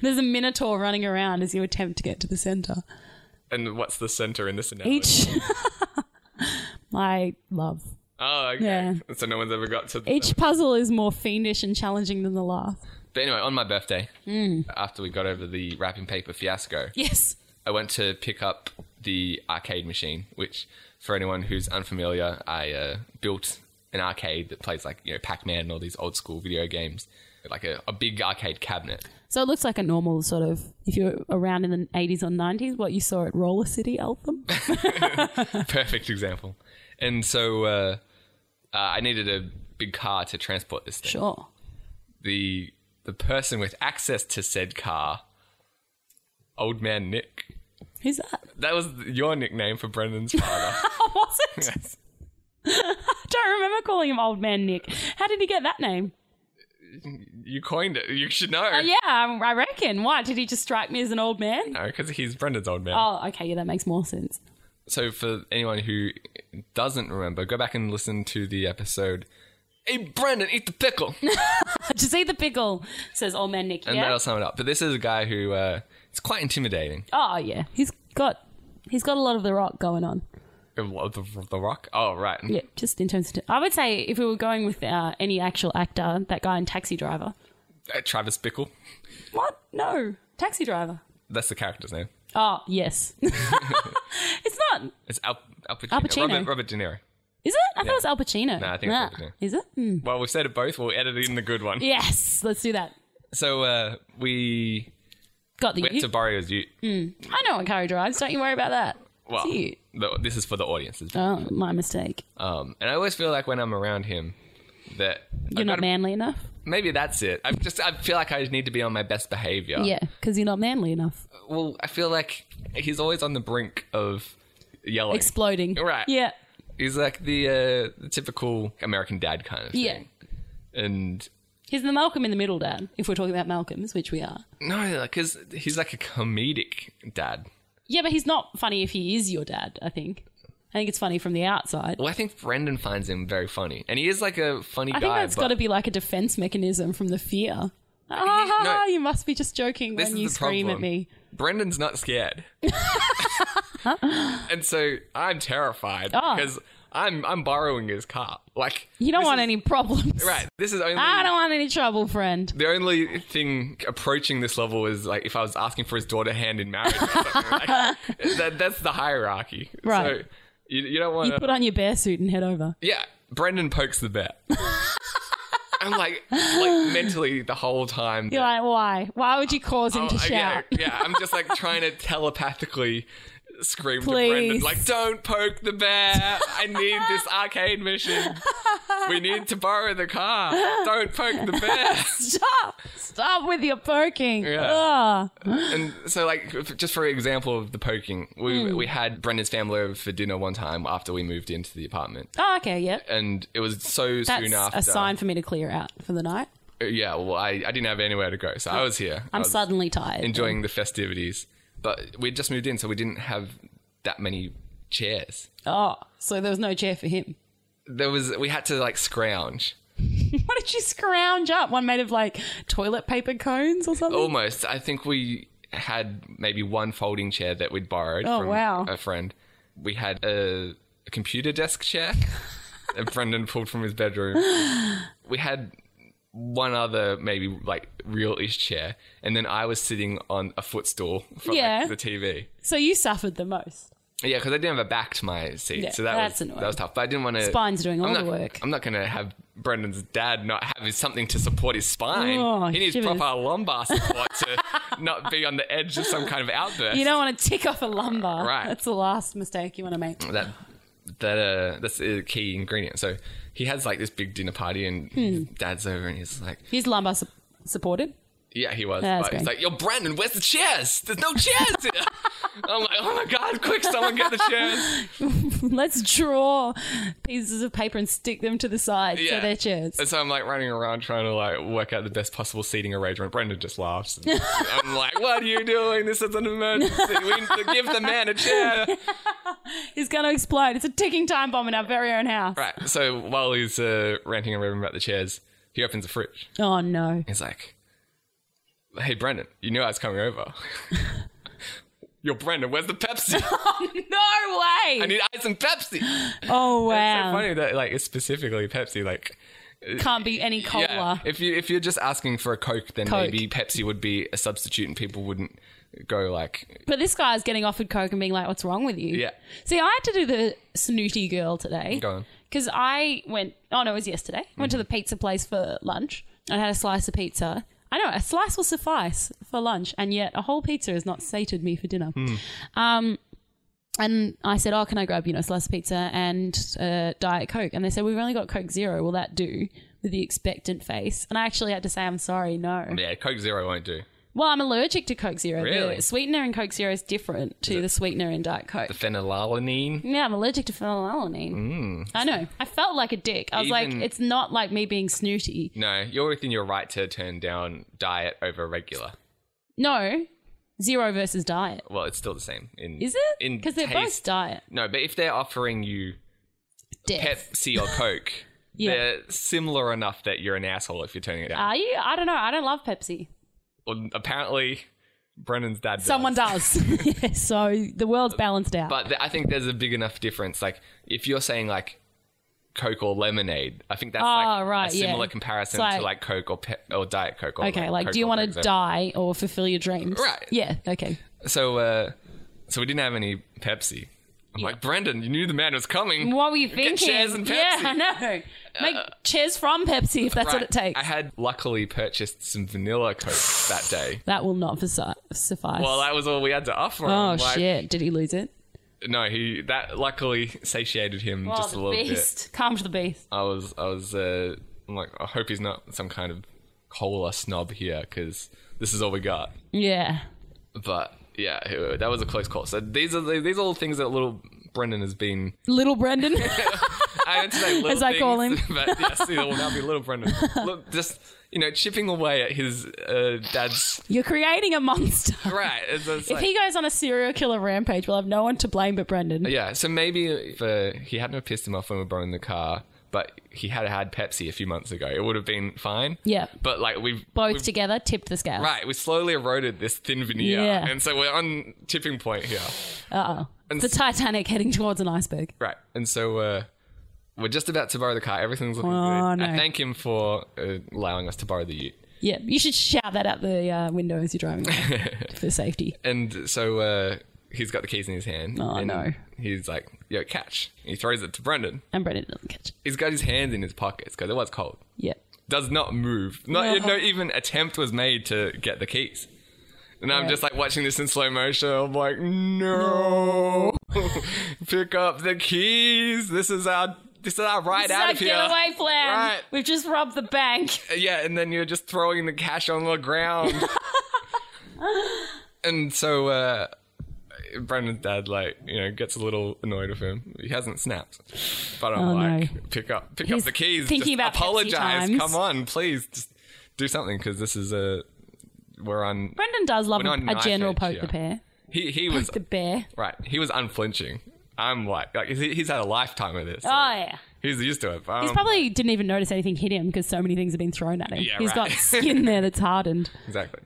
[SPEAKER 2] There's a minotaur running around as you attempt to get to the center.
[SPEAKER 3] and what's the center in this analogy?
[SPEAKER 2] Each my love.
[SPEAKER 3] oh, okay.
[SPEAKER 2] Yeah.
[SPEAKER 3] So no one's ever got to the
[SPEAKER 2] Each puzzle is more fiendish and challenging than the last.
[SPEAKER 3] But anyway, on my birthday, after we got over the wrapping paper fiasco,
[SPEAKER 2] Yes.
[SPEAKER 3] I went to pick up the arcade machine, which, for anyone who's unfamiliar, I uh, built an arcade that plays like you know Pac-Man and all these old school video games, like a, a big arcade cabinet.
[SPEAKER 2] So it looks like a normal sort of, if you're around in the 80s or 90s, what you saw at Roller City, Eltham.
[SPEAKER 3] Perfect example. And so uh, uh, I needed a big car to transport this thing.
[SPEAKER 2] Sure.
[SPEAKER 3] The the person with access to said car, old man Nick.
[SPEAKER 2] Who's that?
[SPEAKER 3] That was your nickname for Brendan's father.
[SPEAKER 2] Oh, was it? I don't remember calling him Old Man Nick. How did he get that name?
[SPEAKER 3] you coined it. You should know.
[SPEAKER 2] Yeah, I I reckon. Why? Did he just strike me as an old man?
[SPEAKER 3] because he's Brendan's old man.
[SPEAKER 2] Oh, okay. Yeah, that makes more sense.
[SPEAKER 3] So, for anyone who doesn't remember, go back and listen to the episode. Hey, Brendan, eat the pickle. And
[SPEAKER 2] Just eat the pickle, says Old Man Nick. yeah?
[SPEAKER 3] that'll sum it up. But this is a guy who uh, it's quite intimidating.
[SPEAKER 2] Oh, yeah. He's got. He's got a lot of the rock going on.
[SPEAKER 3] The, the Rock. Oh, right.
[SPEAKER 2] Yeah, just in terms of. I would say if we were going with uh, any actual actor, that guy in Taxi Driver,
[SPEAKER 3] Uh, Travis Bickle.
[SPEAKER 2] What? No. Taxi driver.
[SPEAKER 3] That's the character's name.
[SPEAKER 2] Oh, yes. it's not.
[SPEAKER 3] It's Al, Al Pacino.
[SPEAKER 2] Al Pacino.
[SPEAKER 3] Robert, Robert De Niro.
[SPEAKER 2] Is it? I thought it was Al Pacino.
[SPEAKER 3] No, I think it's Al Pacino.
[SPEAKER 2] Is it? Hmm.
[SPEAKER 3] Well, we've said it both. We'll edit in the good one.
[SPEAKER 2] Yes. Let's do that.
[SPEAKER 3] So uh, we
[SPEAKER 2] Got the
[SPEAKER 3] went
[SPEAKER 2] ute.
[SPEAKER 3] to Barrio's Ute.
[SPEAKER 2] I know what car he drives. Don't you worry about that.
[SPEAKER 3] Well,
[SPEAKER 2] It's ute.
[SPEAKER 3] the- this is for the audience.
[SPEAKER 2] Oh, my mistake.
[SPEAKER 3] Um, and I always feel like when I'm around him that
[SPEAKER 2] You're
[SPEAKER 3] I've
[SPEAKER 2] not
[SPEAKER 3] gotta-
[SPEAKER 2] manly enough.
[SPEAKER 3] Maybe that's it. I just I feel like I just need to be on my best behavior.
[SPEAKER 2] Yeah, because you're not manly enough.
[SPEAKER 3] Well, I feel like he's always on the brink of yelling.
[SPEAKER 2] Exploding.
[SPEAKER 3] Right.
[SPEAKER 2] Yeah.
[SPEAKER 3] he's like the, uh, the typical American dad kind of
[SPEAKER 2] Yeah.
[SPEAKER 3] thing. And
[SPEAKER 2] He's the Malcolm in the middle dad, if we're talking about Malcolms, which we are.
[SPEAKER 3] no, like cause he's like a comedic dad.
[SPEAKER 2] Yeah, but he's not funny if he is your dad, I think. I think it's funny from the outside.
[SPEAKER 3] Well, I think Brendan finds him very funny, and he is like a funny
[SPEAKER 2] I think
[SPEAKER 3] guy.
[SPEAKER 2] that's
[SPEAKER 3] but
[SPEAKER 2] got to be like a defense mechanism from the fear. Ah,
[SPEAKER 3] no.
[SPEAKER 2] you must be just joking
[SPEAKER 3] This
[SPEAKER 2] when
[SPEAKER 3] is
[SPEAKER 2] you
[SPEAKER 3] the
[SPEAKER 2] scream at
[SPEAKER 3] problem.
[SPEAKER 2] me.
[SPEAKER 3] Brendan's not scared, and so I'm terrified
[SPEAKER 2] Oh.
[SPEAKER 3] because I'm I'm borrowing his car. Like
[SPEAKER 2] You don't
[SPEAKER 3] this
[SPEAKER 2] want
[SPEAKER 3] is-
[SPEAKER 2] any problems.
[SPEAKER 3] right. This is only
[SPEAKER 2] I don't want any trouble, friend.
[SPEAKER 3] the only thing approaching this level is like if I was asking for his daughter hand in marriage. Or something, like, that, that's the hierarchy,
[SPEAKER 2] Right.
[SPEAKER 3] So you, you don't want
[SPEAKER 2] You
[SPEAKER 3] to.
[SPEAKER 2] put on your bear suit and head over.
[SPEAKER 3] yeah, Brendan pokes the bear. I'm like, like mentally the whole time.
[SPEAKER 2] You're like, why? Why would you cause him to
[SPEAKER 3] Oh,
[SPEAKER 2] shout?
[SPEAKER 3] Yeah, yeah, I'm just like trying to telepathically scream
[SPEAKER 2] Please.
[SPEAKER 3] to Brendan, like, don't poke the bear. I need this arcade mission. We need to borrow the car. Don't poke the bear.
[SPEAKER 2] Stop! Stop with your poking.
[SPEAKER 3] Yeah.
[SPEAKER 2] Ugh.
[SPEAKER 3] And so, like, f- just for example of the poking, we,
[SPEAKER 2] Hmm.
[SPEAKER 3] we had Brendan's family over for dinner one time after we moved into the apartment.
[SPEAKER 2] Oh, okay, yeah.
[SPEAKER 3] And it was so
[SPEAKER 2] That's
[SPEAKER 3] soon after. Uh,
[SPEAKER 2] a sign for me to clear out for the night.
[SPEAKER 3] Yeah, well, I, I didn't have anywhere to go, so I was here. I
[SPEAKER 2] I'm
[SPEAKER 3] was-
[SPEAKER 2] suddenly tired.
[SPEAKER 3] enjoying the festivities. But we'd just moved in, so we didn't have that many chairs.
[SPEAKER 2] Oh, so there was no chair for him.
[SPEAKER 3] There was we had to like scrounge
[SPEAKER 2] Why did you scrounge up? One made of like toilet paper cones or something?
[SPEAKER 3] almost. I think we had maybe one folding chair that we'd borrowed
[SPEAKER 2] Oh,
[SPEAKER 3] from
[SPEAKER 2] wow.
[SPEAKER 3] a friend. We had a, a computer desk chair that Brendan pulled from his bedroom. We had one other maybe like real-ish chair, and then I was sitting on a footstool for like,
[SPEAKER 2] Yeah.
[SPEAKER 3] the TV.
[SPEAKER 2] So you suffered the most.
[SPEAKER 3] Yeah, because I didn't have a back to my seat,
[SPEAKER 2] Yeah,
[SPEAKER 3] so that
[SPEAKER 2] that's
[SPEAKER 3] was
[SPEAKER 2] annoying.
[SPEAKER 3] that was tough. But I didn't want to.
[SPEAKER 2] Spine's doing all
[SPEAKER 3] I'm
[SPEAKER 2] the
[SPEAKER 3] not,
[SPEAKER 2] work.
[SPEAKER 3] I'm not going to have Brendan's dad not have his- something to support his spine.
[SPEAKER 2] Oh,
[SPEAKER 3] he needs
[SPEAKER 2] shivers.
[SPEAKER 3] proper lumbar support to not be on the edge of some kind of outburst.
[SPEAKER 2] You don't want to tick off a lumbar.
[SPEAKER 3] Right.
[SPEAKER 2] That's the last mistake you want to make.
[SPEAKER 3] that that uh, that's a key ingredient. So he has like this big dinner party, and his dad's over, and he's like,
[SPEAKER 2] Hmm. He's lumbar su- supported.
[SPEAKER 3] "Yeah, he was."
[SPEAKER 2] That's
[SPEAKER 3] but he's
[SPEAKER 2] great.
[SPEAKER 3] like, "Yo, Brendan, where's the chairs? There's no chairs here." I'm like, "Oh my god, quick, someone get the chairs!"
[SPEAKER 2] Let's draw pieces of paper and stick them to the side so
[SPEAKER 3] Yeah.
[SPEAKER 2] they're chairs.
[SPEAKER 3] And so I'm like running around trying to like work out the best possible seating arrangement. Brendan just laughs. And I'm like, "What are you doing? This is an emergency. We need to give the man a chair."
[SPEAKER 2] He's going to explode. It's a ticking time bomb in our very own house.
[SPEAKER 3] Right. So while he's uh, ranting and raving about the chairs, he opens the fridge.
[SPEAKER 2] Oh, no.
[SPEAKER 3] He's like, "Hey, Brendan, you knew I was coming over." Yo, Brendan, where's the Pepsi?
[SPEAKER 2] No way.
[SPEAKER 3] I need ice and Pepsi.
[SPEAKER 2] oh,
[SPEAKER 3] It's so
[SPEAKER 2] wow.
[SPEAKER 3] funny that like it's specifically Pepsi. Like,
[SPEAKER 2] Can't be any cola.
[SPEAKER 3] yeah. If you if you're just asking for a Coke, then
[SPEAKER 2] Coke.
[SPEAKER 3] maybe Pepsi would be a substitute, and people wouldn't go like
[SPEAKER 2] But this guy's getting offered Coke and being like, what's wrong with you?
[SPEAKER 3] Yeah.
[SPEAKER 2] See, I had to do the snooty girl today.
[SPEAKER 3] Go on.
[SPEAKER 2] Because I went, oh no, it was yesterday. I went to the pizza place for lunch. I had a slice of pizza. I know, a slice will suffice for lunch, and yet a whole pizza has not sated me for dinner. Um, and I said, oh, can I grab, you know, a slice of pizza and uh, Diet Coke? And they said, we've only got Coke Zero. Will that do? With the expectant face. And I actually had to say, I'm sorry, no.
[SPEAKER 3] Yeah, Coke Zero won't do.
[SPEAKER 2] Well, I'm allergic to Coke Zero.
[SPEAKER 3] Really?
[SPEAKER 2] The sweetener in Coke Zero is different to the sweetener in Diet Coke.
[SPEAKER 3] The phenylalanine.
[SPEAKER 2] yeah, I'm allergic to phenylalanine. I know. I felt like a dick. I was
[SPEAKER 3] Mm. Even-
[SPEAKER 2] like, it's not like me being snooty.
[SPEAKER 3] No, you're within your right to turn down diet over regular.
[SPEAKER 2] No, zero versus diet.
[SPEAKER 3] Well, it's still the same. In,
[SPEAKER 2] Is it?
[SPEAKER 3] in
[SPEAKER 2] Because they're both
[SPEAKER 3] taste.
[SPEAKER 2] diet.
[SPEAKER 3] No, but if they're offering you
[SPEAKER 2] Death.
[SPEAKER 3] Pepsi or Coke,
[SPEAKER 2] Yeah. Uh,
[SPEAKER 3] they're similar enough that you're an asshole if you're turning it down.
[SPEAKER 2] Are you? I don't know. I don't love Pepsi.
[SPEAKER 3] well, apparently, Brennan's dad. does.
[SPEAKER 2] Someone does. Yeah, so the world's balanced out.
[SPEAKER 3] But th- I think there's a big enough difference. Like, if you're saying like Coke or lemonade. I think that's
[SPEAKER 2] Ah,
[SPEAKER 3] like
[SPEAKER 2] right,
[SPEAKER 3] a similar
[SPEAKER 2] yeah.
[SPEAKER 3] comparison
[SPEAKER 2] It's like-
[SPEAKER 3] to like Coke or pe- or Diet Coke. Or
[SPEAKER 2] Okay, like, do you want to
[SPEAKER 3] die?
[SPEAKER 2] die or fulfill your dreams?
[SPEAKER 3] Right.
[SPEAKER 2] Yeah. Okay.
[SPEAKER 3] So, uh, so we didn't have any Pepsi. I'm like, Brendan, you knew the man was coming.
[SPEAKER 2] What were you
[SPEAKER 3] Get
[SPEAKER 2] thinking?
[SPEAKER 3] chairs and
[SPEAKER 2] Yeah,
[SPEAKER 3] Pepsi. Uh,
[SPEAKER 2] I know. Make chairs from Pepsi if that's what
[SPEAKER 3] Right.
[SPEAKER 2] it takes.
[SPEAKER 3] I had luckily purchased some vanilla Coke that day.
[SPEAKER 2] that will not faci- suffice.
[SPEAKER 3] Well, that was all we had to offer. him.
[SPEAKER 2] oh
[SPEAKER 3] Like,
[SPEAKER 2] shit! Did he lose it?
[SPEAKER 3] No, he that luckily satiated him just a
[SPEAKER 2] oh,
[SPEAKER 3] little
[SPEAKER 2] the
[SPEAKER 3] bit.
[SPEAKER 2] beast! Calm to the beast.
[SPEAKER 3] I was, I was, uh, I'm like, I hope he's not some kind of cola snob here because this is all we got.
[SPEAKER 2] Yeah.
[SPEAKER 3] But yeah, it- that was a close call. So these are the, these are all things that little Brendan has been.
[SPEAKER 2] Little Brendan.
[SPEAKER 3] I don't say little
[SPEAKER 2] As I call
[SPEAKER 3] things,
[SPEAKER 2] him.
[SPEAKER 3] but yes, he will now be little Brendan. Look, just you know, chipping away at his uh, dad's.
[SPEAKER 2] You're creating a monster.
[SPEAKER 3] Right. It's, it's
[SPEAKER 2] If
[SPEAKER 3] like-
[SPEAKER 2] he goes on a serial killer rampage, we'll have no one to blame but Brendan.
[SPEAKER 3] Yeah, so maybe if uh, he hadn't have pissed him off when we brought in the car, but he had had Pepsi a few months ago, it would have been fine.
[SPEAKER 2] Yeah.
[SPEAKER 3] But like we've
[SPEAKER 2] Both
[SPEAKER 3] we've-
[SPEAKER 2] together tipped the scale.
[SPEAKER 3] right, we slowly eroded this thin veneer,
[SPEAKER 2] Yeah.
[SPEAKER 3] and so we're on tipping point here.
[SPEAKER 2] The Titanic heading towards an iceberg.
[SPEAKER 3] Right, and so uh, we're just about to borrow the car. Everything's looking
[SPEAKER 2] Oh,
[SPEAKER 3] good. I
[SPEAKER 2] no.
[SPEAKER 3] thank him for uh, allowing us to borrow the Ute.
[SPEAKER 2] Yeah, you should shout that out the uh, window as you're driving away for safety.
[SPEAKER 3] And so uh, he's got the keys in his hand.
[SPEAKER 2] Oh,
[SPEAKER 3] and
[SPEAKER 2] no.
[SPEAKER 3] He's like, "Yo, catch!" He throws it to Brendan.
[SPEAKER 2] And Brendan doesn't catch it.
[SPEAKER 3] He's got his hands in his pockets because it was cold.
[SPEAKER 2] Yeah.
[SPEAKER 3] does not move. Not no. even attempt was made to get the keys. And I'm
[SPEAKER 2] Right.
[SPEAKER 3] just like watching this in slow motion. I'm like, no, pick up the keys. This is our this is our ride
[SPEAKER 2] This is
[SPEAKER 3] out
[SPEAKER 2] our
[SPEAKER 3] of here.
[SPEAKER 2] getaway plan.
[SPEAKER 3] Right.
[SPEAKER 2] We've just robbed the bank.
[SPEAKER 3] Yeah, and then you're just throwing the cash on the ground. and so uh, Brendan's dad, like, you know, gets a little annoyed with him. He hasn't snapped, but I'm
[SPEAKER 2] Oh,
[SPEAKER 3] like,
[SPEAKER 2] no.
[SPEAKER 3] pick up, pick
[SPEAKER 2] He's
[SPEAKER 3] up the keys.
[SPEAKER 2] thinking
[SPEAKER 3] just
[SPEAKER 2] about Pepsi
[SPEAKER 3] apologize.
[SPEAKER 2] times.
[SPEAKER 3] Come on, please, just do something because this is a we're on.
[SPEAKER 2] Brendan does love
[SPEAKER 3] We're
[SPEAKER 2] a,
[SPEAKER 3] not
[SPEAKER 2] a
[SPEAKER 3] knife
[SPEAKER 2] general
[SPEAKER 3] edge
[SPEAKER 2] poke
[SPEAKER 3] here.
[SPEAKER 2] the bear.
[SPEAKER 3] He he was
[SPEAKER 2] The bear.
[SPEAKER 3] right. He was unflinching. I'm like, like he- he's had a lifetime of this.
[SPEAKER 2] Oh, yeah.
[SPEAKER 3] He's used to it. Um, but
[SPEAKER 2] He's
[SPEAKER 3] I'm-
[SPEAKER 2] probably didn't even notice anything hit him because so many things have been thrown at him. He's
[SPEAKER 3] Yeah,
[SPEAKER 2] got
[SPEAKER 3] right.
[SPEAKER 2] skin there that's hardened.
[SPEAKER 3] exactly.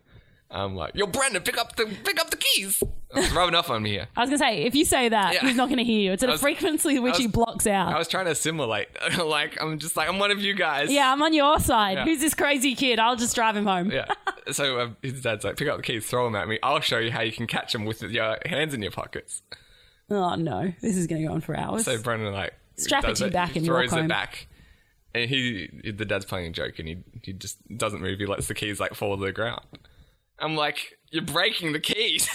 [SPEAKER 3] I'm like, yo, Brendan, pick up the pick up the keys. It's rubbing off on me here.
[SPEAKER 2] I was going to say, if you say that,
[SPEAKER 3] Yeah.
[SPEAKER 2] he's not going to hear you. It's at
[SPEAKER 3] was-
[SPEAKER 2] a frequency which
[SPEAKER 3] I
[SPEAKER 2] he
[SPEAKER 3] was-
[SPEAKER 2] blocks out.
[SPEAKER 3] I was trying to assimilate. like I'm just like I'm one of you guys.
[SPEAKER 2] yeah, I'm on your side.
[SPEAKER 3] Yeah.
[SPEAKER 2] Who's this crazy kid? I'll just drive him home.
[SPEAKER 3] Yeah. So um, his dad's like, pick up the keys, throw them at me. I'll show you how you can catch them with your hands in your pockets.
[SPEAKER 2] Oh, no. This is going to go on for hours.
[SPEAKER 3] So Brendan like
[SPEAKER 2] Strap it
[SPEAKER 3] does
[SPEAKER 2] to your back
[SPEAKER 3] he
[SPEAKER 2] and
[SPEAKER 3] throws
[SPEAKER 2] walk
[SPEAKER 3] it
[SPEAKER 2] home.
[SPEAKER 3] back. And he, the dad's playing a joke, and he he just doesn't move. He lets the keys like fall to the ground. I'm like, you're breaking the keys.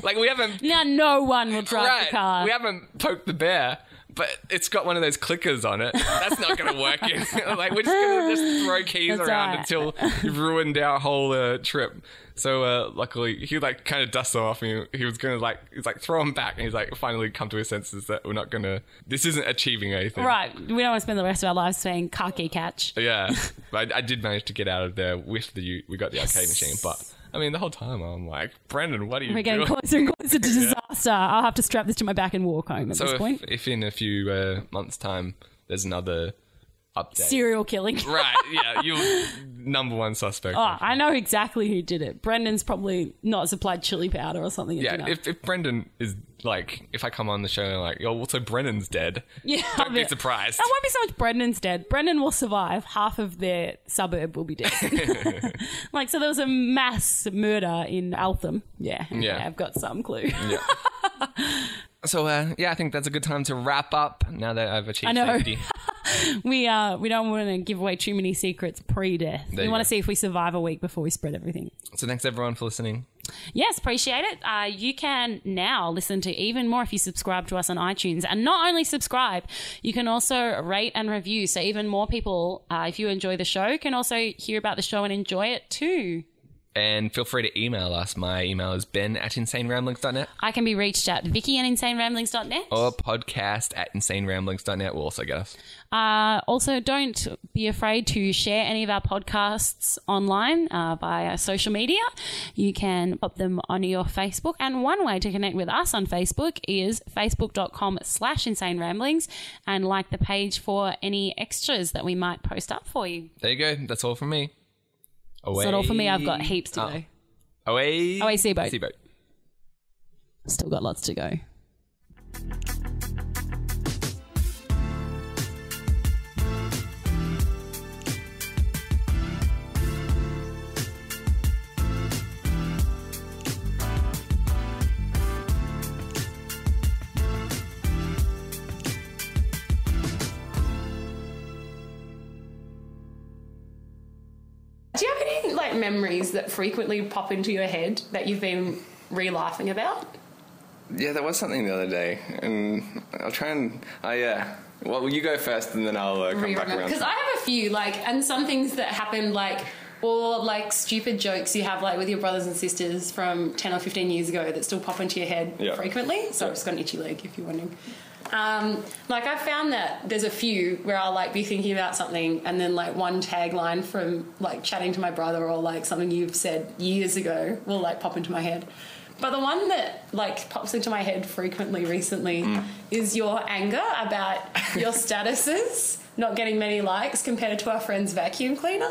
[SPEAKER 3] like we haven't
[SPEAKER 2] now no one will drive
[SPEAKER 3] right,
[SPEAKER 2] the car.
[SPEAKER 3] we haven't poked the bear, but it's got one of those clickers on it. That's not going to work. in- like we're just going to just throw keys
[SPEAKER 2] That's
[SPEAKER 3] around
[SPEAKER 2] right.
[SPEAKER 3] until you've ruined our whole uh, trip. So uh, luckily, he like kind of dusts them off, and he, he was going to like he's like throw him back, and he's like finally come to his senses that we're not going to. This isn't achieving anything.
[SPEAKER 2] right. We don't want to spend the rest of our lives saying khaki catch.
[SPEAKER 3] Yeah, but I, I did manage to get out of there with the U- we got the arcade machine, but. I mean, the whole time I'm like, Brandon, what are you
[SPEAKER 2] We're
[SPEAKER 3] doing?
[SPEAKER 2] getting closer and closer to disaster. I'll have to strap this to my back and walk home at
[SPEAKER 3] So
[SPEAKER 2] this
[SPEAKER 3] if,
[SPEAKER 2] point.
[SPEAKER 3] if in a few uh, months' time there's another update,
[SPEAKER 2] Serial killing.
[SPEAKER 3] right? Yeah, you're number one suspect.
[SPEAKER 2] Oh, I know exactly who did it. Brendan's probably not supplied chili powder or something. at
[SPEAKER 3] yeah,
[SPEAKER 2] dinner.
[SPEAKER 3] if, if Brendan is like, if I come on the show and I'm like, yo, also Brendan's dead.
[SPEAKER 2] yeah,
[SPEAKER 3] don't
[SPEAKER 2] I'll
[SPEAKER 3] be
[SPEAKER 2] like-
[SPEAKER 3] surprised.
[SPEAKER 2] That won't be so much. Brendan's dead. Brendan will survive. Half of their suburb will be dead. like so, there was a mass murder in Altham. Yeah, okay,
[SPEAKER 3] Yeah.
[SPEAKER 2] I've got some clue.
[SPEAKER 3] So uh, yeah, I think that's a good time to wrap up. Now that I've achieved
[SPEAKER 2] I know.
[SPEAKER 3] safety,
[SPEAKER 2] we uh, we don't want to give away too many secrets pre-death.
[SPEAKER 3] you
[SPEAKER 2] we want
[SPEAKER 3] go.
[SPEAKER 2] to see if we survive a week before we spread everything.
[SPEAKER 3] so thanks everyone for listening.
[SPEAKER 2] Yes, appreciate it. Uh, you can now listen to even more if you subscribe to us on iTunes. And not only subscribe, you can also rate and review. So even more people, uh, if you enjoy the show, can also hear about the show and enjoy it too.
[SPEAKER 3] And feel free to email us. My email is ben at insaneramblings.net
[SPEAKER 2] I can be reached at Vicky and InsaneRamblings.net.
[SPEAKER 3] or podcast at insaneramblings.net will also get us.
[SPEAKER 2] Uh, also, don't be afraid to share any of our podcasts online uh, via social media. You can pop them onto your Facebook. And one way to connect with us on Facebook is facebook.com slash insane ramblings and like the page for any extras that we might post up for you.
[SPEAKER 3] There you go. That's all from me. Away. Ah.
[SPEAKER 2] It's not all for me. I've got heaps to go.
[SPEAKER 3] Away.
[SPEAKER 2] Away, Seaboat.
[SPEAKER 3] Seaboat.
[SPEAKER 2] Still got lots to go.
[SPEAKER 1] like memories that frequently pop into your head that you've been re laughing about?
[SPEAKER 3] Yeah, there was something the other day, and I'll try and. Oh, yeah. Well, you go first, and then I'll uh, come back around.
[SPEAKER 1] Because I have a few, like, and some things that happened, like, or like stupid jokes you have, like, with your brothers and sisters from 10 or 15 years ago that still pop into your head
[SPEAKER 3] Yeah.
[SPEAKER 1] frequently. So I've just got an itchy leg if you're wondering. Um, like, I've found that there's a few where I'll, like, be thinking about something and then, like, one tagline from, like, chatting to my brother or, like, something you've said years ago will, like, pop into my head. But the one that like pops into my head frequently recently is your anger about your statuses not getting many likes compared to our friend's vacuum cleaner.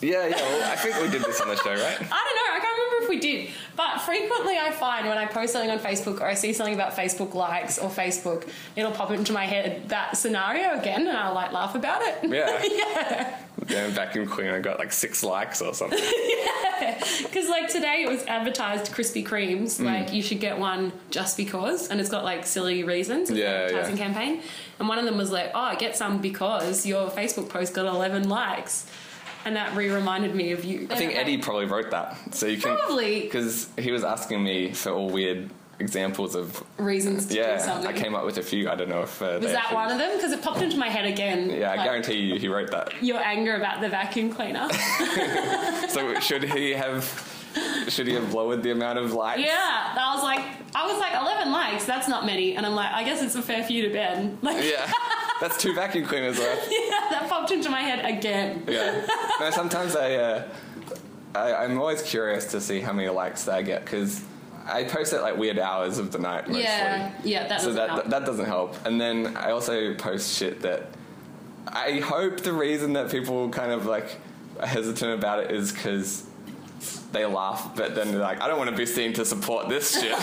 [SPEAKER 3] Yeah, yeah. Well, I think we did this on the show, right?
[SPEAKER 1] I don't know. I can't remember if we did. But frequently, I find when I post something on Facebook or I see something about Facebook likes or Facebook, it'll pop into my head that scenario again, and I'll like laugh about it.
[SPEAKER 3] Yeah.
[SPEAKER 1] yeah.
[SPEAKER 3] Damn vacuum cleaner got like six likes or something.
[SPEAKER 1] Because like today it was advertised Krispy Kremes,
[SPEAKER 3] Mm.
[SPEAKER 1] like you should get one just because, and it's got like silly reasons. It's an
[SPEAKER 3] Yeah,
[SPEAKER 1] advertising
[SPEAKER 3] yeah.
[SPEAKER 1] campaign, and one of them was like, "Oh, get some because your Facebook post got 11 likes," and that re-reminded me of you.
[SPEAKER 3] I think Eddie probably wrote that, so you can
[SPEAKER 1] Probably.
[SPEAKER 3] because he was asking me for all weird examples of
[SPEAKER 1] reasons to do
[SPEAKER 3] yeah.
[SPEAKER 1] something.
[SPEAKER 3] I came up with a few. I don't know if uh,
[SPEAKER 1] was that one of them? Because it popped into my head again.
[SPEAKER 3] Yeah, I
[SPEAKER 1] like,
[SPEAKER 3] guarantee you he wrote that.
[SPEAKER 1] Your anger about the vacuum cleaner.
[SPEAKER 3] So should he have? Should he have lowered the amount of likes?
[SPEAKER 1] yeah, I was like, I was like, 11 likes. That's not many, and I'm like, I guess it's a fair few to Ben. Like,
[SPEAKER 3] Yeah. That's two vacuum cleaners worth.
[SPEAKER 1] that popped into my head again.
[SPEAKER 3] Yeah. No, sometimes I, uh, I, I'm always curious to see how many likes that I get because I post at like weird hours of the night mostly.
[SPEAKER 1] Yeah, yeah, that
[SPEAKER 3] So
[SPEAKER 1] doesn't
[SPEAKER 3] that,
[SPEAKER 1] help.
[SPEAKER 3] that that doesn't help. And then I also post shit that I hope the reason that people kind of like are hesitant about it is because they laugh, but then they're like, I don't want to be seen to support this shit.
[SPEAKER 1] Well,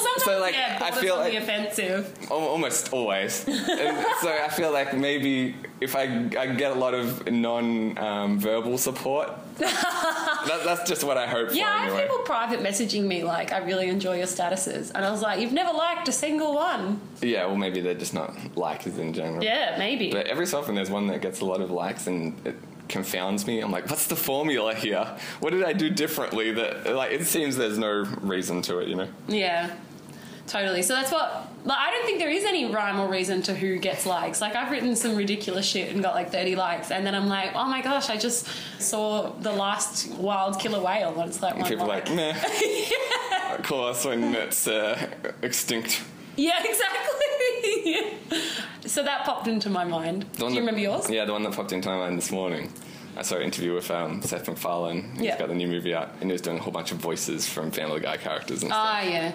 [SPEAKER 1] sometimes
[SPEAKER 3] So, like,
[SPEAKER 1] yeah,
[SPEAKER 3] I
[SPEAKER 1] borders
[SPEAKER 3] feel
[SPEAKER 1] on
[SPEAKER 3] like-
[SPEAKER 1] the offensive.
[SPEAKER 3] Al- almost always. and so I feel like maybe if I, I get a lot of non um, verbal support, that, that's just what I hope
[SPEAKER 1] Yeah,
[SPEAKER 3] for
[SPEAKER 1] I have
[SPEAKER 3] anyway.
[SPEAKER 1] people private messaging me like, "I really enjoy your statuses," and I was like, "You've never liked a single one."
[SPEAKER 3] Yeah, well, maybe they're just not likers in general.
[SPEAKER 1] Yeah, maybe.
[SPEAKER 3] But every so often there's one that gets a lot of likes and it confounds me. I'm like, what's the formula here? What did I do differently? That like it seems there's no reason to it, you know.
[SPEAKER 1] yeah, totally. So that's what. Like, I don't think there is any rhyme or reason to who gets likes. Like, I've written some ridiculous shit and got like 30 likes, and then I'm like, "Oh my gosh, I just saw the last wild killer whale," and it's like
[SPEAKER 3] And
[SPEAKER 1] one
[SPEAKER 3] people are
[SPEAKER 1] like.
[SPEAKER 3] like, meh. Of course, when it's uh, extinct.
[SPEAKER 1] Yeah, exactly. so that popped into my mind.
[SPEAKER 3] The
[SPEAKER 1] Do
[SPEAKER 3] one that-
[SPEAKER 1] you remember yours?
[SPEAKER 3] Yeah, the one that popped into my mind this morning. I saw an interview with um, Seth MacFarlane. He's
[SPEAKER 1] Yeah.
[SPEAKER 3] got the new movie out, and he was doing a whole bunch of voices from Family Guy characters and stuff.
[SPEAKER 1] Ah, yeah.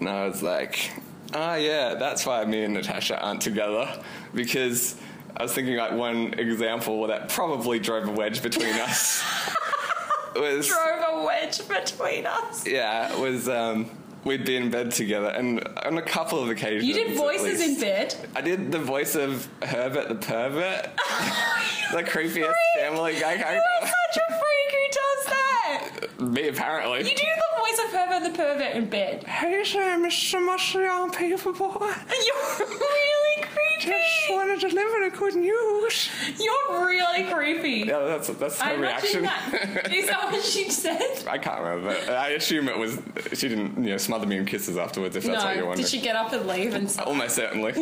[SPEAKER 3] and I was like, ah, yeah, that's why me and Natasha aren't together because I was thinking like one example that probably drove a wedge between us was
[SPEAKER 1] drove a wedge between us.
[SPEAKER 3] yeah was um, we'd be in bed together, and on a couple of occasions
[SPEAKER 1] You did
[SPEAKER 3] at
[SPEAKER 1] voices in
[SPEAKER 3] least-
[SPEAKER 1] bed.
[SPEAKER 3] I did the voice of Herbert the pervert, the creepiest Family Guy
[SPEAKER 1] Oh, You are
[SPEAKER 3] character.
[SPEAKER 1] such a freak who does that.
[SPEAKER 3] me apparently.
[SPEAKER 1] You do the voice of Pervert the Pervert in bed.
[SPEAKER 3] He's a Mr. Muscle Paper Boy.
[SPEAKER 1] And You're really creepy.
[SPEAKER 3] wanted to deliver the good news.
[SPEAKER 1] You're really creepy.
[SPEAKER 3] Yeah, that's that's her
[SPEAKER 1] I imagine
[SPEAKER 3] reaction.
[SPEAKER 1] that. Is that what she said?
[SPEAKER 3] I can't remember. but I assume it was she didn't you know smother me in kisses afterwards if that's what you're
[SPEAKER 1] No.
[SPEAKER 3] wondering.
[SPEAKER 1] Did she get up and leave? And
[SPEAKER 3] Almost certainly.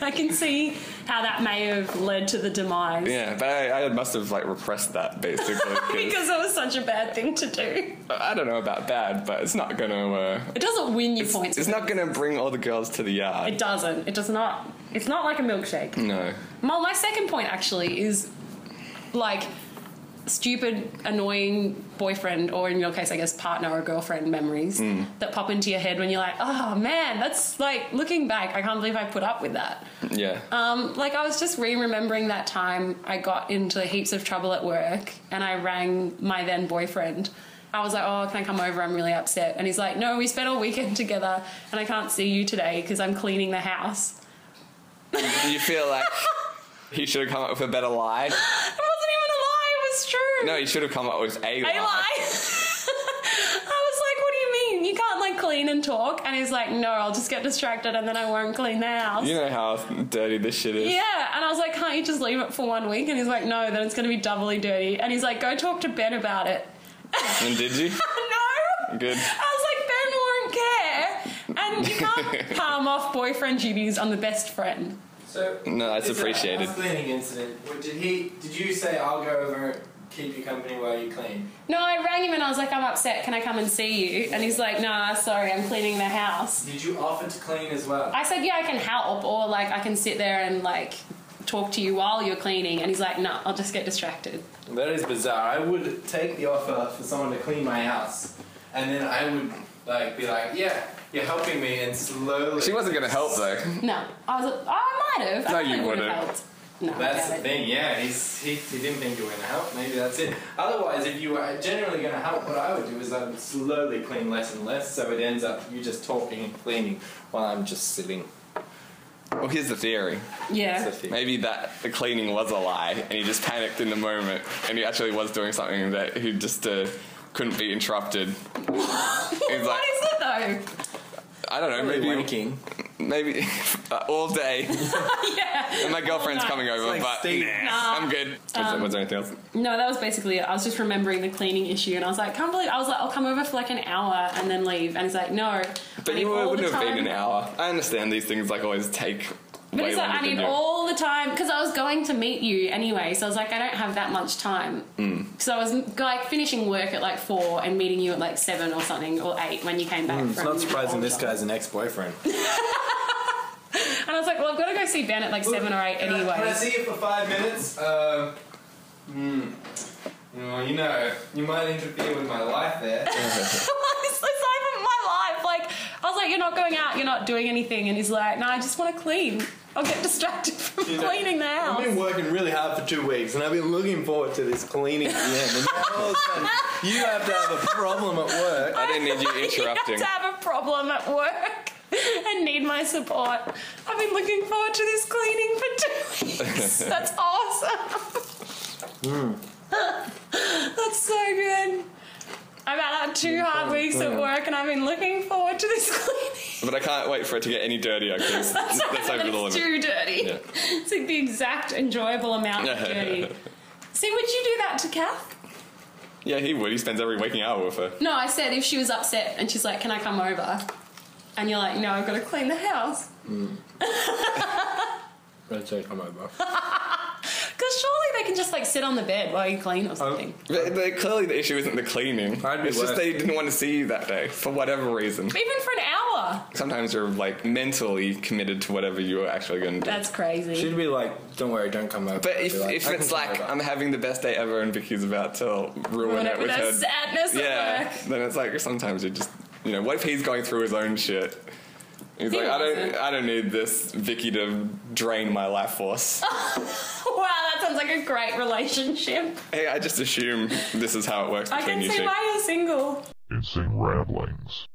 [SPEAKER 1] I can see how that may have led to the demise.
[SPEAKER 3] Yeah, but I, I must have like repressed that basically. 'cause
[SPEAKER 1] Because it was such a bad thing to do.
[SPEAKER 3] I don't know about bad, but it's not gonna uh,
[SPEAKER 1] It doesn't win you points.
[SPEAKER 3] it's not gonna bring all the girls to the yard.
[SPEAKER 1] it doesn't. It does not. It's not like a milkshake.
[SPEAKER 3] No.
[SPEAKER 1] Well, my second point actually is like stupid, annoying boyfriend, or in your case, I guess, partner or girlfriend memories that pop into your head when you're like, oh man, that's like looking back, I can't believe I put up with that.
[SPEAKER 3] Yeah.
[SPEAKER 1] Um, like I was just re-remembering that time I got into heaps of trouble at work, and I rang my then boyfriend. I was like, "Oh, can I come over? I'm really upset." And he's like, "No, we spent all weekend together, and I can't see you today because I'm cleaning the house."
[SPEAKER 3] you feel like he should have come up with a better lie.
[SPEAKER 1] It wasn't even a lie; it was true.
[SPEAKER 3] No, you should have come up with a lie.
[SPEAKER 1] I lie. I was like, what do you mean? You can't like clean clean and talk? And he's like, no, I'll just get distracted and then I won't clean the house.
[SPEAKER 3] You know how dirty this shit is.
[SPEAKER 1] Yeah, and I was like, can't you just leave it for one week? And he's like, no, then it's going to be doubly dirty. And he's like, go talk to Ben about it.
[SPEAKER 3] And did you?
[SPEAKER 1] no.
[SPEAKER 3] Good.
[SPEAKER 1] I was like, Ben won't care. And you can't palm off boyfriend duties on the best friend.
[SPEAKER 5] So
[SPEAKER 3] No, that's
[SPEAKER 5] is that
[SPEAKER 3] appreciated.
[SPEAKER 5] house cleaning incident. what- Did he? Did you say I'll go over, keep you company while you clean?
[SPEAKER 1] No, I rang him and I was like, I'm upset. Can I come and see you? And he's like, nah, sorry, I'm cleaning the house.
[SPEAKER 5] Did you offer to clean as well?
[SPEAKER 1] I said, yeah, I can help, or like I can sit there and like talk to you while you're cleaning. And he's like, no, I'll just get distracted.
[SPEAKER 5] That is bizarre. I would take the offer for someone to clean my house, and then I would like be like, yeah, you're helping me, and slowly.
[SPEAKER 3] She wasn't gonna help though.
[SPEAKER 1] No, I was. "Oh, I might have. I
[SPEAKER 3] No,
[SPEAKER 1] probably
[SPEAKER 3] you
[SPEAKER 1] would have
[SPEAKER 3] wouldn't.
[SPEAKER 1] helped. No, I
[SPEAKER 5] That's the
[SPEAKER 1] haven't.
[SPEAKER 5] thing, yeah. He's, he, he didn't think you were going to help. Maybe that's it. Otherwise, if you were generally going to help, what I would do is I would slowly clean less and less, so it ends up you just talking and cleaning while I'm just sitting.
[SPEAKER 3] Well, here's the theory.
[SPEAKER 5] That's
[SPEAKER 1] Yeah.
[SPEAKER 5] the thing.
[SPEAKER 3] Maybe that the cleaning was a lie, and he just panicked in the moment, and he actually was doing something that he just uh, couldn't be interrupted. He's like,
[SPEAKER 1] What is it though?
[SPEAKER 3] I don't know, maybe
[SPEAKER 5] wanking.
[SPEAKER 3] maybe uh, all day.
[SPEAKER 1] yeah.
[SPEAKER 3] My girlfriend's
[SPEAKER 1] night.
[SPEAKER 3] coming over,
[SPEAKER 5] It's like
[SPEAKER 3] but
[SPEAKER 5] Steve.
[SPEAKER 3] nah, I'm good. Was, there, was there anything else?
[SPEAKER 1] No, that was basically it. I was just remembering the cleaning issue, and I was like, can't believe. I was like, I'll come over for like an hour and then leave. And he's like, no. I
[SPEAKER 3] But
[SPEAKER 1] need
[SPEAKER 3] you
[SPEAKER 1] all the
[SPEAKER 3] wouldn't have been
[SPEAKER 1] time."
[SPEAKER 3] an hour. I understand these things like always take
[SPEAKER 1] But
[SPEAKER 3] way
[SPEAKER 1] he's like,
[SPEAKER 3] longer
[SPEAKER 1] I need
[SPEAKER 3] than you.
[SPEAKER 1] all the time because I was going to meet you anyway. So I was like, I don't have that much time. Because I was like finishing work at like four and meeting you at like seven or something or eight when you came back.
[SPEAKER 5] It's
[SPEAKER 1] from
[SPEAKER 5] not Mm, surprising
[SPEAKER 1] your
[SPEAKER 5] this
[SPEAKER 1] job.
[SPEAKER 5] guy's an ex-boyfriend.
[SPEAKER 1] And I was like, well, I've got to go see Ben at like seven or eight
[SPEAKER 5] Can I-
[SPEAKER 1] anyway.
[SPEAKER 5] Can I see you for five minutes? Um, hmm. Well, you know, you might interfere with my life there.
[SPEAKER 1] it's, it's not even my life. Like, I was like, you're not going out, you're not doing anything. And he's like, no, I just want to clean. I'll get distracted from
[SPEAKER 5] You know,
[SPEAKER 1] cleaning the
[SPEAKER 5] I've been
[SPEAKER 1] house.
[SPEAKER 5] working really hard for two weeks, and I've been looking forward to this cleaning at the end. And now all of a sudden, you have to have a problem at work.
[SPEAKER 3] I didn't need you
[SPEAKER 1] You have
[SPEAKER 3] interrupting.
[SPEAKER 1] to have a problem at work and need my support. I've been looking forward to this cleaning for two weeks. That's awesome. That's so good. I've had two hard weeks at work and I've been looking forward to this cleaning.
[SPEAKER 3] But I can't wait for it to get any dirtier because that's over the
[SPEAKER 1] it's
[SPEAKER 3] limit.
[SPEAKER 1] too dirty.
[SPEAKER 3] Yeah.
[SPEAKER 1] It's like the exact enjoyable amount of dirty. See, would you do that to Kath?
[SPEAKER 3] Yeah, he would. He spends every waking hour with her.
[SPEAKER 1] No, I said if she was upset and she's like, "Can I come over?" and you're like, "No, I've got to clean the house,"
[SPEAKER 5] Let's say come over.
[SPEAKER 1] because surely they can just like sit on the bed while you clean or something.
[SPEAKER 3] But, but clearly, the issue isn't the cleaning.
[SPEAKER 5] I'd be
[SPEAKER 3] it's just
[SPEAKER 5] worse.
[SPEAKER 3] they didn't want to see you that day for whatever reason.
[SPEAKER 1] Even for an hour.
[SPEAKER 3] Sometimes you're like mentally committed to whatever you're actually going to do.
[SPEAKER 1] That's crazy.
[SPEAKER 5] She'd be like, "Don't worry, don't come over."
[SPEAKER 3] But
[SPEAKER 5] I'd
[SPEAKER 3] if,
[SPEAKER 5] be like,
[SPEAKER 3] if
[SPEAKER 5] "I can
[SPEAKER 3] it's
[SPEAKER 5] come
[SPEAKER 3] like
[SPEAKER 5] over."
[SPEAKER 3] I'm having the best day ever and Vicky's about to ruin,
[SPEAKER 1] Ruin
[SPEAKER 3] it with her,
[SPEAKER 1] sadness at
[SPEAKER 3] yeah,
[SPEAKER 1] work.
[SPEAKER 3] then it's like sometimes you just you know what if he's going through his own shit. He's
[SPEAKER 1] He
[SPEAKER 3] like, I don't,
[SPEAKER 1] wasn't.
[SPEAKER 3] I don't need this Vicky to drain my life force.
[SPEAKER 1] Wow, that sounds like a great relationship.
[SPEAKER 3] hey, I just assume this is how it works
[SPEAKER 1] I
[SPEAKER 3] between
[SPEAKER 1] can
[SPEAKER 3] you
[SPEAKER 1] see
[SPEAKER 3] two.
[SPEAKER 1] why you're single.
[SPEAKER 4] Insane Ramblings.